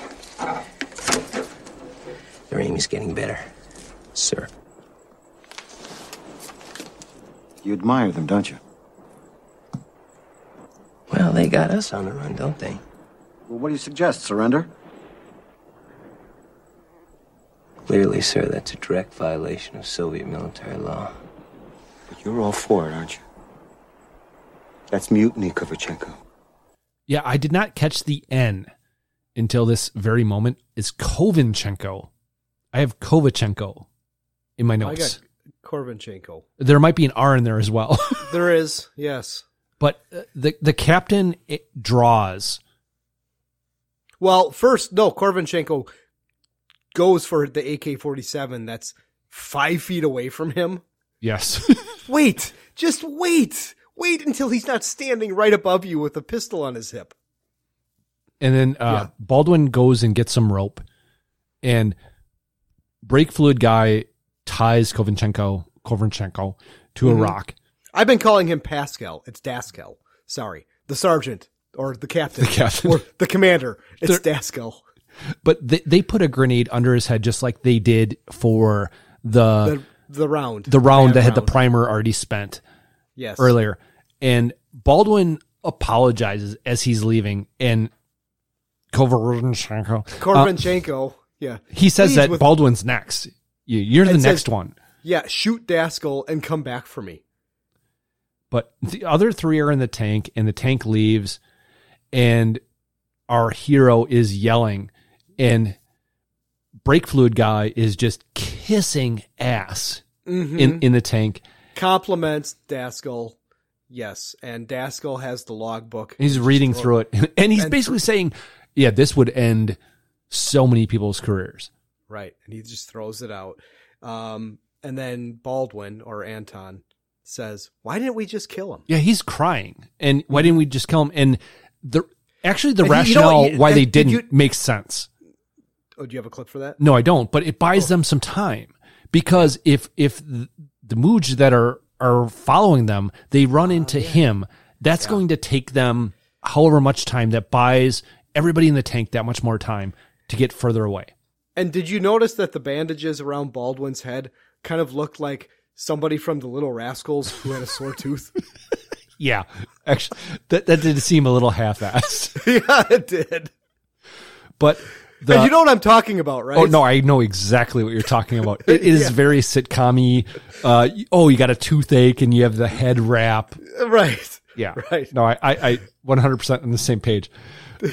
Speaker 22: Their aim is getting better, sir.
Speaker 8: You admire them, don't you?
Speaker 22: Well, they got us on the run, don't they?
Speaker 8: Well, what do you suggest? Surrender?
Speaker 22: Clearly, sir, that's a direct violation of Soviet military law.
Speaker 8: But you're all for it, aren't you? That's mutiny, Kovachenko.
Speaker 2: Yeah, I did not catch the N until this very moment. Is Kovinchenko? I have Kovachenko in my
Speaker 3: I
Speaker 2: notes.
Speaker 3: got Korbanchenko.
Speaker 2: There might be an R in there as well,
Speaker 3: There is, yes.
Speaker 2: but uh, the the captain it draws.
Speaker 3: Well, first, no, Korbanchenko goes for the AK 47 that's five feet away from him.
Speaker 2: Yes.
Speaker 3: Wait, just wait. Wait until he's not standing right above you with a pistol on his hip.
Speaker 2: And then uh, Baldwin goes and gets some rope, and brake fluid guy ties Kovinchenko Kovinchenko to a
Speaker 3: Mhm.
Speaker 2: rock.
Speaker 3: I've been calling him Pascal. It's Daskel. Sorry. The sergeant or the captain.
Speaker 2: The captain.
Speaker 3: Or the commander. It's Daskel.
Speaker 2: But they, they put a grenade under his head just like they did for the
Speaker 3: The, the round.
Speaker 2: Uh, the, round
Speaker 3: Man
Speaker 2: that had the primer already spent
Speaker 3: Yes.
Speaker 2: earlier. And Baldwin apologizes as he's leaving, and Kovinchenko uh,
Speaker 3: Korbanchenko. yeah.
Speaker 2: he says
Speaker 3: Please
Speaker 2: that
Speaker 3: with-
Speaker 2: Baldwin's next. You- You're the
Speaker 3: and
Speaker 2: next
Speaker 3: says,
Speaker 2: one.
Speaker 3: Yeah, shoot Daskel and come back for me.
Speaker 2: but the other three are in the tank and the tank leaves and our hero is yelling and brake fluid guy is just kissing ass
Speaker 3: Mhm.
Speaker 2: in, in the tank
Speaker 3: Compliments Daskel. Yes. And Daskel has the logbook.
Speaker 2: he's reading through it and he's basically saying yeah this would end so many people's careers
Speaker 3: Right. And he just throws it out. Um, and then Baldwin or Anton says, Why didn't we just kill him?
Speaker 2: yeah he's crying and why didn't we just kill him and the actually the
Speaker 3: And you- you know what,
Speaker 2: rationale
Speaker 3: you-
Speaker 2: why
Speaker 3: and
Speaker 2: they
Speaker 3: did
Speaker 2: didn't
Speaker 3: you-
Speaker 2: makes sense
Speaker 3: Oh, do you have a clip for that?
Speaker 2: No, I don't. But it buys them some time because if if th- the Mooj that are are following them, they run into him. That's going to take them however much time that buys everybody in the tank that much more time to get further away.
Speaker 3: And did you notice that the bandages around Baldwin's head kind of looked like somebody from the Little Rascals who had a sore tooth?
Speaker 2: yeah, actually, that that did seem a little half-assed.
Speaker 3: yeah, it did.
Speaker 2: But
Speaker 3: And you know what I'm talking about, right?
Speaker 2: Oh no, I know exactly what you're talking about. It is
Speaker 3: Yeah.
Speaker 2: very sitcom-y. Uh, oh, you got a toothache and you have the head wrap.
Speaker 3: Right.
Speaker 2: Yeah.
Speaker 3: Right.
Speaker 2: No, I, I, I 100% on the same page.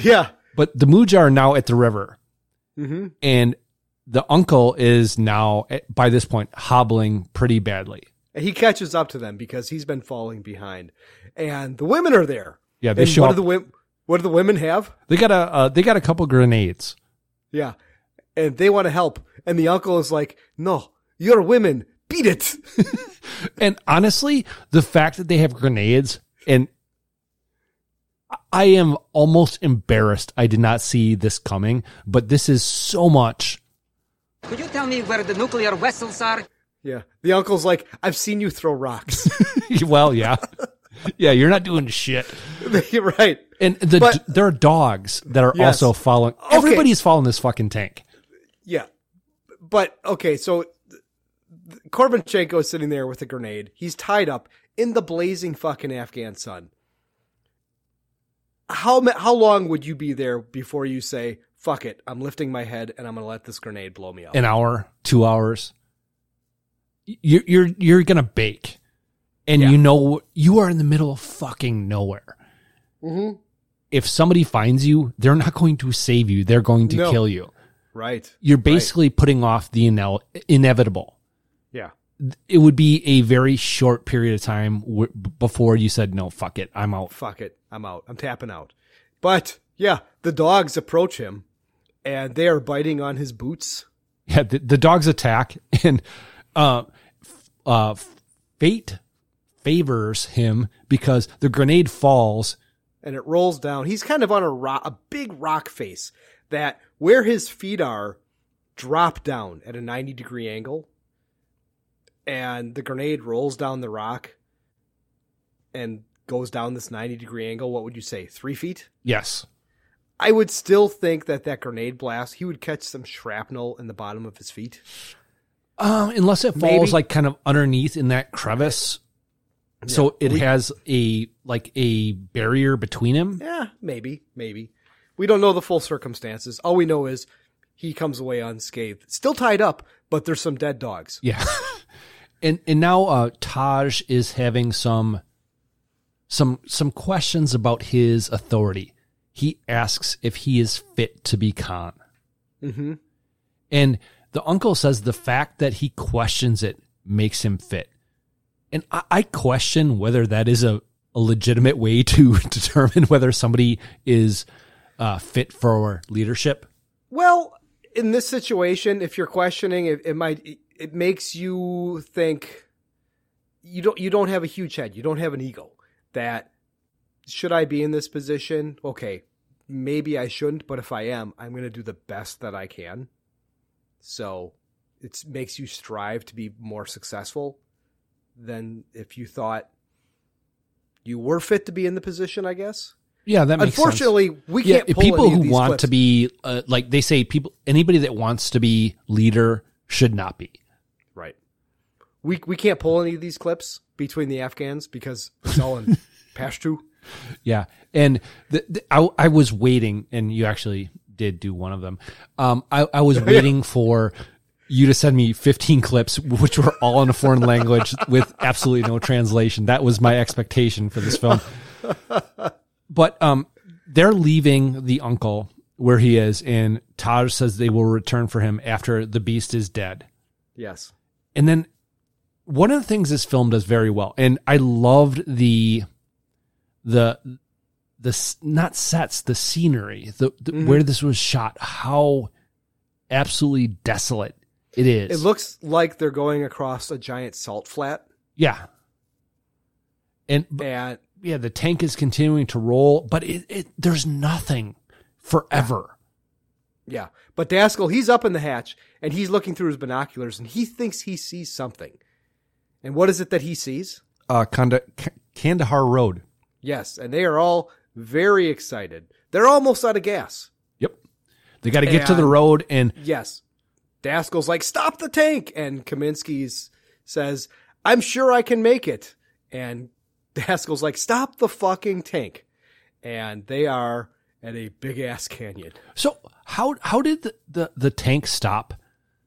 Speaker 3: Yeah.
Speaker 2: But the Muja are now at the river,
Speaker 3: hmm
Speaker 2: and the uncle is now, eh, by this point, hobbling pretty badly.
Speaker 3: And he catches up to them because he's been falling behind, and the women are there.
Speaker 2: Yeah, they
Speaker 3: and
Speaker 2: show
Speaker 3: what
Speaker 2: up.
Speaker 3: Do the wom- what do the women have?
Speaker 2: They got a, uh, they got a couple grenades.
Speaker 3: Yeah, and they want to help, and the uncle is like, "No, you're women. Beat it."
Speaker 2: And honestly, the fact that they have grenades and I am almost embarrassed I did not see this coming, but this is so much
Speaker 9: Could you tell me where the nuclear vessels are?
Speaker 3: yeah, the uncle's like, "I've seen you throw rocks."
Speaker 2: well, yeah. Yeah, you're not doing shit.
Speaker 3: you're right.
Speaker 2: And the
Speaker 3: But-
Speaker 2: there are dogs that are
Speaker 3: Yes.
Speaker 2: also following.
Speaker 3: Okay.
Speaker 2: Everybody's following this fucking tank.
Speaker 3: Yeah. But okay, so th- th- Korbanchenko is sitting there with a grenade. He's tied up in the blazing fucking Afghan sun. How ma- how long would you be there before you say, "Fuck it, I'm lifting my head and I'm going to let this grenade blow me up."
Speaker 2: An hour, two hours. You're you're you're gonna bake, and you know you are in the middle of fucking nowhere.
Speaker 3: Mhm.
Speaker 2: If somebody finds you, they're not going to save you. They're going to
Speaker 3: No.
Speaker 2: kill you.
Speaker 3: Right.
Speaker 2: You're basically putting off the inel- inevitable.
Speaker 3: Yeah.
Speaker 2: It would be a very short period of time w- before you said no. Fuck it, I'm out.
Speaker 3: fuck it, I'm out. I'm tapping out. But yeah, the dogs approach him and they are biting on his boots.
Speaker 2: Yeah, the, the dogs attack, and uh, f- uh, fate favors him because the grenade falls.
Speaker 3: and it rolls down. He's kind of on a rock, a big rock face that where his feet are drop down at a 90 degree angle and the grenade rolls down the rock and goes down this 90 degree angle. What would you say? Three feet?
Speaker 2: Yes,
Speaker 3: I would still think that that grenade blast, he would catch some shrapnel in the bottom of his feet.
Speaker 2: um, unless it falls
Speaker 3: Maybe.
Speaker 2: like kind of underneath in that crevice, so
Speaker 3: Yeah.
Speaker 2: it
Speaker 3: We-
Speaker 2: has a like a barrier between him.
Speaker 3: Yeah, maybe, maybe. We don't know the full circumstances. All we know is he comes away unscathed. Still tied up, but there's some dead dogs.
Speaker 2: Yeah, and and now uh, Taj is having some some some questions about his authority. He asks if he is fit to be Khan.
Speaker 3: Mm-hmm.
Speaker 2: And the uncle says the fact that he questions it makes him fit. And I, I question whether that is a, a legitimate way to determine whether somebody is uh, fit for leadership.
Speaker 3: Well, in this situation, if you're questioning, it, it might it, it makes you think you don't you don't have a huge head, you don't have an ego. That should I be in this position? Okay, maybe I shouldn't, but if I am, I'm going to do the best that I can. So it makes you strive to be more successful than if you thought you were fit to be in the position. I guess.
Speaker 2: Yeah, that makes sense.
Speaker 3: Unfortunately, we
Speaker 2: Yeah,
Speaker 3: can't.
Speaker 2: if
Speaker 3: pull
Speaker 2: people
Speaker 3: any of
Speaker 2: who
Speaker 3: these
Speaker 2: want
Speaker 3: clips.
Speaker 2: to be uh, like they say people anybody that wants to be leader should not be.
Speaker 3: Right. We we can't pull any of these clips between the Afghans because it's all in Pashto.
Speaker 2: Yeah, and the, the, I, I was waiting, and you actually did do one of them. Um, I, I was waiting for you to send me 15 clips, which were all in a foreign language with absolutely no translation. That was my expectation for this film. But um, they're leaving the uncle where he is, and Taj says they will return for him after the beast is dead.
Speaker 3: Yes.
Speaker 2: And then one of the things this film does very well, and I loved the the the s- not sets, the scenery, the, the
Speaker 3: Mhm.
Speaker 2: where this was shot, how absolutely desolate it is.
Speaker 3: It looks like they're going across a giant salt flat.
Speaker 2: yeah, and
Speaker 3: and
Speaker 2: yeah, the tank is continuing to roll, but it, it there's nothing forever.
Speaker 3: Yeah. But Daskell, he's up in the hatch and he's looking through his binoculars and he thinks he sees something. And what is it that he sees?
Speaker 2: Uh, Kanda, Kandahar Road.
Speaker 3: Yes, and they are all very excited. They're almost out of gas.
Speaker 2: Yep, they got to get to the
Speaker 3: And-
Speaker 2: road, and
Speaker 3: Yes. Daskell's like, stop the tank. And Kaminsky says, I'm sure I can make it. And Haskell's like, stop the fucking tank. And they are at a big ass canyon.
Speaker 2: So how how did the, the, the tank stop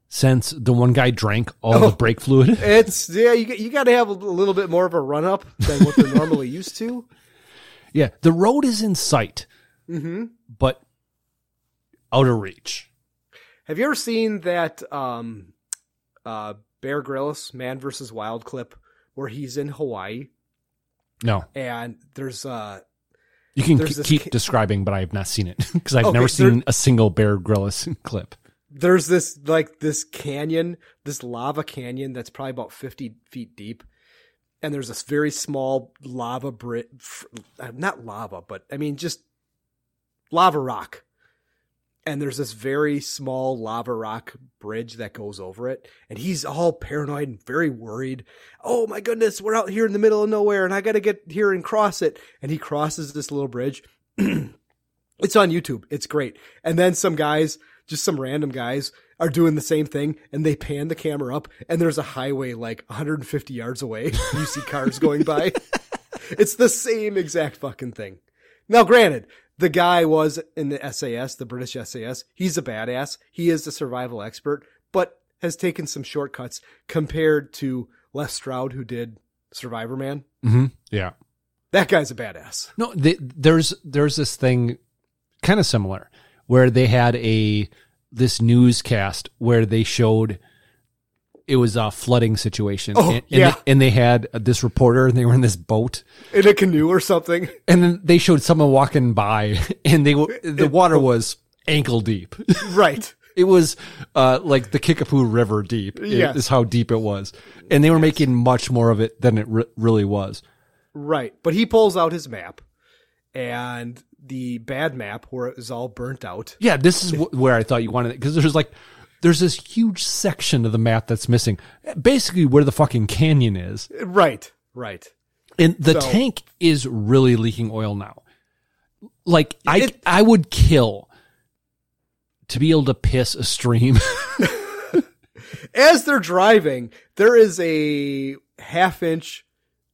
Speaker 2: since the one guy drank all
Speaker 3: Oh.
Speaker 2: the brake fluid?
Speaker 3: It's, yeah, you, you got to have a little bit more of a run up than what they're normally used to.
Speaker 2: Yeah, the road is in sight,
Speaker 3: Mm-hmm.
Speaker 2: but out of reach.
Speaker 3: Have you ever seen that um, uh, Bear Grylls Man versus Wild clip where he's in Hawaii
Speaker 2: No,
Speaker 3: and there's uh
Speaker 2: you can
Speaker 3: there's
Speaker 2: k-
Speaker 3: this
Speaker 2: keep
Speaker 3: ki-
Speaker 2: describing, but I have not seen it because I've
Speaker 3: Okay,
Speaker 2: never
Speaker 3: there-
Speaker 2: seen a single Bear Grylls clip.
Speaker 3: there's this like this canyon, this lava canyon that's probably about 50 feet deep. And there's this very small lava bridge, not lava, but I mean, just lava rock. And there's this very small lava rock bridge that goes over it. And he's all paranoid and very worried. Oh my goodness, we're out here in the middle of nowhere and I got to get here and cross it. And he crosses this little bridge. It's on YouTube. It's great. And then some guys, just some random guys, are doing the same thing and they pan the camera up and there's a highway like 150 yards away. You see cars going by. It's the same exact fucking thing. Now, granted, the guy was in the SAS, the British SAS. He's a badass. He is a survival expert, but has taken some shortcuts compared to Les Stroud, who did Survivor Man.
Speaker 2: Mm-hmm. Yeah.
Speaker 3: That guy's a badass.
Speaker 2: No, they, there's there's this thing kind of similar where they had a this newscast where they showed it was a flooding situation.
Speaker 3: Oh,
Speaker 2: and, and
Speaker 3: yeah.
Speaker 2: they, and they had this reporter and they were in this boat
Speaker 3: In a canoe or something.
Speaker 2: and then they showed someone walking by and they were- the water was ankle deep.
Speaker 3: Right.
Speaker 2: It was uh, like the Kickapoo River deep i-
Speaker 3: Yes.
Speaker 2: is how deep it was. And they were making much more of it than it re- really was.
Speaker 3: Right. But he pulls out his map and the bad map where it was all burnt out.
Speaker 2: Yeah, this is wh- where I thought you wanted it because there's like there's this huge section of the map that's missing, basically where the fucking canyon is,
Speaker 3: Right. Right.
Speaker 2: and the
Speaker 3: So-
Speaker 2: tank is really leaking oil now. Like I I would kill to be able to piss a stream.
Speaker 3: As they're driving, there is a half inch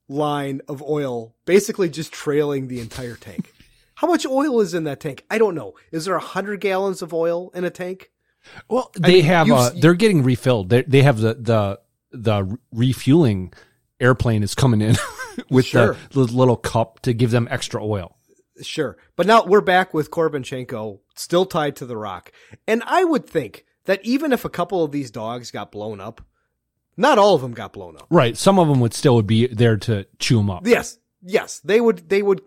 Speaker 3: line of oil basically just trailing the entire tank. How much oil is in that tank? I don't know. Is there a hundred gallons of oil in a tank?
Speaker 2: Well,
Speaker 3: I
Speaker 2: they
Speaker 3: mean,
Speaker 2: have
Speaker 3: you've
Speaker 2: uh,
Speaker 3: s-
Speaker 2: they're getting refilled. They they have the the the refueling airplane is coming in with
Speaker 3: Sure.
Speaker 2: the, the little cup to give them extra oil.
Speaker 3: Sure. But now we're back with Korbanchenko still tied to the rock. And I would think that even if a couple of these dogs got blown up, not all of them got blown up.
Speaker 2: Right, some of them would still would be there to chew them up.
Speaker 3: Yes. Yes. They would, they would,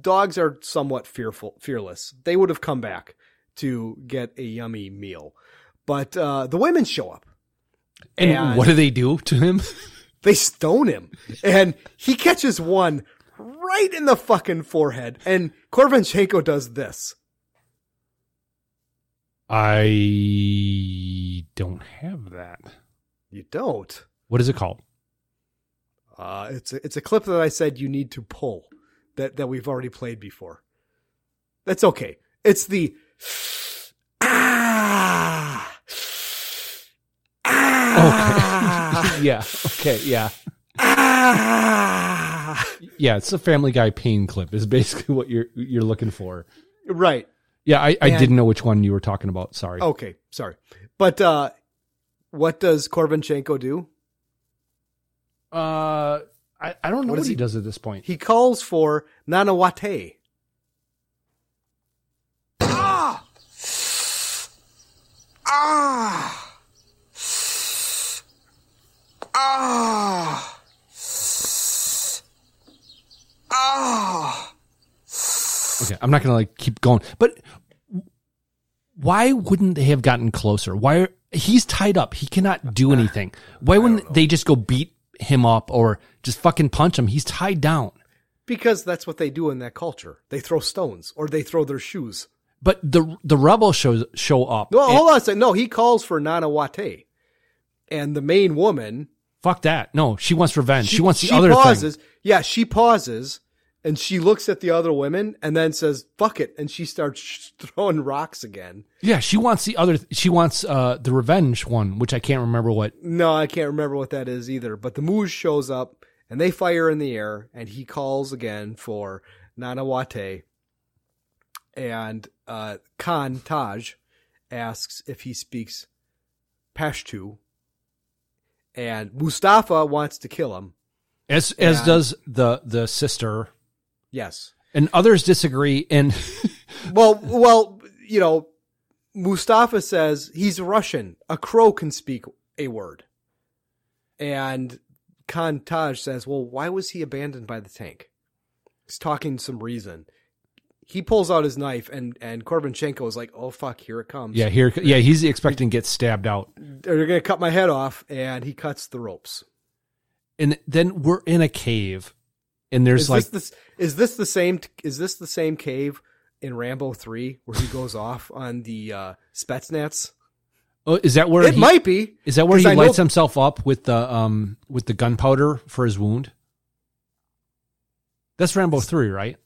Speaker 3: dogs are somewhat fearful, fearless. They would have come back to get a yummy meal. But, uh, the women show up.
Speaker 2: And,
Speaker 3: And-
Speaker 2: what do they do to him?
Speaker 3: They stone him and he catches one right in the fucking forehead. And Korbanchenko does this.
Speaker 2: I don't have that.
Speaker 3: You don't.
Speaker 2: What is it called?
Speaker 3: Uh, it's a, it's a clip that I said you need to pull that that we've already played before. That's okay. It's the ah
Speaker 2: Okay. yeah. Okay. Yeah.
Speaker 3: ah
Speaker 2: Yeah. It's a Family Guy pain clip. Is basically what you're you're looking for.
Speaker 3: right.
Speaker 2: Yeah. Oh. I, I
Speaker 3: And-
Speaker 2: didn't know which one you were talking about. Sorry.
Speaker 3: Okay, sorry. But uh, what does Korbanchenko do?
Speaker 2: Uh, I, I don't know what,
Speaker 3: does
Speaker 2: he
Speaker 3: he-
Speaker 2: does at this point.
Speaker 3: He calls for Nanawate.
Speaker 10: Ah! Ah! Ah!
Speaker 2: Okay, I'm not gonna like keep going, but why wouldn't they have gotten closer? Why are, he's tied up? He cannot do anything. Why wouldn't they just go beat him up or just fucking punch him? He's tied down.
Speaker 3: Because that's what they do in that culture. They throw stones or they throw their shoes.
Speaker 2: But the the rebel shows show up.
Speaker 3: No,
Speaker 2: and-
Speaker 3: hold on a second. No, he calls for Nanawate. And the main woman
Speaker 2: fuck that. No, she wants revenge. She, wants the other
Speaker 3: pauses.
Speaker 2: thing.
Speaker 3: Yeah, she pauses and she looks at the other women and then says, fuck it. And she starts sh- throwing rocks again.
Speaker 2: Yeah, she wants the other. She wants uh the revenge one, which I can't remember what.
Speaker 3: No, I can't remember what that is either. But the Moose shows up and they fire in the air, and he calls again for Nanawate. And uh, Khan Taj asks if he speaks Pashto, and Mustafa wants to kill him.
Speaker 2: As as does the the sister,
Speaker 3: Yes.
Speaker 2: and others disagree. And
Speaker 3: Well, well, you know, Mustafa says he's Russian. A crow can speak a word. And Khan Taj says, well, why was he abandoned by the tank? He's talking some reason. He pulls out his knife, and, and Korbanchenko is like, oh, fuck, here it comes.
Speaker 2: yeah, here, yeah, he's expecting to get stabbed out.
Speaker 3: They're going to cut my head off, and he cuts the ropes.
Speaker 2: And then we're in a cave, and there's
Speaker 3: is
Speaker 2: like
Speaker 3: this, this is this the same is this the same cave in Rambo 3 where he goes off on the uh, Spetsnaz?
Speaker 2: Oh, is that where
Speaker 3: It
Speaker 2: he-
Speaker 3: might be,
Speaker 2: Is that where
Speaker 3: 'cause
Speaker 2: he
Speaker 3: I know-
Speaker 2: lights himself up with the um with the gunpowder for his wound? That's Rambo three, right?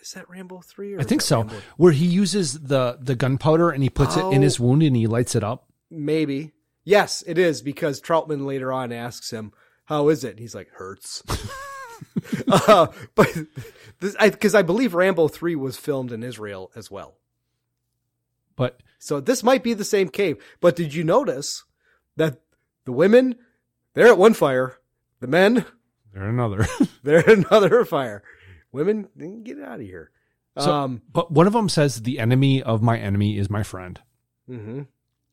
Speaker 3: Is that Rambo 3 or
Speaker 2: I
Speaker 3: is
Speaker 2: think
Speaker 3: that
Speaker 2: so.
Speaker 3: Rambo-
Speaker 2: Where he uses the the gunpowder and he puts it in his
Speaker 3: Oh.
Speaker 2: wound and he lights it up.
Speaker 3: Maybe. Yes, it is because Troutman later on asks him, "How is it?" And he's like, "Hurts." uh, but because I, 'cause I believe Rambo three was filmed in Israel as well,
Speaker 2: But
Speaker 3: so this might be the same cave. But did you notice that the women they're at one fire, the men
Speaker 2: There another.
Speaker 3: they're at another fire. Women, they can get out of here.
Speaker 2: So-
Speaker 3: um,
Speaker 2: but one of them says the enemy of my enemy is my friend,
Speaker 3: hmm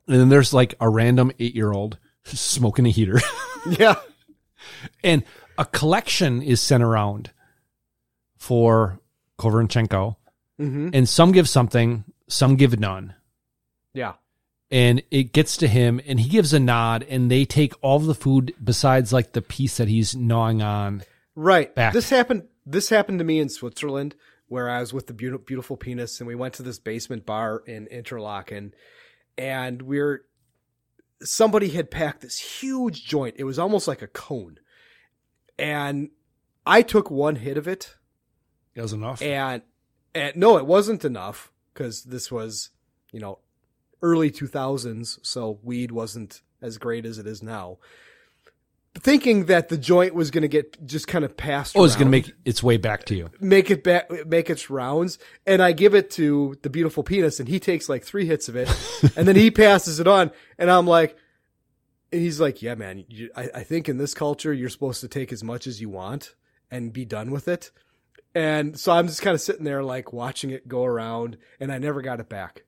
Speaker 2: and then there's like a random eight year old smoking a heater.
Speaker 3: yeah,
Speaker 2: and a collection is sent around for Koverchenko,
Speaker 3: Mhm.
Speaker 2: and some give something, some give none.
Speaker 3: yeah.
Speaker 2: and it gets to him and he gives a nod and they take all the food besides like the piece that he's gnawing on
Speaker 3: Right.
Speaker 2: back.
Speaker 3: This happened. This happened to me in Switzerland, where I was with the beautiful, beautiful penis, and we went to this basement bar in Interlaken, and we're somebody had packed this huge joint. It was almost like a cone, and I took one hit of it.
Speaker 2: It was enough.
Speaker 3: And, and no, it wasn't enough because this was, you know, early 2000s, so weed wasn't as great as it is now. Thinking that the joint was going to get just kind of passed.
Speaker 2: oh it's gonna
Speaker 3: around
Speaker 2: make its way back to you
Speaker 3: make it back, make its rounds, and I give it to the beautiful penis, and he takes like three hits of it, and then he passes it on, and I'm like, and he's like, yeah, man, you, I, I think in this culture you're supposed to take as much as you want and be done with it, and so I'm just kind of sitting there like watching it go around, and I never got it back.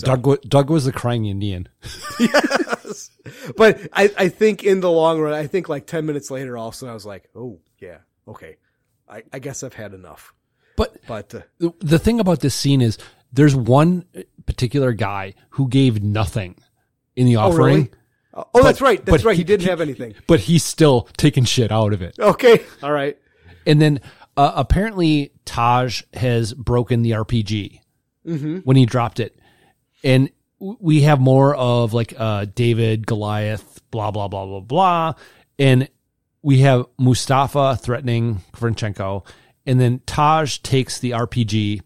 Speaker 2: doug, wa- doug was the crying indian
Speaker 3: yes, but I, I think in the long run, I think like ten minutes later, all of a sudden I was like, oh yeah, okay, I, I guess I've had enough.
Speaker 2: But
Speaker 3: but uh,
Speaker 2: the, the thing about this scene is there's one particular guy who gave nothing in the
Speaker 3: Oh,
Speaker 2: offering
Speaker 3: really? Oh,
Speaker 2: But-
Speaker 3: that's right. That's
Speaker 2: but
Speaker 3: right. He, didn't have anything.
Speaker 2: but he's still taking shit out of it
Speaker 3: Okay. All right.
Speaker 2: and then uh, apparently taj has broken the rpg
Speaker 3: Mm-hmm.
Speaker 2: when he dropped it. And w- we have more of like uh, David, Goliath, blah, blah, blah, blah, blah. And we have Mustafa threatening Kvanchenko. And then Taj takes the RPG.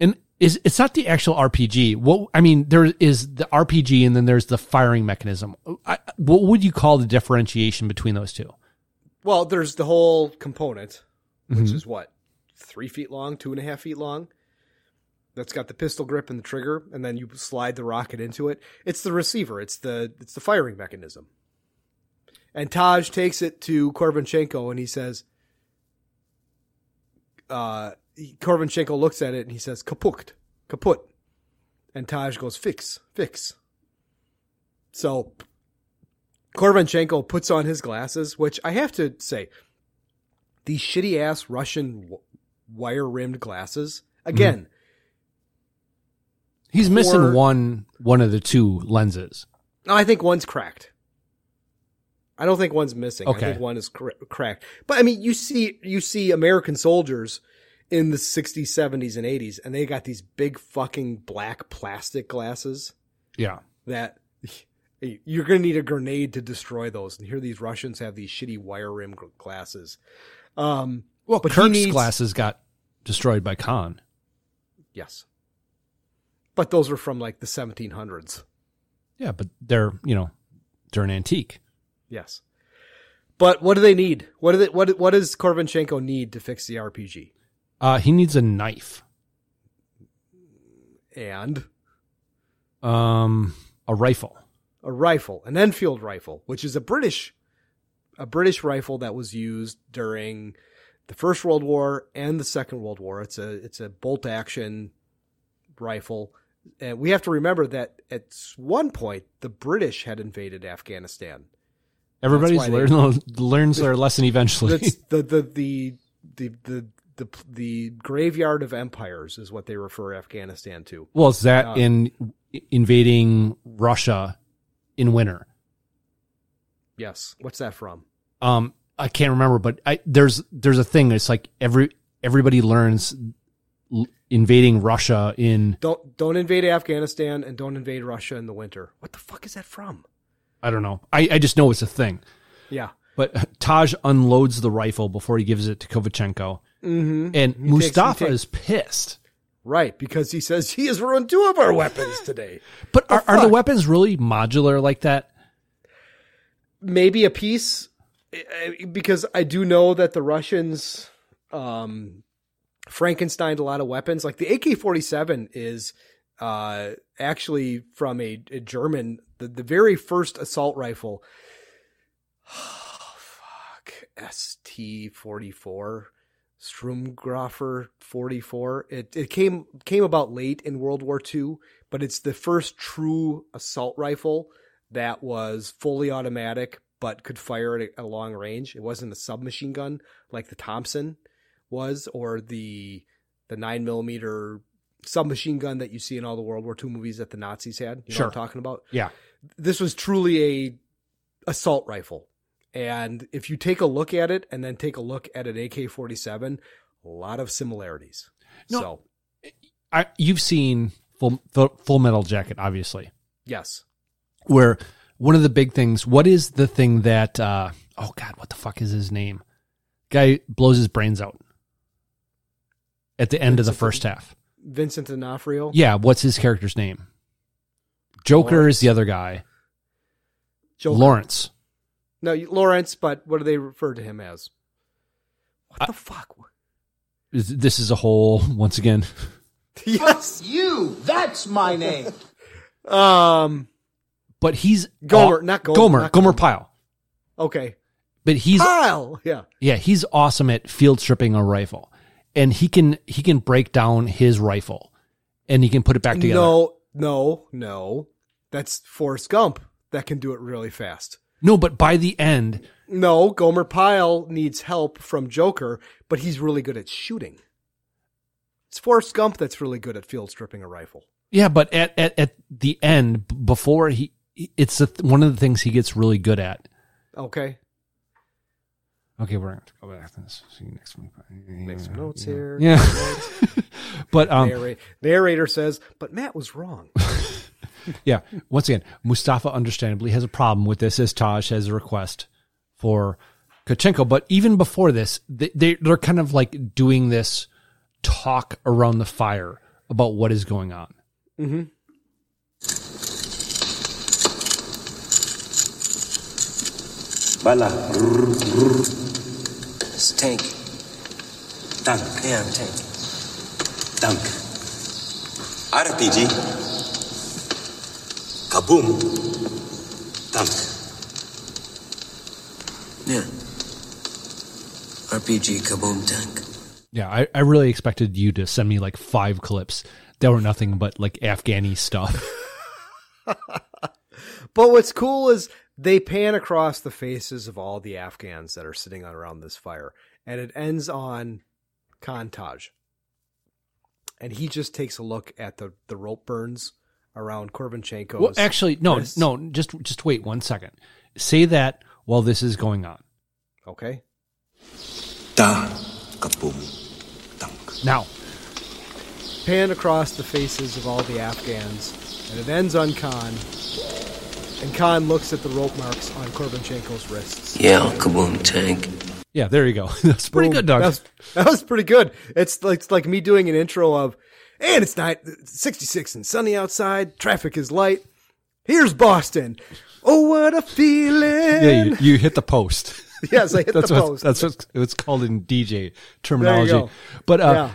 Speaker 2: And is it's not the actual RPG. What I mean, there is the RPG and then there's the firing mechanism. I, what would you call the differentiation between those two?
Speaker 3: Well, there's the whole component, which
Speaker 2: Mhm.
Speaker 3: is what three feet long, two and a half feet long. That's got the pistol grip and the trigger, and then you slide the rocket into it. It's the receiver. It's the it's the firing mechanism. And Taj takes it to Korbanchenko, and he says, uh, he- Korbanchenko looks at it and he says, kaput, kaput. And Taj goes, fix, fix. So Korbanchenko puts on his glasses, which I have to say, these shitty ass Russian w- wire rimmed glasses. Again,
Speaker 2: He's missing
Speaker 3: Or-
Speaker 2: one one of the two lenses.
Speaker 3: no, I think one's cracked. I don't think one's missing.
Speaker 2: Okay.
Speaker 3: I think one is cr- cracked. But I mean, you see, you see American soldiers in the 60s, 70s, and 80s, and they got these big fucking black plastic glasses.
Speaker 2: Yeah.
Speaker 3: that you're going to need a grenade to destroy those. And here these Russians have these shitty wire rim gl- glasses. Um,
Speaker 2: Well,
Speaker 3: but he
Speaker 2: Kirk's
Speaker 3: needs-
Speaker 2: glasses got destroyed by Khan.
Speaker 3: Yes. But those were from like the 1700s.
Speaker 2: Yeah, but they're you know they're an antique.
Speaker 3: Yes. But what do they need? What do they, what what does Korvinchenko need to fix the RPG?
Speaker 2: Uh, he needs a knife
Speaker 3: And
Speaker 2: um, a rifle.
Speaker 3: a rifle, an Enfield rifle, which is a British a British rifle that was used during the First World War and the Second World War. It's a it's a bolt action rifle. And we have to remember that at s- one point the British had invaded Afghanistan.
Speaker 2: Everybody's
Speaker 3: why they-
Speaker 2: learn, learns their lesson eventually.
Speaker 3: That's the the the the the the, the graveyard of empires is what they refer Afghanistan to.
Speaker 2: Well, it's that
Speaker 3: Uh,
Speaker 2: in invading Russia in winter.
Speaker 3: yes. What's that from?
Speaker 2: Um, I can't remember, but I, there's there's a thing. It's like every everybody learns l- invading Russia in
Speaker 3: Don't don't invade Afghanistan and don't invade Russia in the winter. What the fuck is that from?
Speaker 2: I don't know. I, I just know it's a thing.
Speaker 3: Yeah.
Speaker 2: But Taj unloads the rifle before he gives it to Kovachenko, and
Speaker 3: Mhm. He takes- he
Speaker 2: Mustafa
Speaker 3: takes-
Speaker 2: is pissed.
Speaker 3: Right, because he says he has ruined two of our weapons today.
Speaker 2: But are, are the weapons really modular like that?
Speaker 3: Maybe a piece, eh, eh, because I do know that the Russians um, Frankensteined a lot of weapons. Like the AK 47 is uh, actually from a, a German, the, the very first assault rifle. fuck. ST 44. Strumgrafer 44. It it came came about late in World War II, but it's the first true assault rifle that was fully automatic but could fire at a, a long range. It wasn't a submachine gun like the Thompson was or the the 9 millimeter submachine gun that you see in all the World War II movies that the Nazis had. You know
Speaker 2: Sure.
Speaker 3: what I'm talking about?
Speaker 2: Yeah.
Speaker 3: This was truly a assault rifle. And if you take a look at it and then take a look at an AK 47, a lot of similarities.
Speaker 2: No.
Speaker 3: So,
Speaker 2: I, you've seen full, full Full Metal Jacket, obviously.
Speaker 3: yes.
Speaker 2: where one of the big things what is the thing that uh oh god what the fuck is his name guy blows his brains out at the end of the first half
Speaker 3: Vincent D'Onofrio.
Speaker 2: yeah what's his character's name joker is the other guy
Speaker 3: Joker.
Speaker 2: lawrence
Speaker 3: No, you- Lawrence, but what do they refer to him as? What the fuck?
Speaker 2: Is- this is a whole once again
Speaker 13: Yes. you. That's my name.
Speaker 3: Um,
Speaker 2: but he's
Speaker 3: Gomer, not Gomer, Ah!
Speaker 2: gomer
Speaker 3: not
Speaker 2: gomer pyle
Speaker 3: Okay.
Speaker 2: but he's
Speaker 3: Kyle. Yeah.
Speaker 2: Yeah, he's awesome at field stripping a rifle, and he can he can break down his rifle, and he can put it back together.
Speaker 3: No, no, no. That's Forrest Gump that can do it really fast.
Speaker 2: No, but by the end,
Speaker 3: No, Gomer Pyle needs help from Joker, but he's really good at shooting. It's Forrest Gump that's really good at field stripping a rifle.
Speaker 2: yeah, but at at, at the end, b- before he, it's a, one of the things he gets really good at.
Speaker 3: Okay.
Speaker 2: Okay, we're gonna have to go back to this. See you next week. Make
Speaker 3: some notes here.
Speaker 2: Mm-hmm. Yeah,
Speaker 3: Make some
Speaker 2: but um,
Speaker 3: Narra- narrator says, but Matt was wrong.
Speaker 2: yeah. Once again, Mustafa understandably has a problem with this as Taj has a request for Kachenko. But even before this, they, they, they're kind of like doing this talk around the fire about what is going on.
Speaker 3: Mm-hmm.
Speaker 6: Bala.
Speaker 22: It's a tank. Tank. Yeah, a tank.
Speaker 6: Tank. RPG. Kaboom. Tank.
Speaker 22: Yeah. RPG kaboom tank.
Speaker 2: Yeah, I, I really expected you to send me like five clips that were nothing but like Afghani stuff.
Speaker 3: But what's cool is they pan across the faces of all the Afghans that are sitting around this fire, and it ends on Khan Taj. And he just takes a look at the, the rope burns around Korvinchenko.
Speaker 2: Well, actually, no,
Speaker 3: wrists.
Speaker 2: no, just just wait one second. Say that while this is going on.
Speaker 3: Okay.
Speaker 6: Da. Kaboom.
Speaker 2: Now,
Speaker 3: Pan across the faces of all the Afghans, and it ends on Khan. And Khan looks at the rope marks on Korvinchenko's wrists.
Speaker 22: Yeah, kaboom tank.
Speaker 2: yeah, there you go. That's pretty
Speaker 3: Boom.
Speaker 2: good, dog.
Speaker 3: That was, that was pretty good. It's like, it's like me doing an intro of, and it's night, 66 and sunny outside. Traffic is light. Here's Boston. Oh, what a feeling.
Speaker 2: yeah, you, you hit the post.
Speaker 3: yes, I hit
Speaker 2: that's
Speaker 3: the
Speaker 2: what,
Speaker 3: post.
Speaker 2: That's what it's called in DJ
Speaker 3: There you
Speaker 2: terminology.
Speaker 3: go.
Speaker 2: But uh,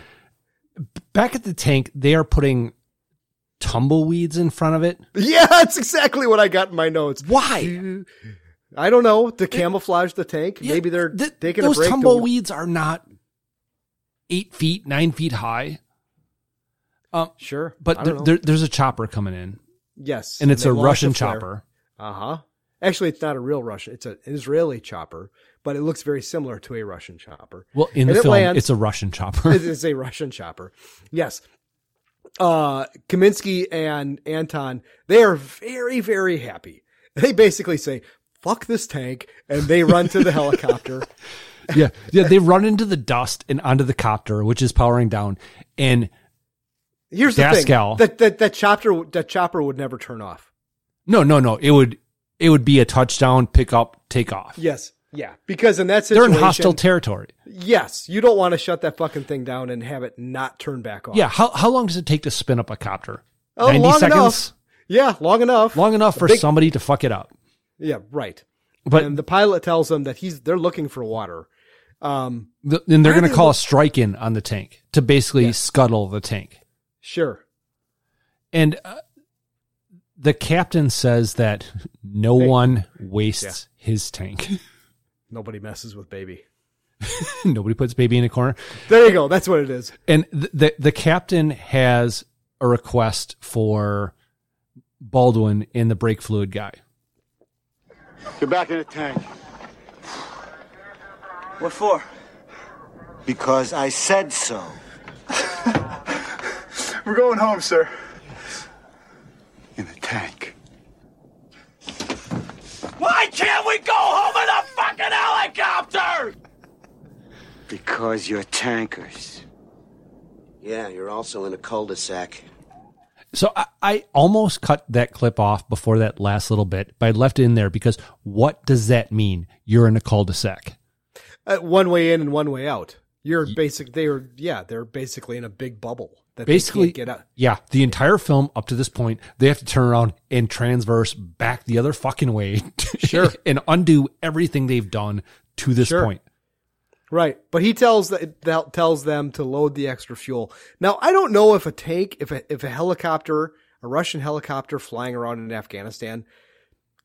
Speaker 2: back at the tank, they are putting tumbleweeds in front of it.
Speaker 3: Yeah, that's exactly what I got in my notes.
Speaker 2: Why?
Speaker 3: I don't know. To camouflage the tank. Maybe they're taking a
Speaker 2: Those
Speaker 3: break. to-
Speaker 2: tumbleweeds are not eight feet, nine feet high. Um,
Speaker 3: sure,
Speaker 2: but
Speaker 3: I
Speaker 2: there,
Speaker 3: don't know.
Speaker 2: there- there's a chopper coming in.
Speaker 3: Yes,
Speaker 2: and it's a Russian chopper.
Speaker 3: Uh huh. Actually, it's not a real Russian. It's an Israeli chopper, but it looks very similar to a Russian chopper.
Speaker 2: Well, in the
Speaker 3: And it
Speaker 2: film,
Speaker 3: lands-
Speaker 2: it's a Russian chopper.
Speaker 3: it is a Russian chopper. Yes. Uh, Kaminsky and Anton, they are very, very happy. They basically say, fuck this tank, and they run to the helicopter.
Speaker 2: yeah, yeah. They run into the dust and onto the copter, which is powering down, and
Speaker 3: Here's
Speaker 2: Daskal.
Speaker 3: the thing. That, that, that chopper, that chopper would never turn off.
Speaker 2: no, no, no. It would, it would be a touchdown, pick up, take off.
Speaker 3: Yes. Yeah. Because in that
Speaker 2: They're
Speaker 3: situation.
Speaker 2: in hostile territory.
Speaker 3: Yes. You don't want to shut that fucking thing down and have it not turn back on.
Speaker 2: Yeah. How how long does it take to spin up a copter?
Speaker 3: Oh, long enough. Yeah. Long enough.
Speaker 2: Long enough for
Speaker 3: Big-
Speaker 2: somebody to fuck it up.
Speaker 3: Yeah. Right.
Speaker 2: But-
Speaker 3: and the pilot tells them that he's, they're looking for water. Um,
Speaker 2: Th- Then they're
Speaker 3: Why are
Speaker 2: going to
Speaker 3: they
Speaker 2: call
Speaker 3: look-
Speaker 2: a strike in on the tank to basically scuttle the tank.
Speaker 3: sure.
Speaker 2: And uh, the captain says that no
Speaker 3: Hey.
Speaker 2: one wastes his tank.
Speaker 3: Nobody messes with baby.
Speaker 2: Nobody puts baby in a corner.
Speaker 3: There you go. That's what it is.
Speaker 2: And the, the the captain has a request for Baldwin and the brake fluid guy.
Speaker 12: Get back in the tank.
Speaker 6: What for?
Speaker 8: Because I said so.
Speaker 6: We're going home, sir.
Speaker 8: In the tank.
Speaker 10: Why can't we go home in a fucking helicopter?
Speaker 8: Because you're tankers.
Speaker 14: Yeah, you're also in a cul-de-sac.
Speaker 2: So I, I almost cut that clip off before that last little bit, but I left it in there because what does that mean? You're in a cul-de-sac.
Speaker 3: Uh, one way in and one way out. You're basic. They are. Yeah, they're basically in a big bubble that
Speaker 2: Basically,
Speaker 3: they can't get out.
Speaker 2: yeah, the entire film up to this point, they have to turn around and transverse back the other fucking way, sure, and undo everything they've done to this point.
Speaker 3: Right, but he tells th- th- tells them to load the extra fuel. Now I don't know if a tank, if a if a helicopter, a Russian helicopter flying around in Afghanistan,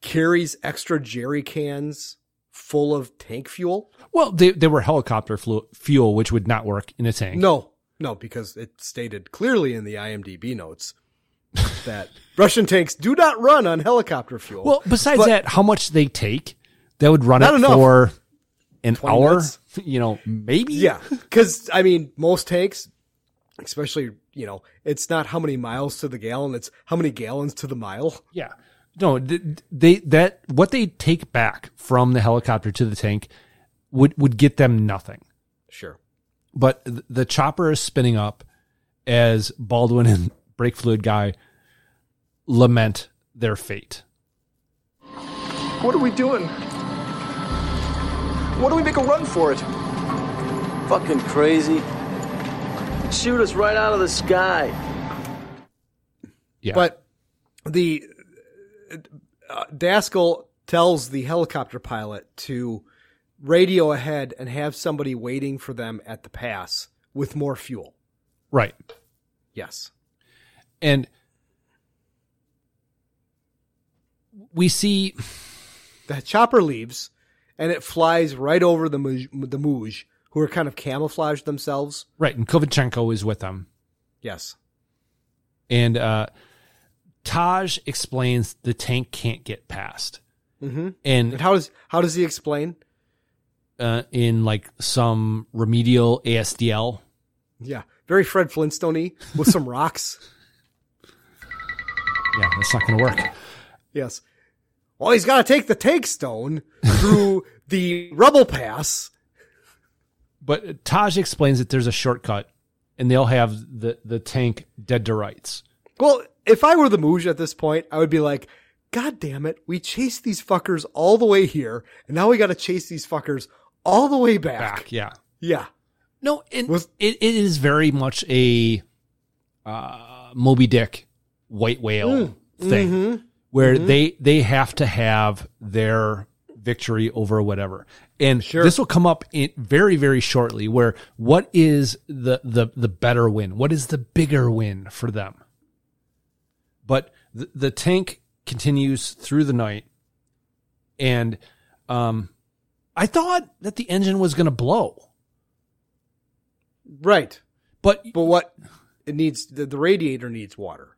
Speaker 3: carries extra jerry cans full of tank fuel.
Speaker 2: Well, they they were helicopter flu- fuel, which would not work in a tank.
Speaker 3: No, no, because it's stated clearly in the IMDb notes that Russian tanks do not run on helicopter fuel.
Speaker 2: Well, besides
Speaker 3: But-
Speaker 2: that, how much they take, that would run
Speaker 3: Not
Speaker 2: it
Speaker 3: enough.
Speaker 2: for an
Speaker 3: 20
Speaker 2: hour.
Speaker 3: minutes?
Speaker 2: You know, maybe.
Speaker 3: Yeah, because I mean, most tanks, especially you know, it's not how many miles to the gallon; it's how many gallons to the mile.
Speaker 2: Yeah. No, th- they that what they take back from the helicopter to the tank would would get them nothing.
Speaker 3: Sure.
Speaker 2: But th- the chopper is spinning up as Baldwin and brake fluid guy lament their fate.
Speaker 20: What are we doing? What do we make a run for it?
Speaker 21: Fucking crazy. Shoot us right out of the sky.
Speaker 2: Yeah.
Speaker 3: But the uh, Daskal tells the helicopter pilot to radio ahead and have somebody waiting for them at the pass with more fuel.
Speaker 2: Right.
Speaker 3: Yes.
Speaker 2: And we see
Speaker 3: the chopper leaves and it flies right over the Muj, the Muj who are kind of camouflaged themselves.
Speaker 2: Right, and Kovachenko is with them.
Speaker 3: Yes.
Speaker 2: And uh, Taj explains the tank can't get past.
Speaker 3: Mm-hmm.
Speaker 2: And,
Speaker 3: how does how does he explain?
Speaker 2: Uh, in like some remedial ASDL.
Speaker 3: Yeah. Very Fred Flintstone with some rocks.
Speaker 2: Yeah, that's not going to work.
Speaker 3: Yes. Well, he's got to take the take stone through the rubble pass.
Speaker 2: But Taj explains that there's a shortcut, and they'll have the the tank dead to rights.
Speaker 3: Well, if I were the Muj at this point, I would be like, God damn it, we chased these fuckers all the way here, and now we got to chase these fuckers all the way back.
Speaker 2: Back, yeah.
Speaker 3: Yeah.
Speaker 2: No, and it, it is very much a uh, Moby Dick white whale
Speaker 3: Mm,
Speaker 2: thing
Speaker 3: mhm,
Speaker 2: where
Speaker 3: mhm.
Speaker 2: they they have to have their victory over whatever. And this will come up in very, very shortly where what is the, the, the better win? What is the bigger win for them? But the, the tank continues through the night. And, um, I thought that the engine was going to blow.
Speaker 3: Right.
Speaker 2: But,
Speaker 3: but what it needs, the, the radiator needs water.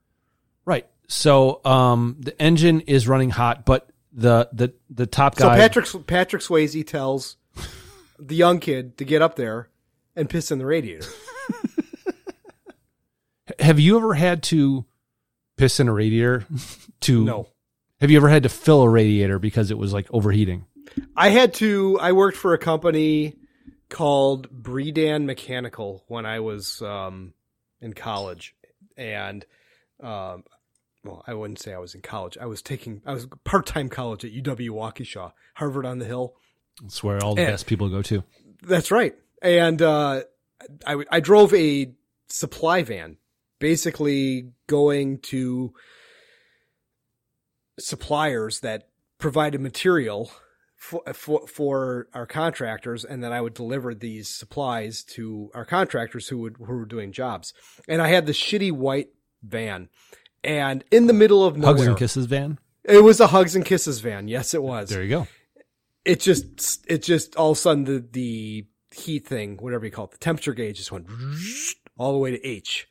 Speaker 2: Right. So, um, the engine is running hot, but the, the, the top guy.
Speaker 3: So Patrick Patrick Swayze tells the young kid to get up there and piss in the radiator.
Speaker 2: Have you ever had to piss in a radiator? To
Speaker 3: No.
Speaker 2: Have you ever had to fill a radiator because it was like overheating?
Speaker 3: I had to. I worked for a company called Bredan Mechanical when I was um, in college, and um, well, I wouldn't say I was in college. I was taking. I was part time college at UW Waukesha, Harvard on the Hill.
Speaker 2: That's where all the
Speaker 3: Eh.
Speaker 2: best people go to.
Speaker 3: That's right. And uh, I I drove a supply van, basically going to suppliers that provided material for, for for our contractors, and then I would deliver these supplies to our contractors who would who were doing jobs. And I had the shitty white van, and in the middle of nowhere,
Speaker 2: Hugs and kisses van.
Speaker 3: it was a hugs and kisses van. Yes, it was.
Speaker 2: There you go.
Speaker 3: It just, it just all of a sudden the, the heat thing, whatever you call it, the temperature gauge just went all the way to H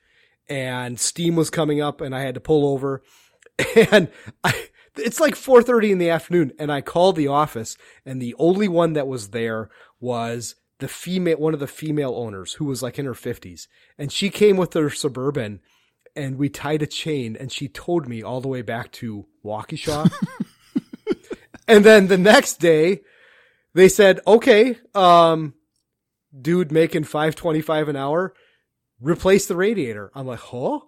Speaker 3: and steam was coming up and I had to pull over and I, it's like 4.30 in the afternoon and I called the office and the only one that was there was the female, one of the female owners who was like in her fifties and she came with her suburban and we tied a chain and she towed me all the way back to Waukesha. and then the next day they said, okay, um, dude making 525 an hour, replace the radiator. I'm like, huh?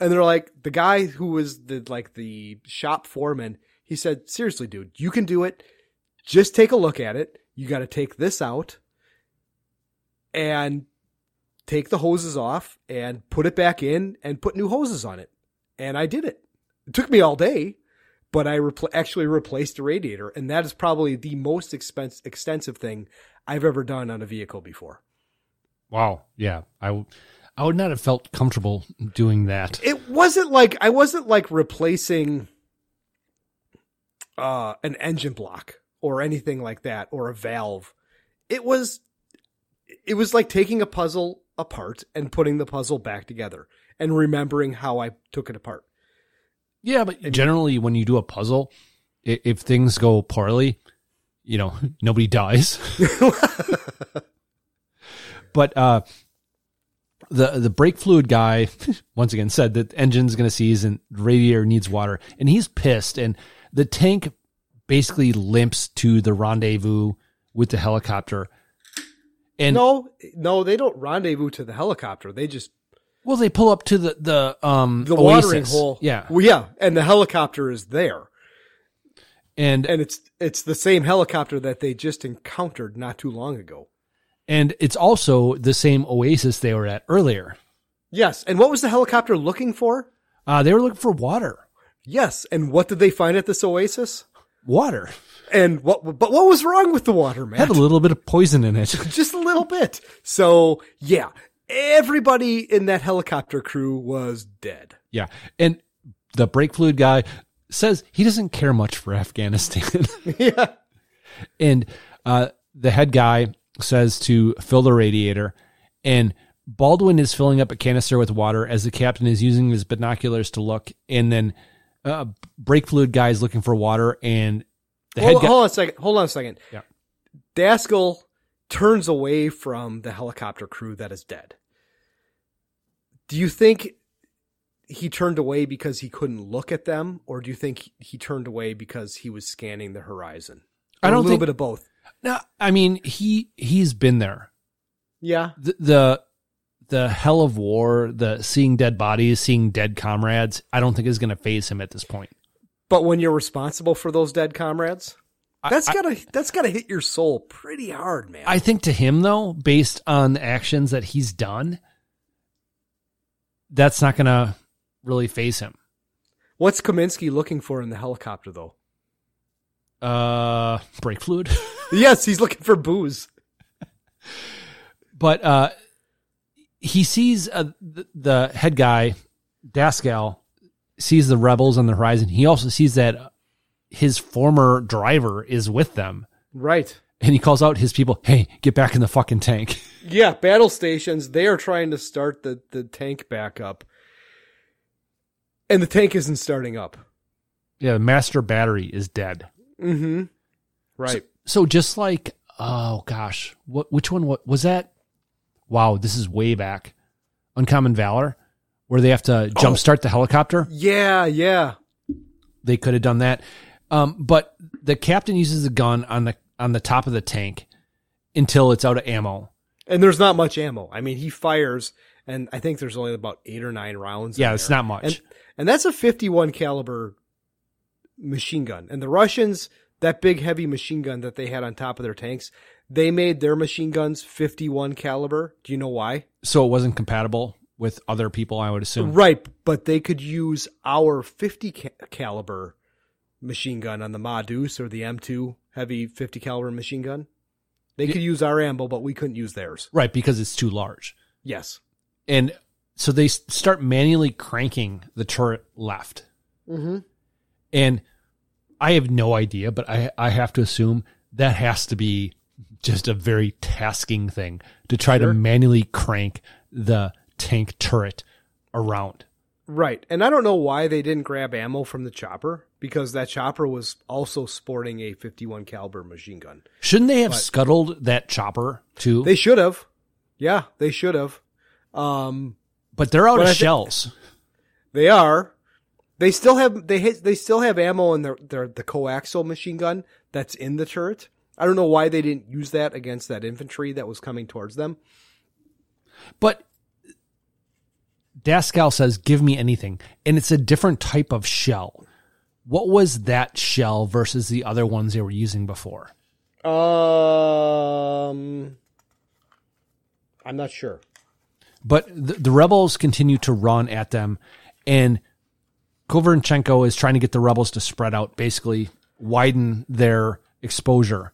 Speaker 3: And they're like, the guy who was the, like the shop foreman, he said, seriously, dude, you can do it. Just take a look at it. You got to take this out and take the hoses off and put it back in and put new hoses on it. And I did it. It took me all day, but I repl- actually replaced the radiator. And that is probably the most expense- extensive thing I've ever done on a vehicle before.
Speaker 2: Wow. Yeah. I, w- I would not have felt comfortable doing that.
Speaker 3: It wasn't like, I wasn't like replacing uh, an engine block or anything like that or a valve. It was, it was like taking a puzzle apart and putting the puzzle back together and remembering how I took it apart.
Speaker 2: Yeah, but generally, when you do a puzzle, i- if things go poorly, you know nobody dies. but uh, the the brake fluid guy once again said that the engine's going to seize and radiator needs water, and he's pissed. And the tank basically limps to the rendezvous with the helicopter. And
Speaker 3: no, no, they don't rendezvous to the helicopter. They just
Speaker 2: well, they pull up to the the um
Speaker 3: the watering
Speaker 2: oasis.
Speaker 3: hole.
Speaker 2: Yeah,
Speaker 3: well, yeah, and the helicopter is there,
Speaker 2: and
Speaker 3: and it's it's the same helicopter that they just encountered not too long ago.
Speaker 2: and it's also the same oasis they were at earlier.
Speaker 3: Yes, and what was the helicopter looking for?
Speaker 2: Uh, they were looking for water.
Speaker 3: Yes, and what did they find at this oasis?
Speaker 2: Water.
Speaker 3: And what? But what was wrong with the water, man?
Speaker 2: Had a little bit of poison in it.
Speaker 3: just a little bit. So yeah, everybody in that helicopter crew was dead.
Speaker 2: yeah. And the brake fluid guy says he doesn't care much for Afghanistan.
Speaker 3: yeah.
Speaker 2: And uh, the head guy says to fill the radiator. And Baldwin is filling up a canister with water as the captain is using his binoculars to look. And then uh, brake fluid guy is looking for water. And the
Speaker 3: hold,
Speaker 2: head guy.
Speaker 3: hold on a second. Hold on a second.
Speaker 2: Yeah.
Speaker 3: Daskell turns away from the helicopter crew that is dead. Do you think he turned away because he couldn't look at them, or do you think he- he turned away because he was scanning the horizon?
Speaker 2: I
Speaker 3: a
Speaker 2: don't
Speaker 3: little
Speaker 2: think-
Speaker 3: bit of both.
Speaker 2: No, I mean, he, he's been there.
Speaker 3: Yeah.
Speaker 2: the the the hell of war, the seeing dead bodies, seeing dead comrades, I don't think is going to phase him at this point.
Speaker 3: But when you're responsible for those dead comrades,
Speaker 2: I-
Speaker 3: that's
Speaker 2: I-
Speaker 3: gotta that's gotta hit your soul pretty hard, man.
Speaker 2: I think to him though, based on the actions that he's done, that's not going to really phase him.
Speaker 3: What's Kaminsky looking for in the helicopter, though?
Speaker 2: Uh, brake fluid.
Speaker 3: yes, he's looking for booze.
Speaker 2: But uh, he sees uh, the, the head guy, Daskal, sees the rebels on the horizon. He also sees that his former driver is with them.
Speaker 3: Right.
Speaker 2: And he calls out his people, hey, get back in the fucking tank.
Speaker 3: Yeah, battle stations, they are trying to start the, the tank back up. And the tank isn't starting up.
Speaker 2: Yeah, the master battery is dead.
Speaker 3: Mm-hmm. Right.
Speaker 2: So, so just like, oh gosh, what which one what, was that? Wow, this is way back. Uncommon Valor, where they have to jumpstart the helicopter.
Speaker 3: Yeah, yeah.
Speaker 2: They could have done that. Um, but the captain uses the gun on the on the top of the tank until it's out of ammo.
Speaker 3: And there's not much ammo. I mean, he fires, and I think there's only about eight or nine rounds. in
Speaker 2: Yeah, it's
Speaker 3: there.
Speaker 2: not much.
Speaker 3: And, and that's a 51 caliber machine gun. And the Russians, that big heavy machine gun that they had on top of their tanks, they made their machine guns 51 caliber. Do you know why?
Speaker 2: So it wasn't compatible with other people, I would assume.
Speaker 3: Right, but they could use our 50 ca- caliber machine gun on the Madus or the M2 heavy 50 caliber machine gun. They could use our ammo, but we couldn't use theirs.
Speaker 2: Right, because it's too large.
Speaker 3: Yes.
Speaker 2: And so they s- start manually cranking the turret left.
Speaker 3: Mm-hmm.
Speaker 2: And I have no idea, but I, I have to assume that has to be just a very tasking thing to try to
Speaker 3: Sure.
Speaker 2: manually crank the tank turret around.
Speaker 3: Right. And I don't know why they didn't grab ammo from the chopper because that chopper was also sporting a 51 caliber machine gun.
Speaker 2: Shouldn't they have
Speaker 3: Right.
Speaker 2: scuttled that chopper too?
Speaker 3: They should have. Yeah, they should have. Um,
Speaker 2: but they're out
Speaker 3: but
Speaker 2: of
Speaker 3: I thi-
Speaker 2: shells.
Speaker 3: They are. They still have they hit, they still have ammo in their, their the coaxial machine gun that's in the turret. I don't know why they didn't use that against that infantry that was coming towards them.
Speaker 2: But Daskal says, "Give me anything," and it's a different type of shell. What was that shell versus the other ones they were using before?
Speaker 3: Um, I'm not sure.
Speaker 2: But the, the rebels continue to run at them, and Koverchenko is trying to get the rebels to spread out, basically widen their exposure.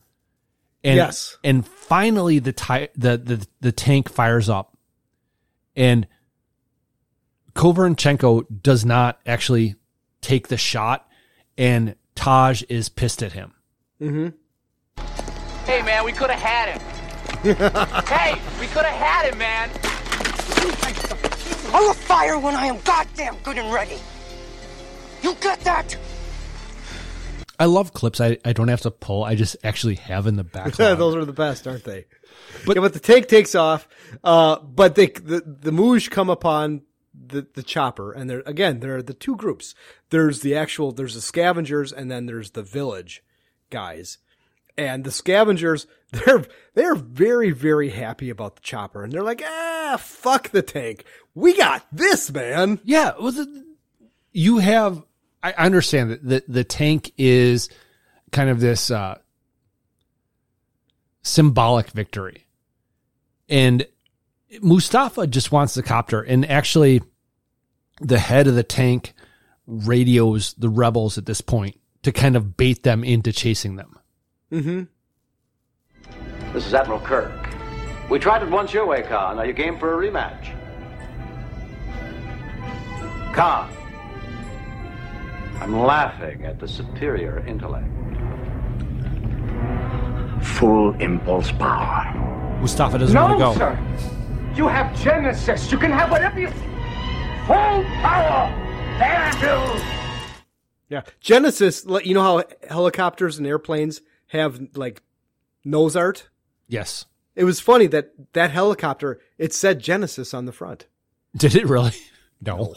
Speaker 2: And,
Speaker 3: Yes.
Speaker 2: And finally, the, ti- the the the tank fires up, and Koverchenko does not actually take the shot, and Taj is pissed at him.
Speaker 3: Mm-hmm.
Speaker 5: Hey, man, we could have had him. hey, we could have had him, man.
Speaker 4: I will fire when I am goddamn good and ready. You get that?
Speaker 2: I love clips I, I don't have to pull. I just actually have in the backlog.
Speaker 3: Those are the best, aren't they? But, yeah, but the tank takes off. Uh, but they, the the Moosh come upon the the chopper, and there again there are the two groups. There's the actual there's the scavengers, and then there's the village guys. And the scavengers, they're they're very very happy about the chopper, and they're like, ah, fuck the tank, we got this man.
Speaker 2: Yeah, well, the, you have I I understand that the, the tank is kind of this uh symbolic victory. And Mustafa just wants the copter and actually the head of the tank radios the rebels at this point to kind of bait them into chasing them.
Speaker 3: Mm-hmm.
Speaker 15: This is Admiral Kirk. We tried it once your way, Khan. Are you game for a rematch? Khan, I'm laughing at the superior intellect.
Speaker 17: Full impulse power.
Speaker 2: Mustafa doesn't
Speaker 17: No,
Speaker 2: want to go.
Speaker 17: sir.
Speaker 10: You have Genesis. You can have whatever you. Full power. There you.
Speaker 3: Yeah. Genesis, like, you know how helicopters and airplanes have like nose art?
Speaker 2: Yes.
Speaker 3: It was funny that that helicopter, it said Genesis on the front.
Speaker 2: Did it really? No.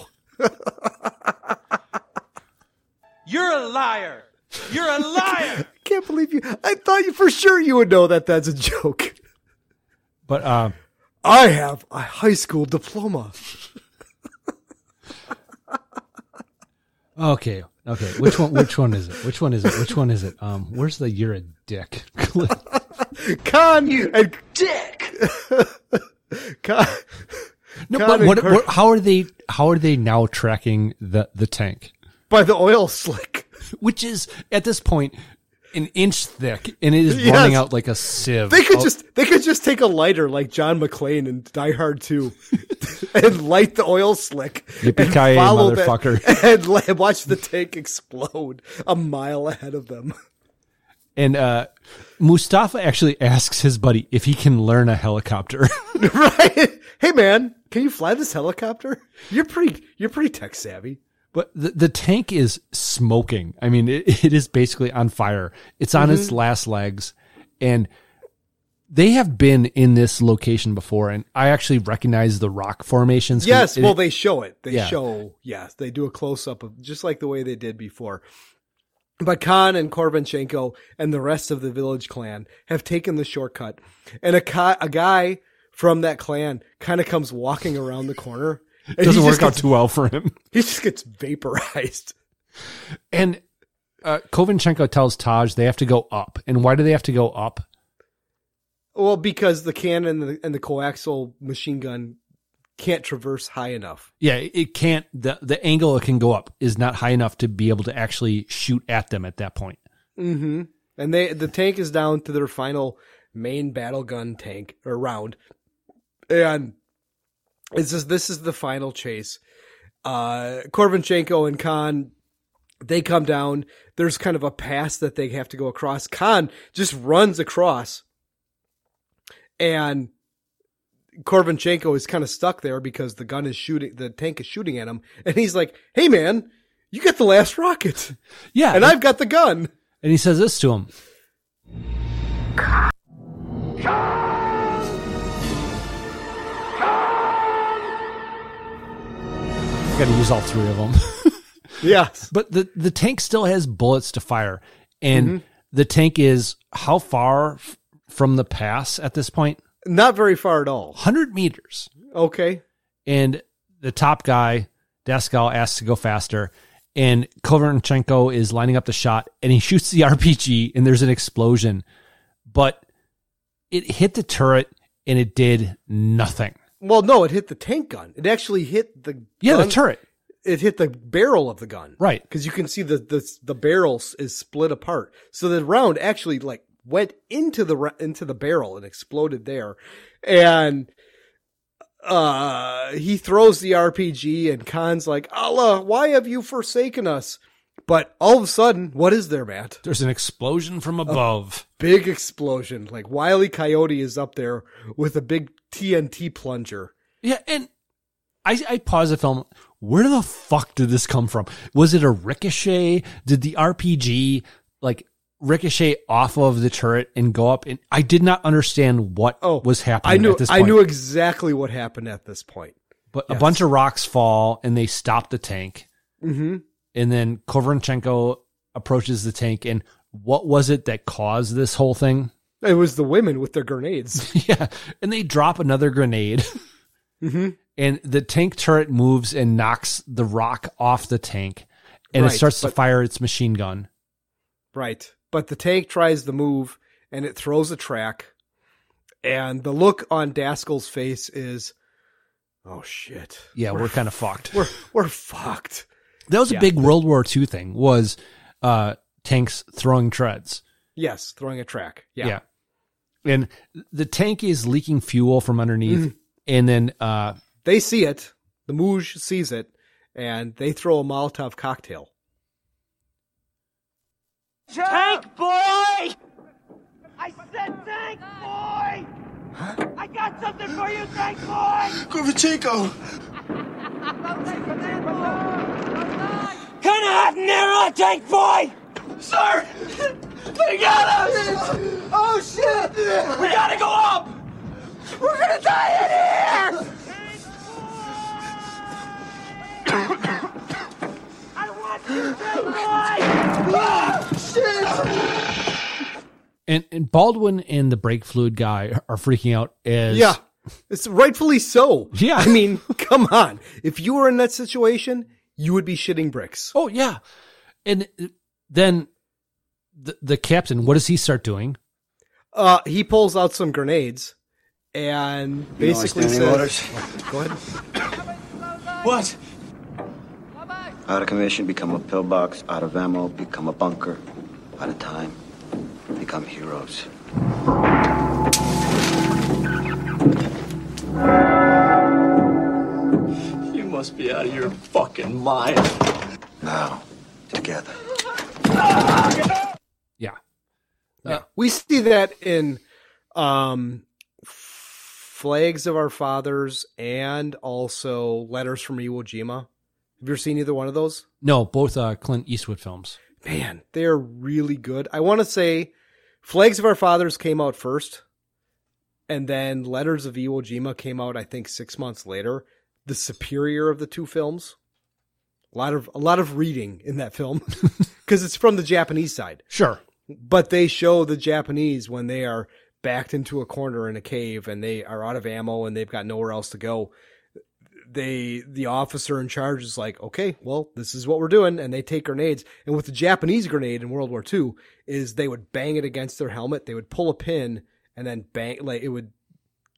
Speaker 5: You're a liar. You're a liar.
Speaker 3: Can't believe you. I thought you for sure you would know that that's a joke.
Speaker 2: But um
Speaker 3: I have a high school diploma.
Speaker 2: Okay. Okay. Which one which one is it? Which one is it? Which one is it? Um where's the you're a dick?
Speaker 3: Con you and dick. Con,
Speaker 2: No,
Speaker 3: Con
Speaker 2: but
Speaker 3: and
Speaker 2: what,
Speaker 3: Kirk
Speaker 2: what, how are they? How are they now tracking the the tank
Speaker 3: by the oil slick?
Speaker 2: Which is at this point an inch thick, and it is
Speaker 3: Yes.
Speaker 2: running out like a sieve.
Speaker 3: They could
Speaker 2: Oh,
Speaker 3: just they could just take a lighter like John McClane in Die Hard 2 and light the oil slick. and
Speaker 2: Yippee-ki-yay,
Speaker 3: follow that-
Speaker 2: motherfucker.
Speaker 3: and li- watch the tank explode a mile ahead of them.
Speaker 2: And uh, Mustafa actually asks his buddy if he can learn a helicopter.
Speaker 3: Hey man, can you fly this helicopter? You're pretty you're pretty tech savvy.
Speaker 2: But the, the tank is smoking. I mean, it, it is basically on fire. It's on its
Speaker 3: Mhm.
Speaker 2: last legs. And they have been in this location before. And I actually recognize the rock formations. 'cause
Speaker 3: Yes,
Speaker 2: it-
Speaker 3: well they show it. They
Speaker 2: Yeah.
Speaker 3: show yes, they do a close up of just like the way they did before. But Khan and Korbanchenko and the rest of the village clan have taken the shortcut, and a ca- a guy from that clan kind of comes walking around the corner. And
Speaker 2: It doesn't
Speaker 3: he
Speaker 2: work
Speaker 3: just
Speaker 2: out
Speaker 3: gets-
Speaker 2: too well for him.
Speaker 3: He just gets vaporized.
Speaker 2: And uh, Kovinchenko tells Taj they have to go up. And why do they have to go up?
Speaker 3: Well, because the cannon and the, and the coaxial machine gun can't traverse high enough.
Speaker 2: Yeah, it can't. The, the angle it can go up is not high enough to be able to actually shoot at them at that point.
Speaker 3: Mm-hmm. And they the tank is down to their final main battle gun tank or round, and it's just this is the final chase. Uh, Korvinchenko and Khan, they come down. There's kind of a pass that they have to go across. Khan just runs across, and Korvinchenko is kind of stuck there because the gun is shooting, the tank is shooting at him, and he's like, "Hey man, you got the last rocket."
Speaker 2: Yeah.
Speaker 3: And I've got the gun.
Speaker 2: And he says this to him I got to use all three of them.
Speaker 3: yes.
Speaker 2: But the, the tank still has bullets to fire. And the tank is how far f- from the pass at this point?
Speaker 3: Not very far at all.
Speaker 2: 100 meters.
Speaker 3: Okay.
Speaker 2: And the top guy, Daskal, asks to go faster. And Koverchenko is lining up the shot and he shoots the RPG and there's an explosion. But it hit the turret and it did nothing.
Speaker 3: Well, no, it hit the tank gun. It actually hit the
Speaker 2: Yeah, the
Speaker 3: gun-
Speaker 2: turret.
Speaker 3: It hit the barrel of the gun,
Speaker 2: Right.
Speaker 3: Because you can see the the the barrel s- is split apart. So the round actually like went into the ra- into the barrel and exploded there, and uh he throws the RPG and Khan's like Allah, why have you forsaken us? But all of a sudden, what is there, Matt?
Speaker 2: There's an explosion from above.
Speaker 3: big explosion. Like Wiley Coyote is up there with a big TNT plunger.
Speaker 2: Yeah, and I, I paused the film. Where the fuck did this come from? Was it a ricochet? Did the RPG like ricochet off of the turret and go up? And I did not understand what was happening
Speaker 3: Oh, I knew
Speaker 2: at this
Speaker 3: I
Speaker 2: point.
Speaker 3: knew exactly what happened at this point.
Speaker 2: but a
Speaker 3: Yes.
Speaker 2: bunch of rocks fall and they stop the tank.
Speaker 3: Mm-hmm.
Speaker 2: And then Kovrchenko approaches the tank. And what was it that caused this whole thing?
Speaker 3: It was the women with their grenades.
Speaker 2: yeah. And they drop another grenade.
Speaker 3: mm-hmm.
Speaker 2: and the tank turret moves and knocks the rock off the tank and
Speaker 3: Right,
Speaker 2: it starts to
Speaker 3: but-
Speaker 2: fire its machine gun
Speaker 3: Right. But the tank tries to move and it throws a track. And the look on Daskell's face is, oh shit.
Speaker 2: yeah we're, kind of fucked
Speaker 3: We're we're fucked.
Speaker 2: that was
Speaker 3: Yeah.
Speaker 2: a big world war ii thing was uh tanks throwing treads
Speaker 3: Yes, throwing a track. Yeah.
Speaker 2: yeah, and the tank is leaking fuel from underneath
Speaker 3: Mm-hmm.
Speaker 2: and then uh
Speaker 3: They see it. The Mooj sees it, and they throw a Molotov cocktail.
Speaker 10: Tank boy! I said tank boy! I got something for you, tank boy!
Speaker 14: Grovachenko!
Speaker 10: Can I have Nero, tank boy? Sir! They got us! Oh shit! We gotta go up! We're gonna die in here! I want you, tank boy! shit!
Speaker 2: and, and baldwin and the brake fluid guy are freaking out as
Speaker 3: Yeah. It's rightfully so.
Speaker 2: Yeah.
Speaker 3: I mean, come on. If you were in that situation, you would be shitting bricks.
Speaker 2: oh yeah and then the, the captain what does he start doing
Speaker 3: Uh, he pulls out some grenades and
Speaker 10: You know I
Speaker 3: basically
Speaker 10: stand
Speaker 3: says,
Speaker 10: any
Speaker 3: Go ahead.
Speaker 10: What?
Speaker 8: Out of commission, become a pillbox. Out of ammo, become a bunker. Out of time,
Speaker 22: become heroes.
Speaker 10: You must be out of your fucking mind.
Speaker 22: Now, together.
Speaker 2: Yeah.
Speaker 3: Yeah. Uh, we see that in um, Flags of Our Fathers and also Letters from Iwo Jima. Have you ever seen either one of those?
Speaker 2: No, both uh, Clint Eastwood films.
Speaker 3: Man, they're really good. I want to say Flags of Our Fathers came out first, and then Letters of Iwo Jima came out, I think, six months later. The superior of the two films. A lot of a lot of reading in that film because it's from the Japanese side.
Speaker 2: Sure.
Speaker 3: But they show the Japanese when they are backed into a corner in a cave and they are out of ammo and they've got nowhere else to go. They the officer in charge is like, okay, well, this is what we're doing, and they take grenades. And with the Japanese grenade in World War II, is they would bang it against their helmet, they would pull a pin, and then bang like it would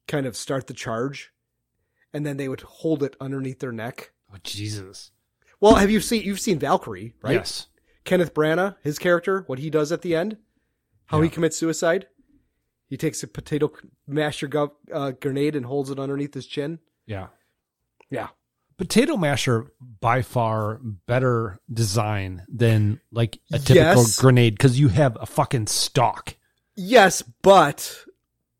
Speaker 3: kind of start the charge, and then they would hold it underneath their neck.
Speaker 2: Oh Jesus!
Speaker 3: Well, have you seen you've seen Valkyrie, right?
Speaker 2: Yes.
Speaker 3: Kenneth Branagh, his character, what he does at the end, how he commits suicide. He takes a potato masher gov- uh, grenade and holds it underneath his chin.
Speaker 2: Yeah.
Speaker 3: Yeah.
Speaker 2: Potato masher by far better design than like a typical
Speaker 3: Yes.
Speaker 2: grenade because you have a fucking stock.
Speaker 3: Yes, but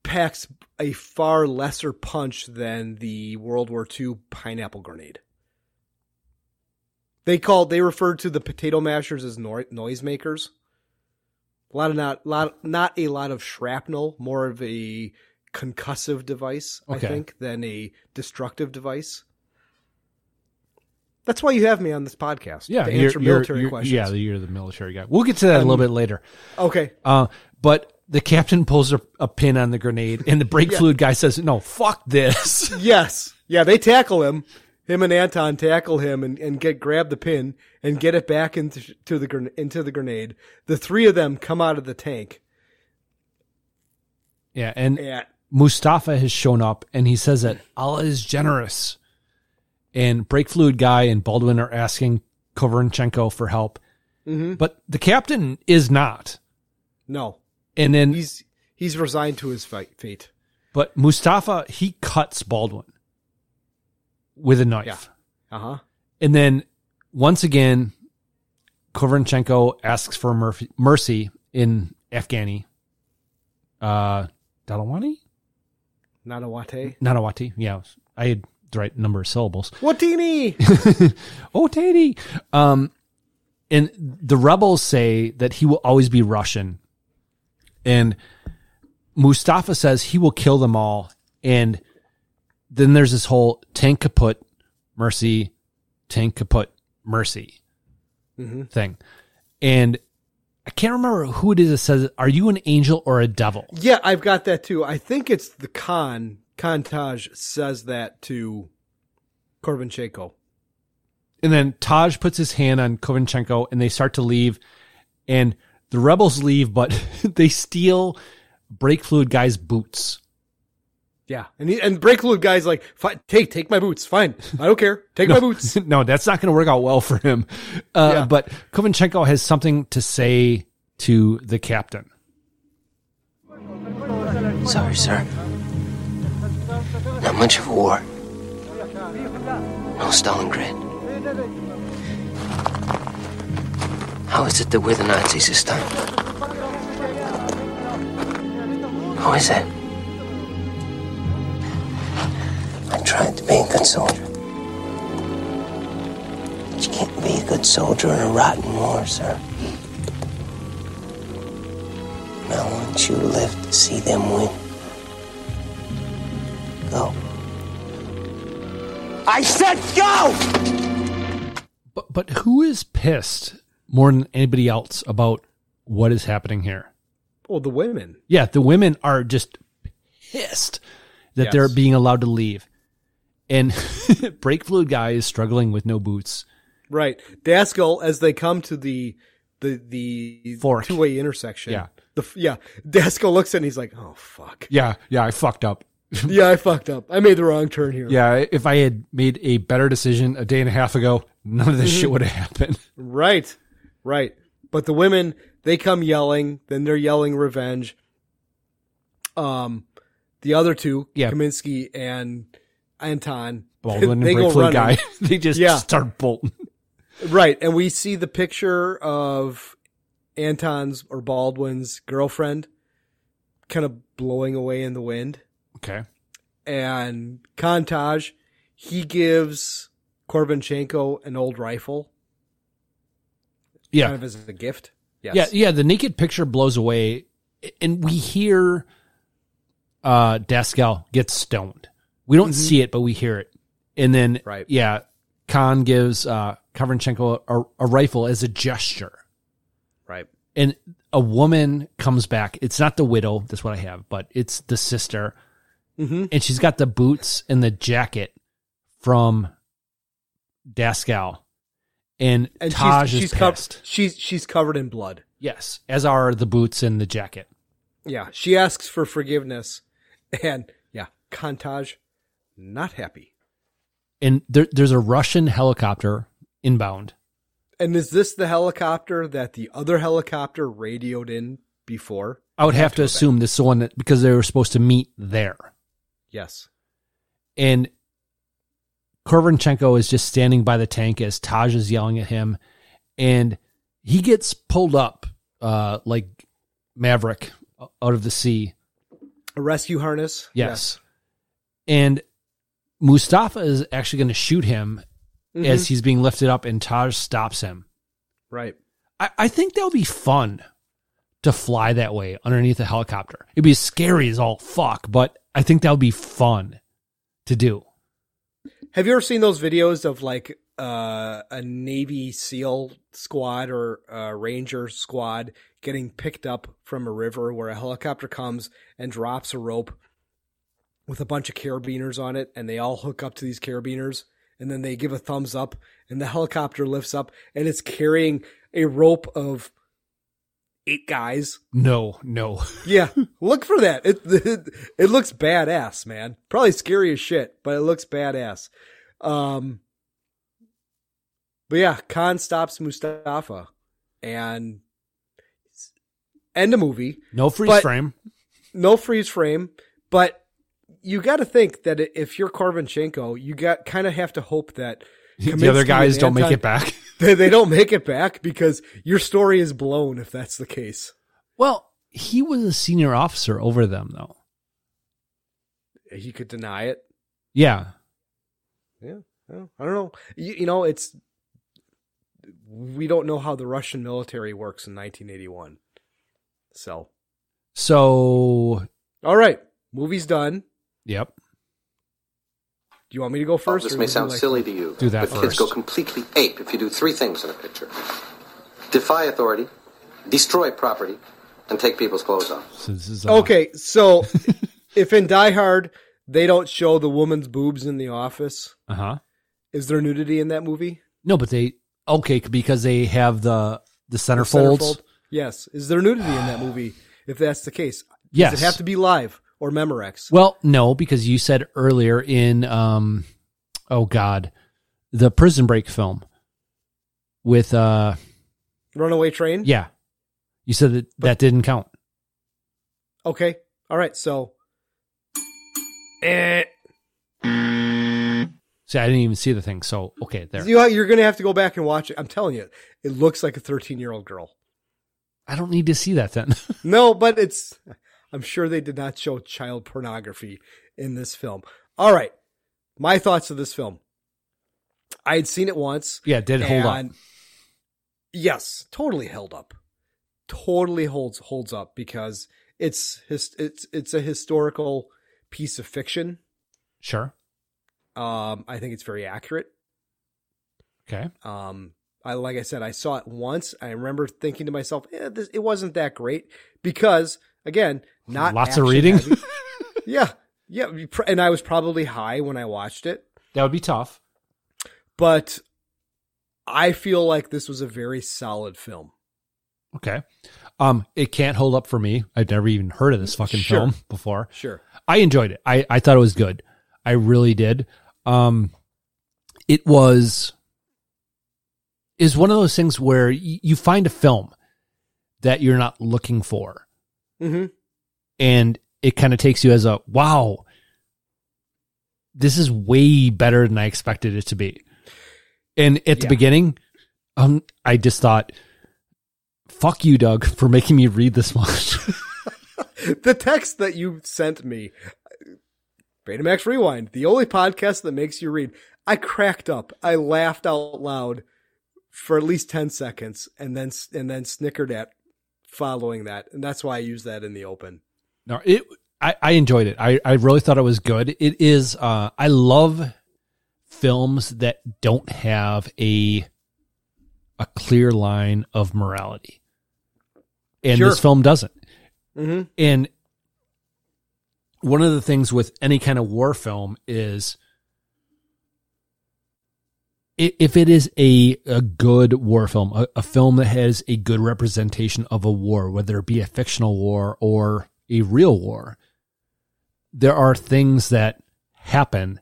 Speaker 3: packs a far lesser punch than the World War II pineapple grenade. They called they referred to the potato mashers as noi- noisemakers. A lot of not lot not a lot of shrapnel, more of a concussive device,
Speaker 2: Okay.
Speaker 3: I think, than a destructive device. That's why you have me on this podcast.
Speaker 2: Yeah,
Speaker 3: to
Speaker 2: you're-
Speaker 3: answer
Speaker 2: you're-
Speaker 3: military
Speaker 2: you're-
Speaker 3: questions.
Speaker 2: Yeah, you're the military guy. We'll get to that a little
Speaker 3: Um,
Speaker 2: bit later.
Speaker 3: Okay.
Speaker 2: Uh, but the captain pulls a, a pin on the grenade, and the brake
Speaker 3: Yeah.
Speaker 2: fluid guy says, "No, fuck this."
Speaker 3: yes. Yeah, they tackle him. Him and Anton tackle him and, and get grab the pin and get it back into to the gren- into the grenade. The three of them come out of the tank.
Speaker 2: Yeah, and
Speaker 3: Yeah.
Speaker 2: Mustafa has shown up, and he says that Allah is generous. And brake fluid guy and Baldwin are asking Koverchenko for help,
Speaker 3: Mhm.
Speaker 2: but the captain is not.
Speaker 3: No,
Speaker 2: And then,
Speaker 3: he's he's resigned to his fight, fate.
Speaker 2: but Mustafa he cuts Baldwin with a knife.
Speaker 3: Yeah. Uh huh.
Speaker 2: And then once again, Koverchenko asks for Murphy, mercy in Afghani. Uh, Dalawani?
Speaker 3: Not a wate.
Speaker 2: Nanawati. Yeah. I had the right number of syllables.
Speaker 3: Watini.
Speaker 2: Oh, Tatey. Um, and the rebels say that he will always be Russian. And Mustafa says he will kill them all. And then there's this whole tank kaput, mercy, tank kaput, mercy
Speaker 3: Mhm.
Speaker 2: thing. And I can't remember who it is that says, Are you an angel or a devil?
Speaker 3: Yeah, I've got that too. I think it's the Khan Khan Taj says that to Korvinchenko.
Speaker 2: And then Taj puts his hand on Kovinchenko and they start to leave. And the rebels leave, but they steal brake fluid guy's boots.
Speaker 3: Yeah, and he, and brake fluid guy's like, Fine, take take my boots, fine, I don't care, take my boots.
Speaker 2: no, that's not going to work out well for him. Uh,
Speaker 3: Yeah.
Speaker 2: But Kovinchenko has something to say to the captain.
Speaker 22: Sorry, sir. Not much of a war. No Stalingrad. How is it that we're the Nazis this time? How is that? I'm trying to be a good soldier. But you can't be a good soldier in a rotten war, sir. And I want you to live to see them win. Go.
Speaker 10: I said go!
Speaker 2: But, but who is pissed more than anybody else about what is happening here?
Speaker 3: Well, the women.
Speaker 2: Yeah, the women are just pissed that
Speaker 3: Yes.
Speaker 2: they're being allowed to leave. And brake fluid guy is struggling with no boots.
Speaker 3: Right. Daskell, as they come to the the the
Speaker 2: Fork.
Speaker 3: two way intersection.
Speaker 2: Yeah.
Speaker 3: The f- yeah. Daskell looks at it and he's like, "Oh fuck.
Speaker 2: Yeah, yeah, I fucked up.
Speaker 3: Yeah, I fucked up. I made the wrong turn here."
Speaker 2: Yeah, if I had made a better decision a
Speaker 3: Mm-hmm.
Speaker 2: day and a half ago, none of this shit would have happened.
Speaker 3: Right. Right. But the women They come yelling, then they're yelling revenge. Um, the other two,
Speaker 2: Yeah.
Speaker 3: Kaminsky and Anton,
Speaker 2: Baldwin
Speaker 3: they
Speaker 2: and
Speaker 3: go
Speaker 2: Brinkley
Speaker 3: running.
Speaker 2: guy. they just
Speaker 3: Yeah.
Speaker 2: start bolting.
Speaker 3: Right, and we see the picture of Anton's or Baldwin's girlfriend kind of blowing away in the wind.
Speaker 2: Okay.
Speaker 3: And Contage, he gives Korbanchenko an old rifle.
Speaker 2: Yeah.
Speaker 3: Kind of as a gift. Yes.
Speaker 2: Yeah, yeah. The naked picture blows away, and we hear uh Daskell get stoned. We don't
Speaker 3: Mhm.
Speaker 2: see it, but we hear it. And then,
Speaker 3: Right.
Speaker 2: yeah, Khan gives uh Kavanchenko a, a rifle as a gesture.
Speaker 3: Right.
Speaker 2: And a woman comes back. It's not the widow. That's what I have, but it's the sister.
Speaker 3: Mhm.
Speaker 2: And she's got the boots and the jacket from Daskal. And,
Speaker 3: And
Speaker 2: Taj
Speaker 3: she's
Speaker 2: is
Speaker 3: she's,
Speaker 2: pissed,
Speaker 3: cov- she's she's covered in blood.
Speaker 2: Yes. as are the boots and the jacket.
Speaker 3: Yeah. She asks for forgiveness. And yeah, Contage not happy.
Speaker 2: and there, there's a Russian helicopter inbound.
Speaker 3: And is this the helicopter that the other helicopter radioed in before?
Speaker 2: I would have to assume this is the one that because they were supposed to meet there,
Speaker 3: Yes.
Speaker 2: and Korvanchenko is just standing by the tank as Taj is yelling at him, and he gets pulled up uh, like Maverick out of the sea.
Speaker 3: A rescue harness?
Speaker 2: Yes. And Mustafa is actually going to shoot him
Speaker 3: Mhm.
Speaker 2: as he's being lifted up, and Taj stops him.
Speaker 3: Right.
Speaker 2: I, I think that would be fun to fly that way underneath a helicopter. It'd be scary as all fuck, but I think that would be fun to do.
Speaker 3: Have you ever seen those videos of like uh, a Navy SEAL squad or a Ranger squad getting picked up from a river where a helicopter comes and drops a rope with a bunch of carabiners on it and they all hook up to these carabiners and then they give a thumbs up and the helicopter lifts up and it's carrying a rope of eight guys
Speaker 2: No, no.
Speaker 3: yeah, look for that. It, it it looks badass, man. Probably scary as shit, but it looks badass. Um, but yeah, Khan stops Mustafa, and end the movie.
Speaker 2: No freeze
Speaker 3: But-
Speaker 2: frame.
Speaker 3: No freeze frame, but you got to think that if you're Korvanchenko, you got kind of have to hope that
Speaker 2: The other
Speaker 3: Kaminsky
Speaker 2: guys
Speaker 3: and
Speaker 2: don't make
Speaker 3: Anton-
Speaker 2: it back.
Speaker 3: They, they don't make it back because your story is blown if that's the case.
Speaker 2: Well, he was a senior officer over them, though.
Speaker 3: He could deny it.
Speaker 2: Yeah.
Speaker 3: Yeah, well, I don't know. You, you know, it's we don't know how the Russian military works in 1981. So,
Speaker 2: So,
Speaker 3: all right, movie's done.
Speaker 2: yep.
Speaker 3: Do you want me to go first?
Speaker 7: Oh, this
Speaker 3: or
Speaker 7: may
Speaker 3: would you
Speaker 7: sound
Speaker 3: like-
Speaker 7: silly to you,
Speaker 2: Do that
Speaker 7: but
Speaker 2: first.
Speaker 7: kids go completely ape if you do three things in a picture: defy authority, destroy property, and take people's clothes off.
Speaker 2: So this is uh,
Speaker 3: Okay, so if in Die Hard they don't show the woman's boobs in the office,
Speaker 2: Uh huh.
Speaker 3: is there nudity in that movie?
Speaker 2: No, but they okay because they have the the centerfolds.
Speaker 3: Centerfold? Yes. Is there nudity in that movie? If that's the case,
Speaker 2: Yes.
Speaker 3: Does it have to be live or Memorex?
Speaker 2: Well, no, because you said earlier in um oh god, the prison break film with uh
Speaker 3: Runaway Train.
Speaker 2: yeah. You said that that didn't count.
Speaker 3: Okay. All right. So. Eh.
Speaker 2: See, I didn't even see the thing. So, okay, there.
Speaker 3: You, you're going to have to go back and watch it. I'm telling you, it looks like a 13 year old girl.
Speaker 2: I don't need to see that then.
Speaker 3: No, but it's. I'm sure they did not show child pornography in this film. All right, my thoughts of this film. I had seen it once.
Speaker 2: Yeah, it did hold up.
Speaker 3: and- Yes, totally held up. Totally holds holds up because it's his, it's it's a historical piece of fiction.
Speaker 2: sure.
Speaker 3: Um, I think it's very accurate.
Speaker 2: Okay.
Speaker 3: Um, I like I said, I saw it once. I remember thinking to myself, eh, this, it wasn't that great because again, not
Speaker 2: Lots of
Speaker 3: action
Speaker 2: reading.
Speaker 3: heavy. yeah, yeah, you pr- and I was probably high when I watched it,
Speaker 2: that would be tough.
Speaker 3: but I feel like this was a very solid film.
Speaker 2: Okay. Um it can't hold up for me. I've never even heard of this fucking
Speaker 3: Sure.
Speaker 2: film before.
Speaker 3: Sure.
Speaker 2: I enjoyed it. I, I thought it was good. I really did. Um, it was is one of those things where y- you find a film that you're not looking for.
Speaker 3: Mm-hmm.
Speaker 2: And it kind of takes you as a wow, this is way better than I expected it to be. And at the
Speaker 3: Yeah.
Speaker 2: beginning, um, I just thought, fuck you, Doug, for making me read this much.
Speaker 3: the text that you sent me, Betamax Rewind, the only podcast that makes you read. I cracked up. I laughed out loud for at least ten seconds, and then and then snickered at following that, and that's why I used that in the open.
Speaker 2: No, it. I, I enjoyed it. I, I really thought it was good. It is. Uh, I love films that don't have a a clear line of morality, and
Speaker 3: Sure.
Speaker 2: this film doesn't.
Speaker 3: Mm-hmm.
Speaker 2: And one of the things with any kind of war film is i- if it is a, a good war film, a, a film that has a good representation of a war, whether it be a fictional war or a real war, there are things that happen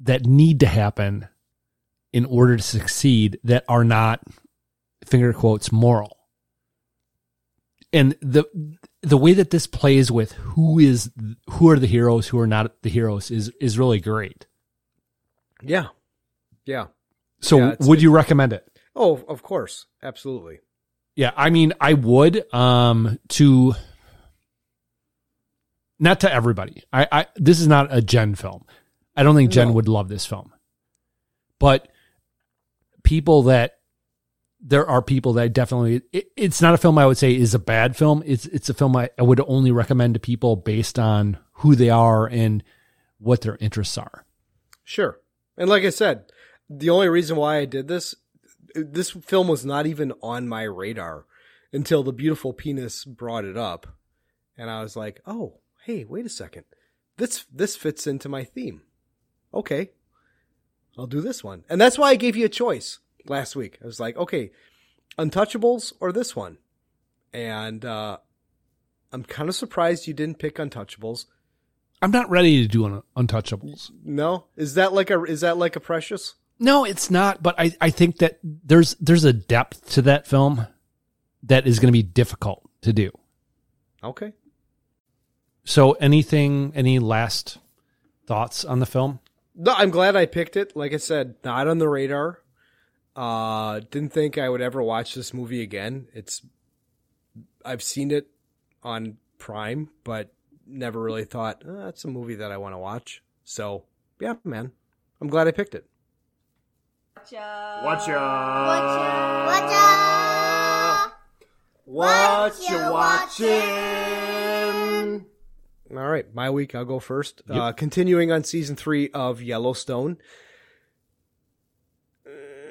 Speaker 2: that need to happen in order to succeed that are not finger quotes moral and the the way that this plays with who is who are the heroes who are not the heroes is is really great
Speaker 3: Yeah, yeah.
Speaker 2: so
Speaker 3: Yeah, it's-
Speaker 2: would you recommend it
Speaker 3: Oh, of course, absolutely.
Speaker 2: yeah i mean i would um to not to everybody i i this is not a jen film i don't think jen
Speaker 3: No.
Speaker 2: would love this film but people that there are people that definitely it, it's not a film i would say is a bad film it's it's a film I, I would only recommend to people based on who they are and what their interests are
Speaker 3: Sure. And like I said, the only reason why I did this, this film was not even on my radar until the beautiful penis brought it up, and I was like, "Oh, hey, wait a second, this this fits into my theme." Okay, I'll do this one, and that's why I gave you a choice last week. I was like, "Okay, Untouchables or this one," and uh, I'm kind of surprised you didn't pick Untouchables.
Speaker 2: i'm not ready to do un- untouchables
Speaker 3: No, is that like a is that like a Precious?
Speaker 2: No, it's not. But I, I think that there's there's a depth to that film that is going to be difficult to do.
Speaker 3: Okay.
Speaker 2: So anything, any last thoughts on the film?
Speaker 3: No, I'm glad I picked it. Like I said, not on the radar. Uh, didn't think I would ever watch this movie again. It's, I've seen it on Prime, but never really thought "Uh, that's a movie that I want to watch. So yeah, man, I'm glad I picked it.
Speaker 10: Watch ya. Watch
Speaker 3: What you watching? All right, my week. I'll go first. Uh, continuing on season three of Yellowstone.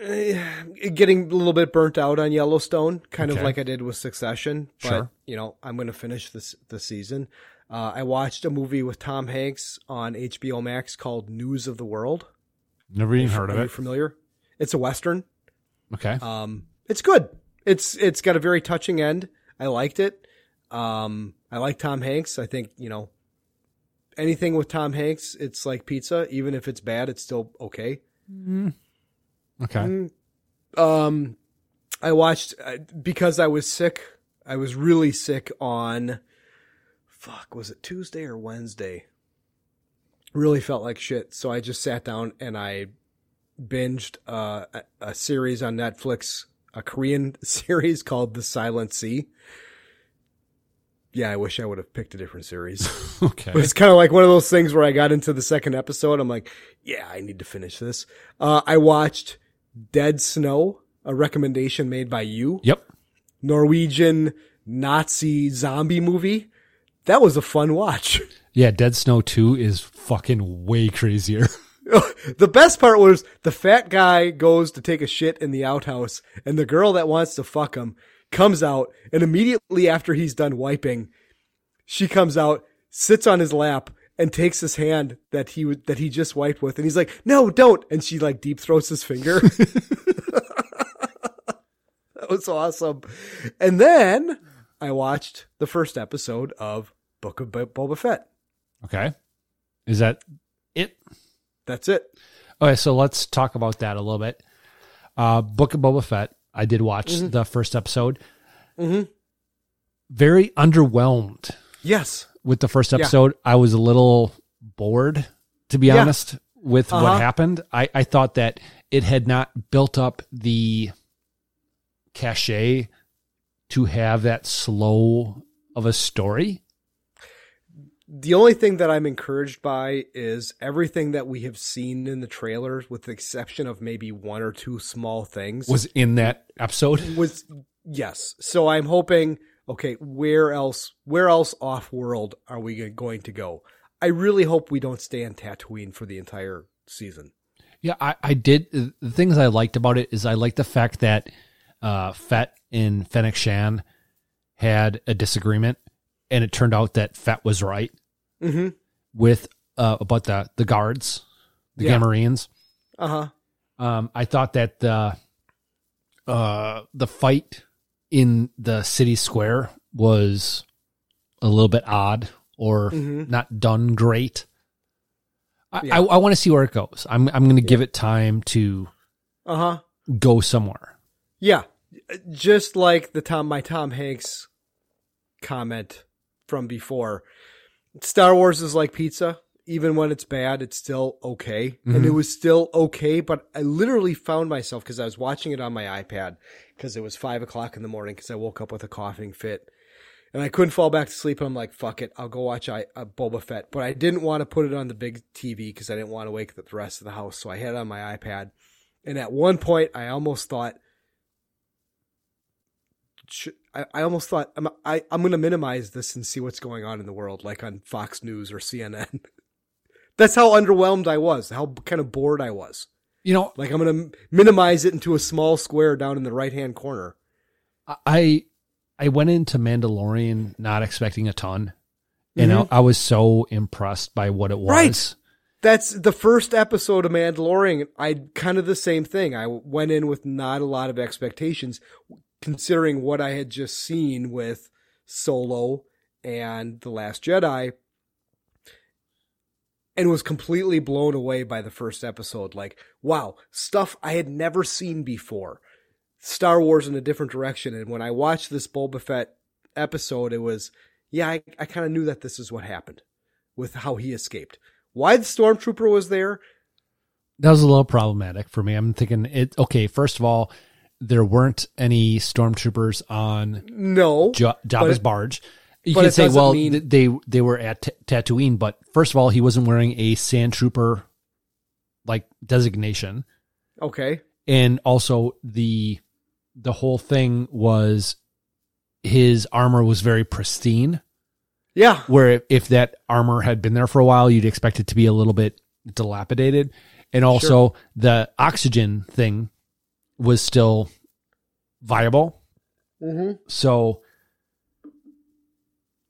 Speaker 3: Eh, Getting a little bit burnt out on Yellowstone, kind
Speaker 2: Okay.
Speaker 3: of like I did with Succession. But
Speaker 2: Sure.
Speaker 3: you know, I'm going to finish this the season. Uh, I watched a movie with Tom Hanks on HBO Max called News of the World.
Speaker 2: Never even heard of
Speaker 3: Are you
Speaker 2: it.
Speaker 3: familiar? It's a western.
Speaker 2: Okay.
Speaker 3: Um, it's good. It's it's got a very touching end. I liked it. Um, I like Tom Hanks. I think you know anything with Tom Hanks, it's like pizza. Even if it's bad, it's still okay.
Speaker 2: Okay.
Speaker 3: Mm. Um, I watched uh, because I was sick. I was really sick on. Fuck, was it Tuesday or Wednesday? Really felt like shit, so I just sat down and I binged uh, a, a series on Netflix, a Korean series called The Silent Sea. Yeah, I wish I would have picked a different series.
Speaker 2: Okay.
Speaker 3: But it's kind of like one of those things where I got into the second episode. I'm like, yeah, I need to finish this. Uh, I watched Dead Snow, a recommendation made by you.
Speaker 2: Yep.
Speaker 3: Norwegian Nazi zombie movie. That was a fun watch.
Speaker 2: Yeah, Dead Snow Two is fucking way crazier.
Speaker 3: the best part was the fat guy goes to take a shit in the outhouse, and the girl that wants to fuck him comes out, and immediately after he's done wiping, she comes out, sits on his lap, and takes his hand that he would that he just wiped with, and he's like, "No, don't!" And she like deep throats his finger. that was awesome. And then I watched the first episode of Book of Bo- Boba Fett.
Speaker 2: Okay. Is that it?
Speaker 3: That's it.
Speaker 2: Okay, so let's talk about that a little bit. Uh, Book of Boba Fett. I did watch the first episode.
Speaker 3: Mm-hmm.
Speaker 2: Very underwhelmed
Speaker 3: Yes.
Speaker 2: with the first
Speaker 3: Yeah.
Speaker 2: episode. I was a little bored, to be
Speaker 3: Yeah.
Speaker 2: honest, with
Speaker 3: Uh-huh.
Speaker 2: what happened. I, I thought that it had not built up the cachet to have that slow of a story.
Speaker 3: The only thing that I'm encouraged by is everything that we have seen in the trailers, with the exception of maybe one or two small things.
Speaker 2: was in that episode.
Speaker 3: was yes. So I'm hoping. Okay, where else? Where else off world are we go- going to go? I really hope we don't stay on Tatooine for the entire season.
Speaker 2: Yeah, I, I did. uh, The things I liked about it is I liked the fact that uh, Fett and Fennec Shan had a disagreement, and it turned out that Fett was right
Speaker 3: Mm-hmm.
Speaker 2: with uh, about the the guards, the
Speaker 3: Yeah.
Speaker 2: Gamorreans.
Speaker 3: Uh huh.
Speaker 2: Um, I thought that the uh, the fight in the city square was a little bit odd or
Speaker 3: Mhm.
Speaker 2: not done great. I,
Speaker 3: Yeah.
Speaker 2: I, I want to see where it goes. I'm I'm going to give it time to
Speaker 3: Uh huh.
Speaker 2: go somewhere.
Speaker 3: Yeah, just like the Tom my Tom Hanks comment from before. Star Wars is like pizza. Even when it's bad, it's still okay. And it
Speaker 2: Mhm.
Speaker 3: was still okay, but I literally found myself because I was watching it on my iPad because it was five o'clock in the morning because I woke up with a coughing fit and I couldn't fall back to sleep. And I'm like, fuck it, I'll go watch I, uh, Boba Fett. But I didn't want to put it on the big TV because I didn't want to wake the the rest of the house. So I had it on my iPad. And at one point, I almost thought, sh- I, I almost thought I'm I, I'm going to minimize this and see what's going on in the world, like on Fox News or CNN. That's how underwhelmed I was. How b- kind of bored I was.
Speaker 2: You know,
Speaker 3: like I'm going to minimize it into a small square down in the right hand corner.
Speaker 2: I I went into Mandalorian not expecting a ton, and
Speaker 3: Mhm.
Speaker 2: I, I was so impressed by what it was.
Speaker 3: Right. That's the first episode of Mandalorian. I kind of the same thing. I went in with not a lot of expectations, considering what I had just seen with Solo and The Last Jedi, and was completely blown away by the first episode. Like, wow, stuff I had never seen before. Star Wars in a different direction. And when I watched this Boba Fett episode, it was, yeah, I, I kind of knew that this is what happened with how he escaped. Why the stormtrooper was there?
Speaker 2: That was a little problematic for me. I'm thinking it. Okay, first of all, there weren't any stormtroopers on
Speaker 3: No.
Speaker 2: jo- Jabba's
Speaker 3: but-
Speaker 2: barge. You
Speaker 3: but
Speaker 2: could
Speaker 3: it
Speaker 2: say,
Speaker 3: doesn't
Speaker 2: well,
Speaker 3: mean-
Speaker 2: th- they they were at t- Tatooine, but first of all, he wasn't wearing a sand trooper like designation.
Speaker 3: Okay.
Speaker 2: and also the the whole thing was his armor was very pristine
Speaker 3: Yeah.
Speaker 2: where if, if that armor had been there for a while you'd expect it to be a little bit dilapidated and also the oxygen thing was still viable
Speaker 3: Mm-hmm.
Speaker 2: so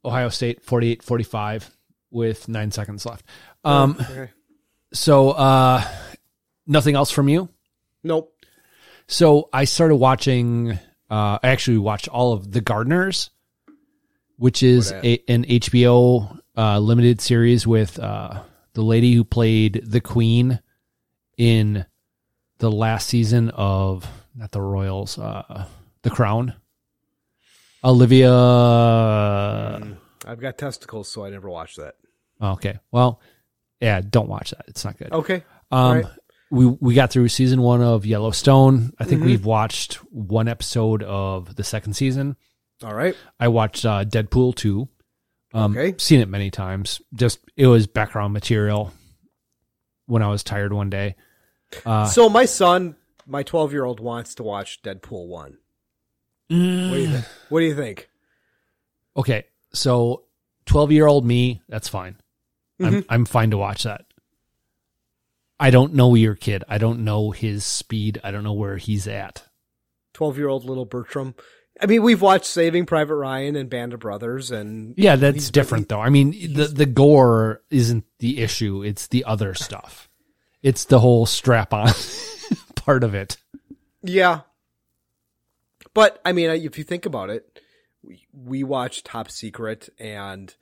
Speaker 2: ohio state 48 45 with nine seconds left um
Speaker 3: Okay.
Speaker 2: so uh nothing else from you
Speaker 3: Nope.
Speaker 2: So I started watching. Uh, I actually watched all of The Gardeners, which is
Speaker 3: What
Speaker 2: a, an HBO uh, limited series with uh, the lady who played the Queen in the last season of not the Royals, uh, The Crown. Olivia.
Speaker 3: I've got testicles, so I never watched that.
Speaker 2: Okay. Well, yeah. Don't watch that. It's not good.
Speaker 3: Okay. All
Speaker 2: Um,
Speaker 3: right.
Speaker 2: we we got through season one of Yellowstone. I think
Speaker 3: Mhm.
Speaker 2: we've watched one episode of the second season.
Speaker 3: All right.
Speaker 2: I watched uh, Deadpool two. Um,
Speaker 3: Okay.
Speaker 2: Seen it many times. Just it was background material when I was tired one day. Uh,
Speaker 3: so my son, my 12 year old, wants to watch Deadpool 1. What, do you think? what do you think?
Speaker 2: okay, so twelve year old me, that's fine.
Speaker 3: Mm-hmm.
Speaker 2: I'm I'm fine to watch that. I don't know your kid. I don't know his speed. I don't know where he's at.
Speaker 3: 12 year old little Bertram. I mean, we've watched Saving Private Ryan and Band of Brothers, and
Speaker 2: Yeah, that's different though. I mean, the the gore isn't the issue; it's the other stuff. It's the whole strap on part of it.
Speaker 3: Yeah. But I mean, if you think about it, we, we watch Top Secret and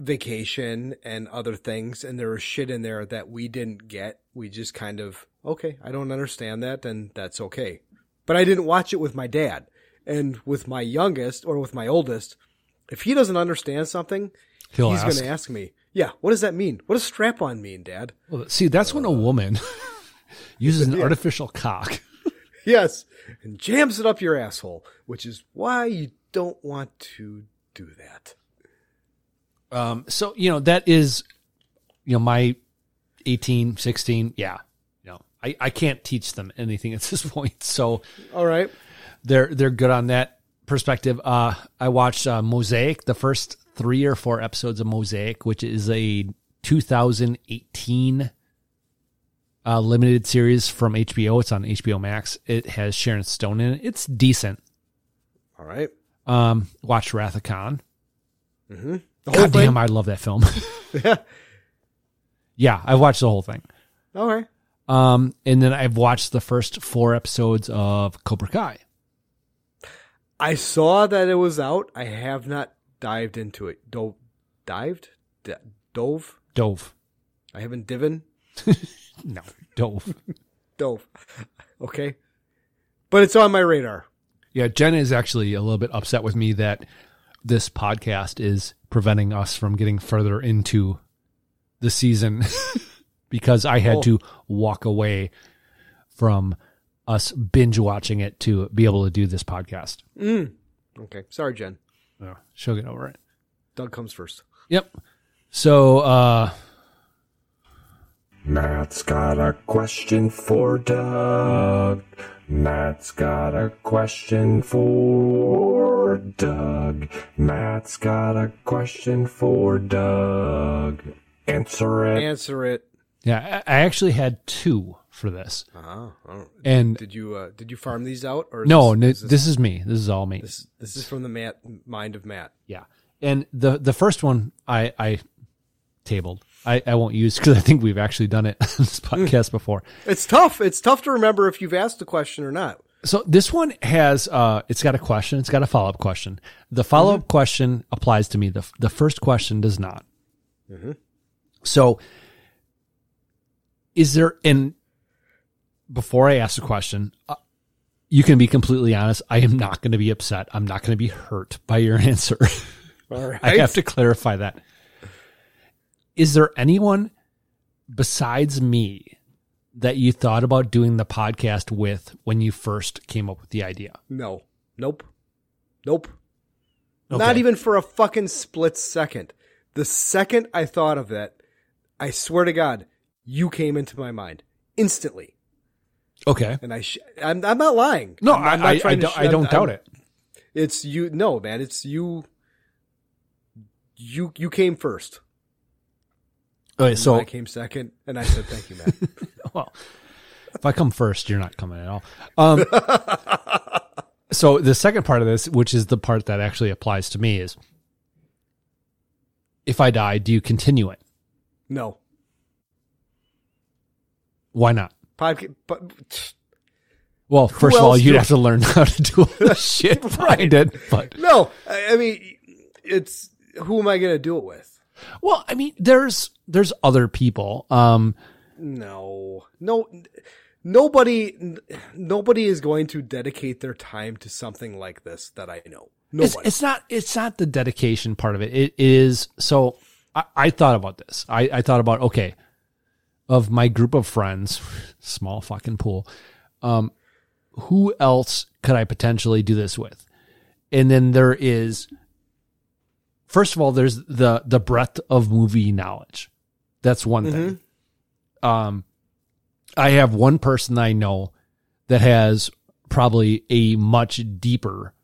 Speaker 3: Vacation and other things, and there was shit in there that we didn't get. We just kind of okay, I don't understand that, and that's okay. But I didn't watch it with my dad, And with my youngest or with my oldest, if he doesn't understand something,
Speaker 2: He'll
Speaker 3: he's
Speaker 2: ask.
Speaker 3: going to ask me, yeah, what does that mean? What does strap on mean, dad?
Speaker 2: Well, see, that's when a woman uses an
Speaker 3: Yeah.
Speaker 2: artificial cock.
Speaker 3: yes. And jams it up your asshole, which is why you don't want to do that.
Speaker 2: Um, so, you know, that is, you know, my 18, 16. Yeah. You know, I, I can't teach them anything at this point. So,
Speaker 3: all right.
Speaker 2: They're, they're good on that perspective. Uh, I watched, uh, Mosaic, the first three or four episodes of Mosaic, which is a 2018 uh, limited series from HBO. It's on HBO Max. It has Sharon Stone in it. It's decent.
Speaker 3: All right.
Speaker 2: Um, watch Wrath of Khan.
Speaker 3: Mm-hmm. The whole
Speaker 2: God damn,
Speaker 3: thing?
Speaker 2: I love that film. yeah. Yeah, I've watched the whole thing.
Speaker 3: All right.
Speaker 2: Um, and then I've watched the first four episodes of Cobra Kai.
Speaker 3: I saw that it was out. I have not dived into it. Dove, dived, D- dove.
Speaker 2: Dove.
Speaker 3: I haven't divin,
Speaker 2: No, Dove.
Speaker 3: dove. Okay, but it's on my radar.
Speaker 2: yeah, Jen is actually a little bit upset with me that this podcast is preventing us from getting further into the season because I had
Speaker 3: Oh.
Speaker 2: to walk away from us binge watching it to be able to do this podcast.
Speaker 3: Mm. Okay, sorry, Jen.
Speaker 2: She'll get over it.
Speaker 3: Doug comes first.
Speaker 2: Yep. So, uh,
Speaker 16: Matt's got a question for Doug. Matt's got a question for Doug. Matt's got a question for Doug. Answer it.
Speaker 3: Answer it.
Speaker 2: yeah, I I actually had two for this.
Speaker 3: Uh-huh. Oh.
Speaker 2: And-
Speaker 3: did you uh, did you farm these out or is
Speaker 2: No, no,
Speaker 3: is
Speaker 2: this, is me. This is all me.
Speaker 3: This, this is from the Matt mind of Matt.
Speaker 2: Yeah. and the the first one I I tabled. I, I won't use because I think we've actually done it on this
Speaker 3: Hmm.
Speaker 2: podcast before.
Speaker 3: It's tough. It's tough to remember if you've asked the question or not.
Speaker 2: So this one has uh it's got a question, it's got a follow-up question. The follow-up question applies to me. The the first question does not.
Speaker 3: Mm-hmm.
Speaker 2: So is there and before I ask the question, uh, you can be completely honest, I am not going to be upset. I'm not going to be hurt by your answer.
Speaker 3: All right.
Speaker 2: I have to clarify that. Is there anyone besides me that you thought about doing the podcast with when you first came up with the idea?
Speaker 3: No. Nope. Nope.
Speaker 2: Okay.
Speaker 3: Not even for a fucking split second. The second I thought of that, I swear to God, you came into my mind instantly.
Speaker 2: Okay.
Speaker 3: And I, sh- I'm, I'm not lying.
Speaker 2: No,
Speaker 3: I'm, I'm
Speaker 2: I- I-
Speaker 3: trying
Speaker 2: I
Speaker 3: to
Speaker 2: don't- I don't doubt it.
Speaker 3: It's you. No, man, it's you. You, you came first.
Speaker 2: Okay,
Speaker 3: And
Speaker 2: so
Speaker 3: I came second, and I said, "Thank you, Matt."
Speaker 2: well, if I come first, you're not coming at all. Um, so the second part of this, which is the part that actually applies to me, is if I die, do you continue it?
Speaker 3: No,
Speaker 2: Why not?
Speaker 3: podcast. But,
Speaker 2: Well,
Speaker 3: Who
Speaker 2: first of all,
Speaker 3: else
Speaker 2: you'd
Speaker 3: do-
Speaker 2: have to learn how to do all this shit. Find it, but
Speaker 3: no, I, I mean, it's who am I going to do it with?
Speaker 2: Well, I mean, there's there's other people. Um,
Speaker 3: No, no, n- nobody, n- nobody is going to dedicate their time to something like this that I know.
Speaker 2: it's,
Speaker 3: Nobody.
Speaker 2: it's not it's not the dedication part of it. It is so. I, I thought about this. I, I thought about okay, of my group of friends, small fucking pool. Um, who else could I potentially do this with? And then there is, first of all, there's the the breadth of movie knowledge. That's one thing. Um, I have one person I know that has probably a much deeper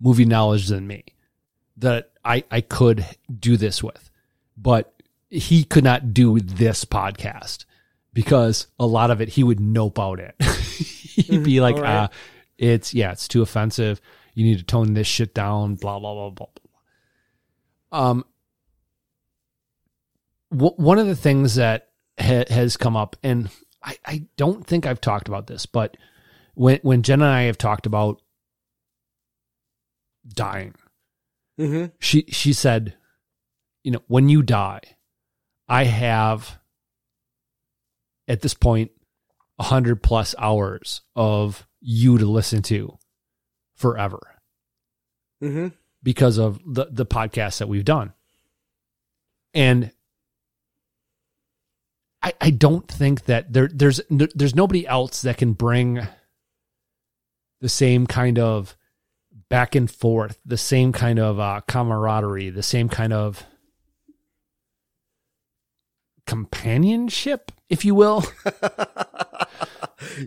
Speaker 2: movie knowledge than me that I, I could do this with, but he could not do this podcast because a lot of it, he would nope out it. He'd be like,
Speaker 3: Mm-hmm. all right.
Speaker 2: uh, it's, yeah, it's too offensive. You need to tone this shit down, blah, blah, blah, blah, blah. Um, w- one of the things that ha- has come up, and I, I don't think I've talked about this, but when when Jen and I have talked about dying,
Speaker 3: Mm-hmm.
Speaker 2: she she said, you know, when you die, I have at this point a hundred plus hours of you to listen to forever.
Speaker 3: Mm-hmm.
Speaker 2: because of the the podcasts that we've done. And I I don't think that there there's there's nobody else that can bring the same kind of back and forth, the same kind of uh, camaraderie, the same kind of companionship, if you will.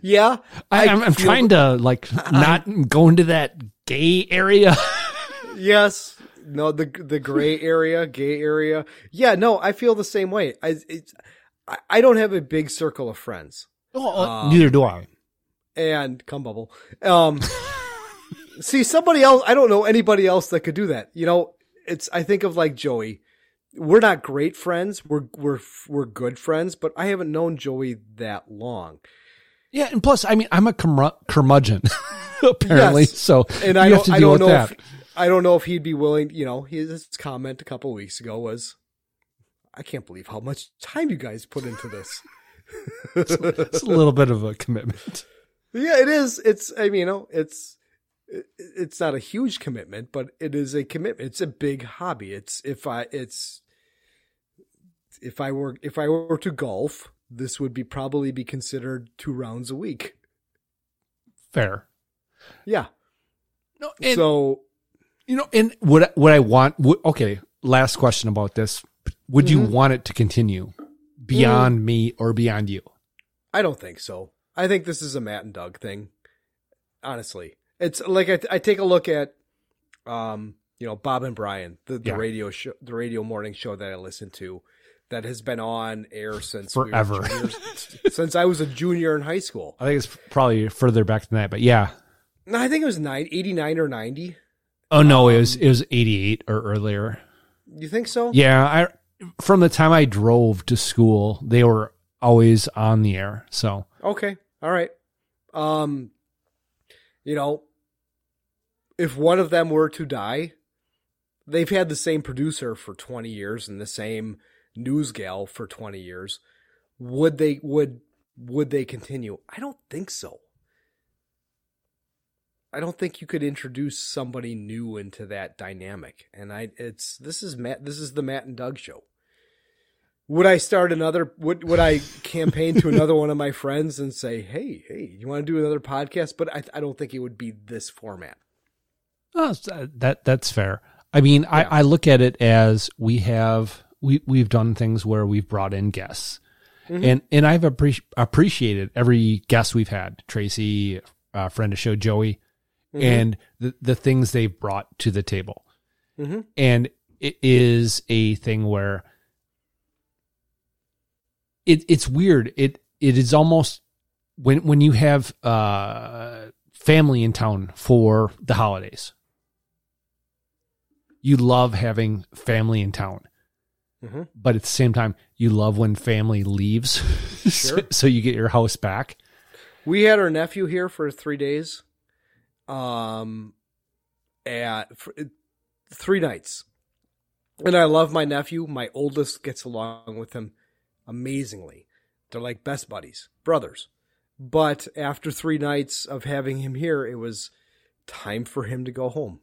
Speaker 3: Yeah,
Speaker 2: I, I'm, I'm
Speaker 3: feel-
Speaker 2: trying to like not go into that gay area.
Speaker 3: yes no the the gray area gay area yeah no i feel the same way i it's, I- i don't have a big circle of friends Um,
Speaker 2: Neither do I.
Speaker 3: and cum bubble um see somebody else i don't know anybody else that could do that you know it's i think of like joey we're not great friends we're we're we're good friends but i haven't known joey that long
Speaker 2: Yeah, and plus, I mean, I'm a curmud- curmudgeon, apparently.
Speaker 3: Yes.
Speaker 2: So
Speaker 3: and
Speaker 2: you
Speaker 3: I
Speaker 2: have
Speaker 3: don't,
Speaker 2: to
Speaker 3: I
Speaker 2: deal
Speaker 3: don't
Speaker 2: with
Speaker 3: know.
Speaker 2: that.
Speaker 3: If, I don't know if he'd be willing. You know, his comment a couple weeks ago was, "I can't believe how much time you guys put into this."
Speaker 2: it's a little bit of a commitment.
Speaker 3: Yeah, it is. It's. I mean, you know, it's. it- It's not a huge commitment, but it is a commitment. It's a big hobby. It's if I. It's. If I were if I were to golf, this would be probably be considered two rounds a week.
Speaker 2: Fair.
Speaker 3: Yeah.
Speaker 2: No.
Speaker 3: so
Speaker 2: you know, and would I- would I want? Would, okay, last question about this: Would you
Speaker 3: Mhm.
Speaker 2: want it to continue
Speaker 3: Mm.
Speaker 2: beyond me or beyond you?
Speaker 3: I don't think so. I think this is a Matt and Doug thing. Honestly, it's like I, I take a look at, um, you know, Bob and Brian, the, the
Speaker 2: Yeah.
Speaker 3: radio show, the radio morning show that I listen to, that has been on air since we were
Speaker 2: Forever.
Speaker 3: juniors- since I was a junior in high school.
Speaker 2: I think it's probably further back than that, but yeah.
Speaker 3: No, I think it was nine, 89 or ninety.
Speaker 2: Oh no, it was it was 88 or earlier.
Speaker 3: You think so?
Speaker 2: Yeah, I from the time I drove to school, they were always on the air. So
Speaker 3: Okay. All right. Um, you know, if one of them were to die, they've had the same producer for 20 years and the same news gal for 20 years. Would they would would they continue? I don't think so. I don't think you could introduce somebody new into that dynamic. And I it's this is Matt this is the Matt and Doug show. Would I start another would would I campaign to another one of my friends and say, "Hey, hey, you want to do another podcast?" But I I don't think it would be this format.
Speaker 2: Oh, s- uh, that that's fair. I mean, I, I look at it as we have we we've done things where we've brought in guests,
Speaker 3: Mhm.
Speaker 2: and and I've appreci- appreciated every guest we've had. Tracy, uh, friend of show Joey,
Speaker 3: Mhm.
Speaker 2: and the the things they've brought to the table,
Speaker 3: Mhm.
Speaker 2: and it is a thing where it it's weird. It it is almost when when you have uh family in town for the holidays. You love having family in town,
Speaker 3: Mhm.
Speaker 2: but at the same time, you love when family leaves, so,
Speaker 3: Sure.
Speaker 2: so you get your house back.
Speaker 3: We had our nephew here for 3 days. Um at for, 3 nights. And I love my nephew. My oldest gets along with him amazingly. They're like best buddies, brothers. But after 3 nights of having him here, it was time for him to go home.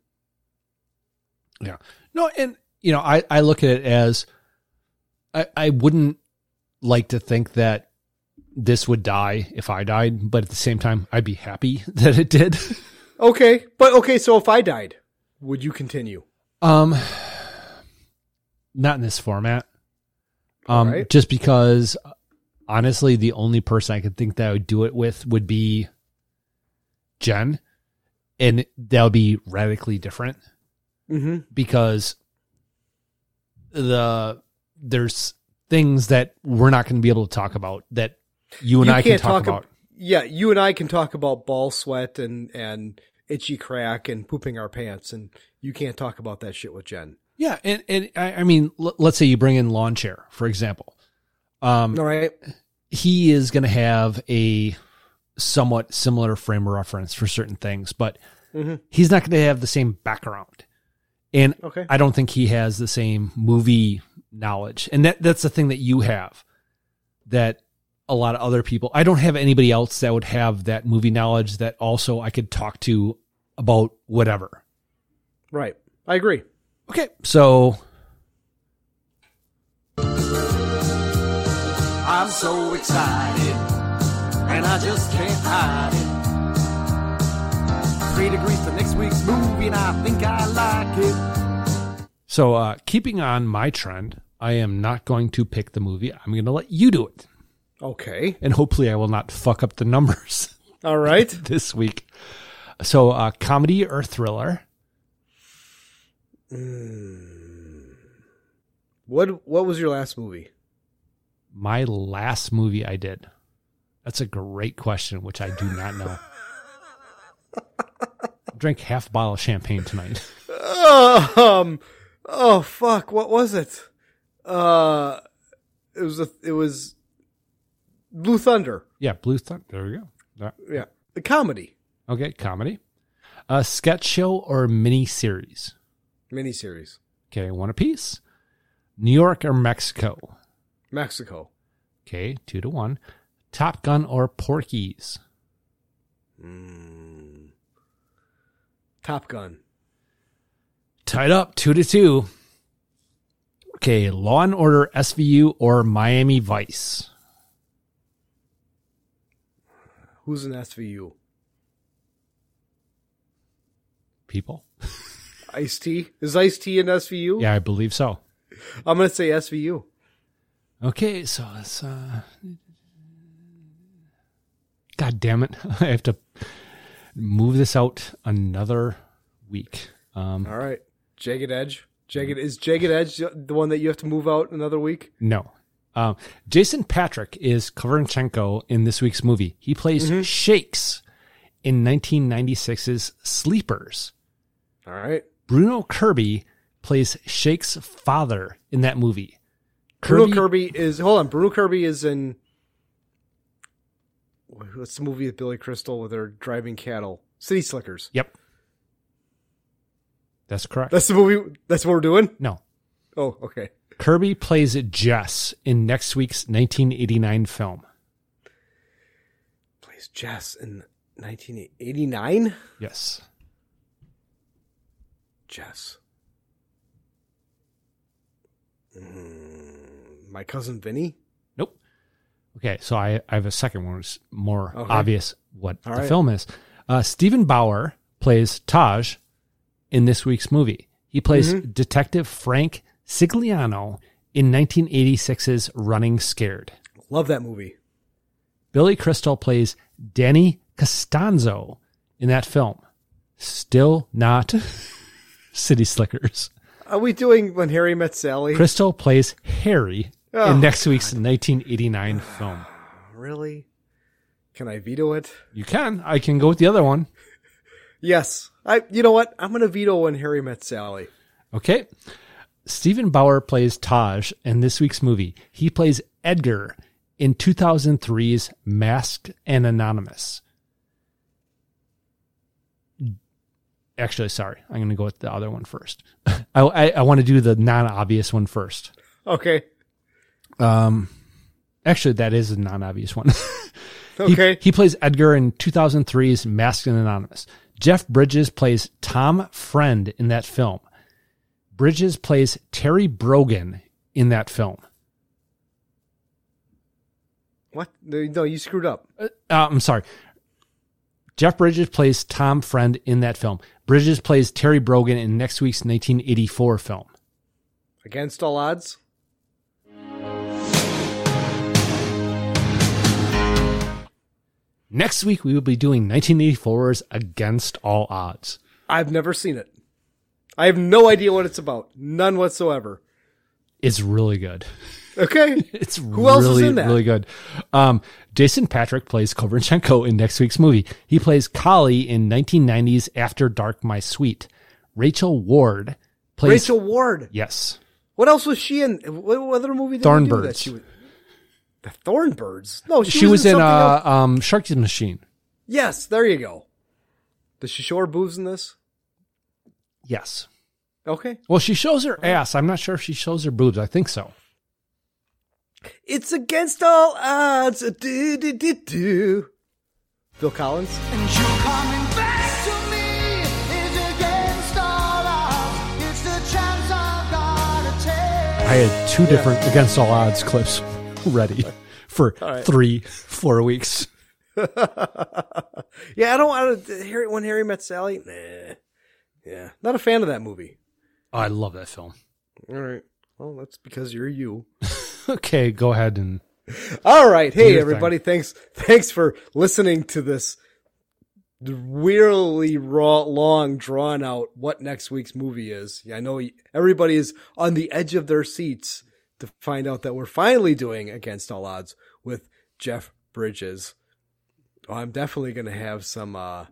Speaker 2: Yeah. No, and you know, I, I look at it as I, I wouldn't like to think that this would die if I died, but at the same time I'd be happy that it did.
Speaker 3: Okay, but okay. So if I died, would you continue?
Speaker 2: Um, not in this format. Um,
Speaker 3: Alright.
Speaker 2: just because uh, honestly, the only person I could think that I would do it with would be Jen, and that would be radically different
Speaker 3: Mm-hmm.
Speaker 2: because the there's things that we're not going to be able to talk about that you and I can talk, about.
Speaker 3: yeah, you and I can talk about ball sweat and and itchy crack and pooping our pants, and you can't talk about that shit with Jen.
Speaker 2: Yeah, and and I, I mean, l- let's say you bring in lawn chair, for example. Um,
Speaker 3: All right.
Speaker 2: he is going to have a somewhat similar frame of reference for certain things, but
Speaker 3: Mhm.
Speaker 2: he's not going to have the same background. And
Speaker 3: Okay.
Speaker 2: I don't think he has the same movie knowledge. And that that's the thing that you have that a lot of other people. I don't have anybody else that would have that movie knowledge that also I could talk to about whatever.
Speaker 3: Right. I agree.
Speaker 2: Okay. So
Speaker 10: I'm so excited, and I just can't hide it. Three degrees for next week's movie, and I think I like it.
Speaker 2: so uh keeping on my trend, I am not going to pick the movie. I'm going to let you do it.
Speaker 3: Okay.
Speaker 2: And hopefully I will not fuck up the numbers
Speaker 3: All right.
Speaker 2: this week. So uh comedy or thriller?
Speaker 3: Mm. What What was your last movie?
Speaker 2: My last movie I did. That's a great question which I do not know. Drink half bottle of champagne tonight.
Speaker 3: um. Oh fuck! What was it? Uh, it was a, it was Blue Thunder.
Speaker 2: Yeah, Blue Thunder. There we go. That-
Speaker 3: Yeah, the comedy
Speaker 2: Okay, comedy. A sketch show or mini series?
Speaker 3: miniseries.
Speaker 2: Okay, one apiece. New York or Mexico?
Speaker 3: Mexico.
Speaker 2: Okay, two to one. Top Gun or Porky's?
Speaker 3: Top Gun.
Speaker 2: Tied up, two to two. Okay, Law and Order SVU or Miami Vice?
Speaker 3: Who's an SVU?
Speaker 2: People?
Speaker 3: Ice T. Is Ice T an SVU?
Speaker 2: Yeah, I believe so.
Speaker 3: I'm gonna say SVU.
Speaker 2: Okay, so it's uh God damn it. I have to move this out another week. Um
Speaker 3: All right. Jagged Edge. Jagged is Jagged Edge the one that you have to move out another week?
Speaker 2: no. Um Jason Patrick is Koverchenko in this week's movie. He plays Shakes in 1996's Sleepers.
Speaker 3: All right.
Speaker 2: Bruno Kirby plays Shake's father in that movie.
Speaker 3: Bruno Kirby is hold on. Bruno Kirby is in what's the movie with Billy Crystal where they're driving cattle? City Slickers.
Speaker 2: Yep. That's correct.
Speaker 3: That's the movie. That's what we're doing.
Speaker 2: no.
Speaker 3: Oh, okay.
Speaker 2: Kirby plays Jess in next week's 1989 film.
Speaker 3: Plays Jess in 1989.
Speaker 2: Yes.
Speaker 3: Jess. Mm, my cousin Vinny.
Speaker 2: Nope. Okay, so I, I have a second one. It's more
Speaker 3: Okay.
Speaker 2: obvious what
Speaker 3: All
Speaker 2: the
Speaker 3: right.
Speaker 2: film is. Uh, Stephen Bauer plays Taj in this week's movie. He plays
Speaker 3: Mhm.
Speaker 2: Detective Frank Sigliano in 1986's Running Scared.
Speaker 3: Love that movie.
Speaker 2: Billy Crystal plays Danny Costanzo in that film. Still not City Slickers.
Speaker 3: Are we doing When Harry Met Sally?
Speaker 2: Crystal plays Harry
Speaker 3: Oh,
Speaker 2: in next week's 1989 film.
Speaker 3: Really? Can I veto it?
Speaker 2: You can. I can go with the other one.
Speaker 3: Yes. I. You know what? I'm gonna veto When Harry Met Sally.
Speaker 2: Okay. Stephen Bauer plays Taj in this week's movie. He plays Edgar in 2003's Masked and Anonymous. Actually, sorry. I'm going to go with the other one first. I, I, I want to do the non obvious one first.
Speaker 3: Okay.
Speaker 2: Um, actually, that is a non-obvious one. He-
Speaker 3: Okay.
Speaker 2: He, plays Edgar in 2003's Masked and Anonymous. Jeff Bridges plays Tom Friend in that film. Bridges plays Terry Brogan in that film.
Speaker 3: What? No, no, you screwed up.
Speaker 2: Uh, I'm sorry. Jeff Bridges plays Tom Friend in that film. Bridges plays Terry Brogan in next week's 1984 film.
Speaker 3: Against all odds.
Speaker 2: Next week, we will be doing 1984's Against All Odds.
Speaker 3: I've never seen it. I have no idea what it's about. None whatsoever.
Speaker 2: It's really good.
Speaker 3: Okay.
Speaker 2: It's
Speaker 3: Who else is
Speaker 2: really,
Speaker 3: in that?
Speaker 2: really good. Um, Jason Patrick plays Kovrchenko in next week's movie. He plays Kali in 1990's After Dark My Sweet. Rachel Ward plays
Speaker 3: Rachel Ward.
Speaker 2: Yes.
Speaker 3: What else was she in? What, what other movie did we do that
Speaker 2: Thornbirds.
Speaker 3: she was? The Thornbirds. No, she,
Speaker 2: She, was, in
Speaker 3: something
Speaker 2: uh,
Speaker 3: else.
Speaker 2: um, Sharky's Machine.
Speaker 3: Yes, there you go. Does she show her boobs in this?
Speaker 2: Yes.
Speaker 3: Okay.
Speaker 2: Well, she shows her ass. I'm not sure if she shows her boobs. I think so.
Speaker 3: It's against all odds. Do, do, do, do. Phil Collins.
Speaker 10: Coming back to me is against all odds.
Speaker 2: I had two
Speaker 3: Yeah.
Speaker 2: different against all odds clips ready for
Speaker 3: All right.
Speaker 2: three, four weeks.
Speaker 3: yeah, I don't want to. Harry, when Harry met Sally, nah. Yeah, not a fan of that movie.
Speaker 2: I love that film.
Speaker 3: All right. Well, that's because you're you.
Speaker 2: Okay, go ahead and
Speaker 3: All right.
Speaker 2: Do your
Speaker 3: Hey,
Speaker 2: thing.
Speaker 3: everybody. Thanks. Thanks for listening to this wearily raw, long, drawn out what next week's movie is. Yeah, I know everybody is on the edge of their seats to find out that we're finally doing Against All Odds with Jeff Bridges. Oh, I'm definitely going to have some uh,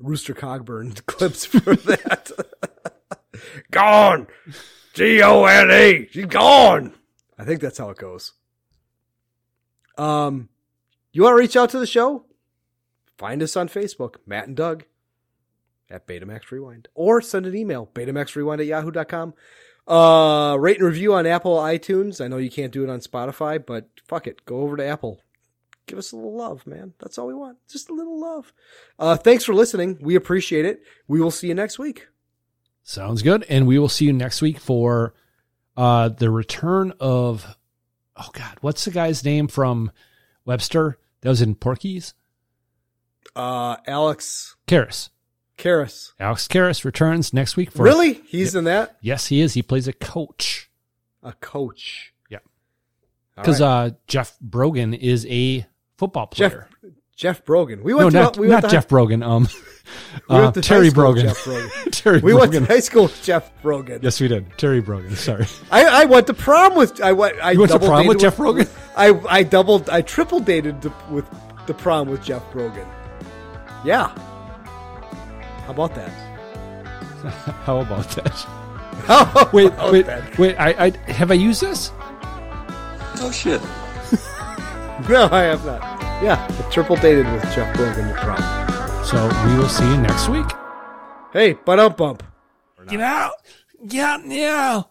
Speaker 3: Rooster Cogburn clips for that. gone. G O N E. She's gone. I think that's how it goes. Um, you want to reach out to the show? Find us on Facebook, Matt and Doug at Betamax Rewind, or send an email, betamaxrewind at yahoo.com. Uh, rate and review on Apple iTunes. I know you can't do it on Spotify, but fuck it. Go over to Apple. Give us a little love, man. That's all we want. Just a little love. Uh, thanks for listening. We appreciate it. We will see you next week.
Speaker 2: Sounds good. And we will see you next week for uh the return of oh god, what's the guy's name from Webster that was in Porky's?
Speaker 3: Uh, Alex
Speaker 2: Karras.
Speaker 3: Karras.
Speaker 2: Alex Karras returns next week for
Speaker 3: Really? He's in that?
Speaker 2: Yes, he is. He plays a coach.
Speaker 3: A coach.
Speaker 2: Yeah.
Speaker 3: All
Speaker 2: Because
Speaker 3: right.
Speaker 2: uh Jeff Brogan is a football
Speaker 3: Jeff
Speaker 2: player.
Speaker 3: Jeff Brogan. We
Speaker 2: no,
Speaker 3: went to
Speaker 2: not,
Speaker 3: we went
Speaker 2: not
Speaker 3: to high-
Speaker 2: Jeff Brogan. Um
Speaker 3: We
Speaker 2: uh,
Speaker 3: went to high
Speaker 2: Terry
Speaker 3: school with
Speaker 2: Brogan.
Speaker 3: Jeff Brogan.
Speaker 2: Terry
Speaker 3: we
Speaker 2: Brogan.
Speaker 3: went to high school with Jeff Brogan.
Speaker 2: Yes, we did. Terry Brogan. Sorry.
Speaker 3: I, I went to prom with I went I
Speaker 2: You went to
Speaker 3: double
Speaker 2: prom
Speaker 3: dated
Speaker 2: with Jeff Brogan?
Speaker 3: I I doubled I triple dated the, with the prom with Jeff Brogan. Yeah. How about that?
Speaker 2: How about that?
Speaker 3: How
Speaker 2: Wait,
Speaker 3: about
Speaker 2: wait,
Speaker 3: that?
Speaker 2: wait. I, I have I used this?
Speaker 3: Oh shit. no, I have not. Yeah, I triple dated with Jeff Brogan the prom.
Speaker 2: So we will see you next week.
Speaker 3: Hey, but up bump.
Speaker 2: Get out. Get out now.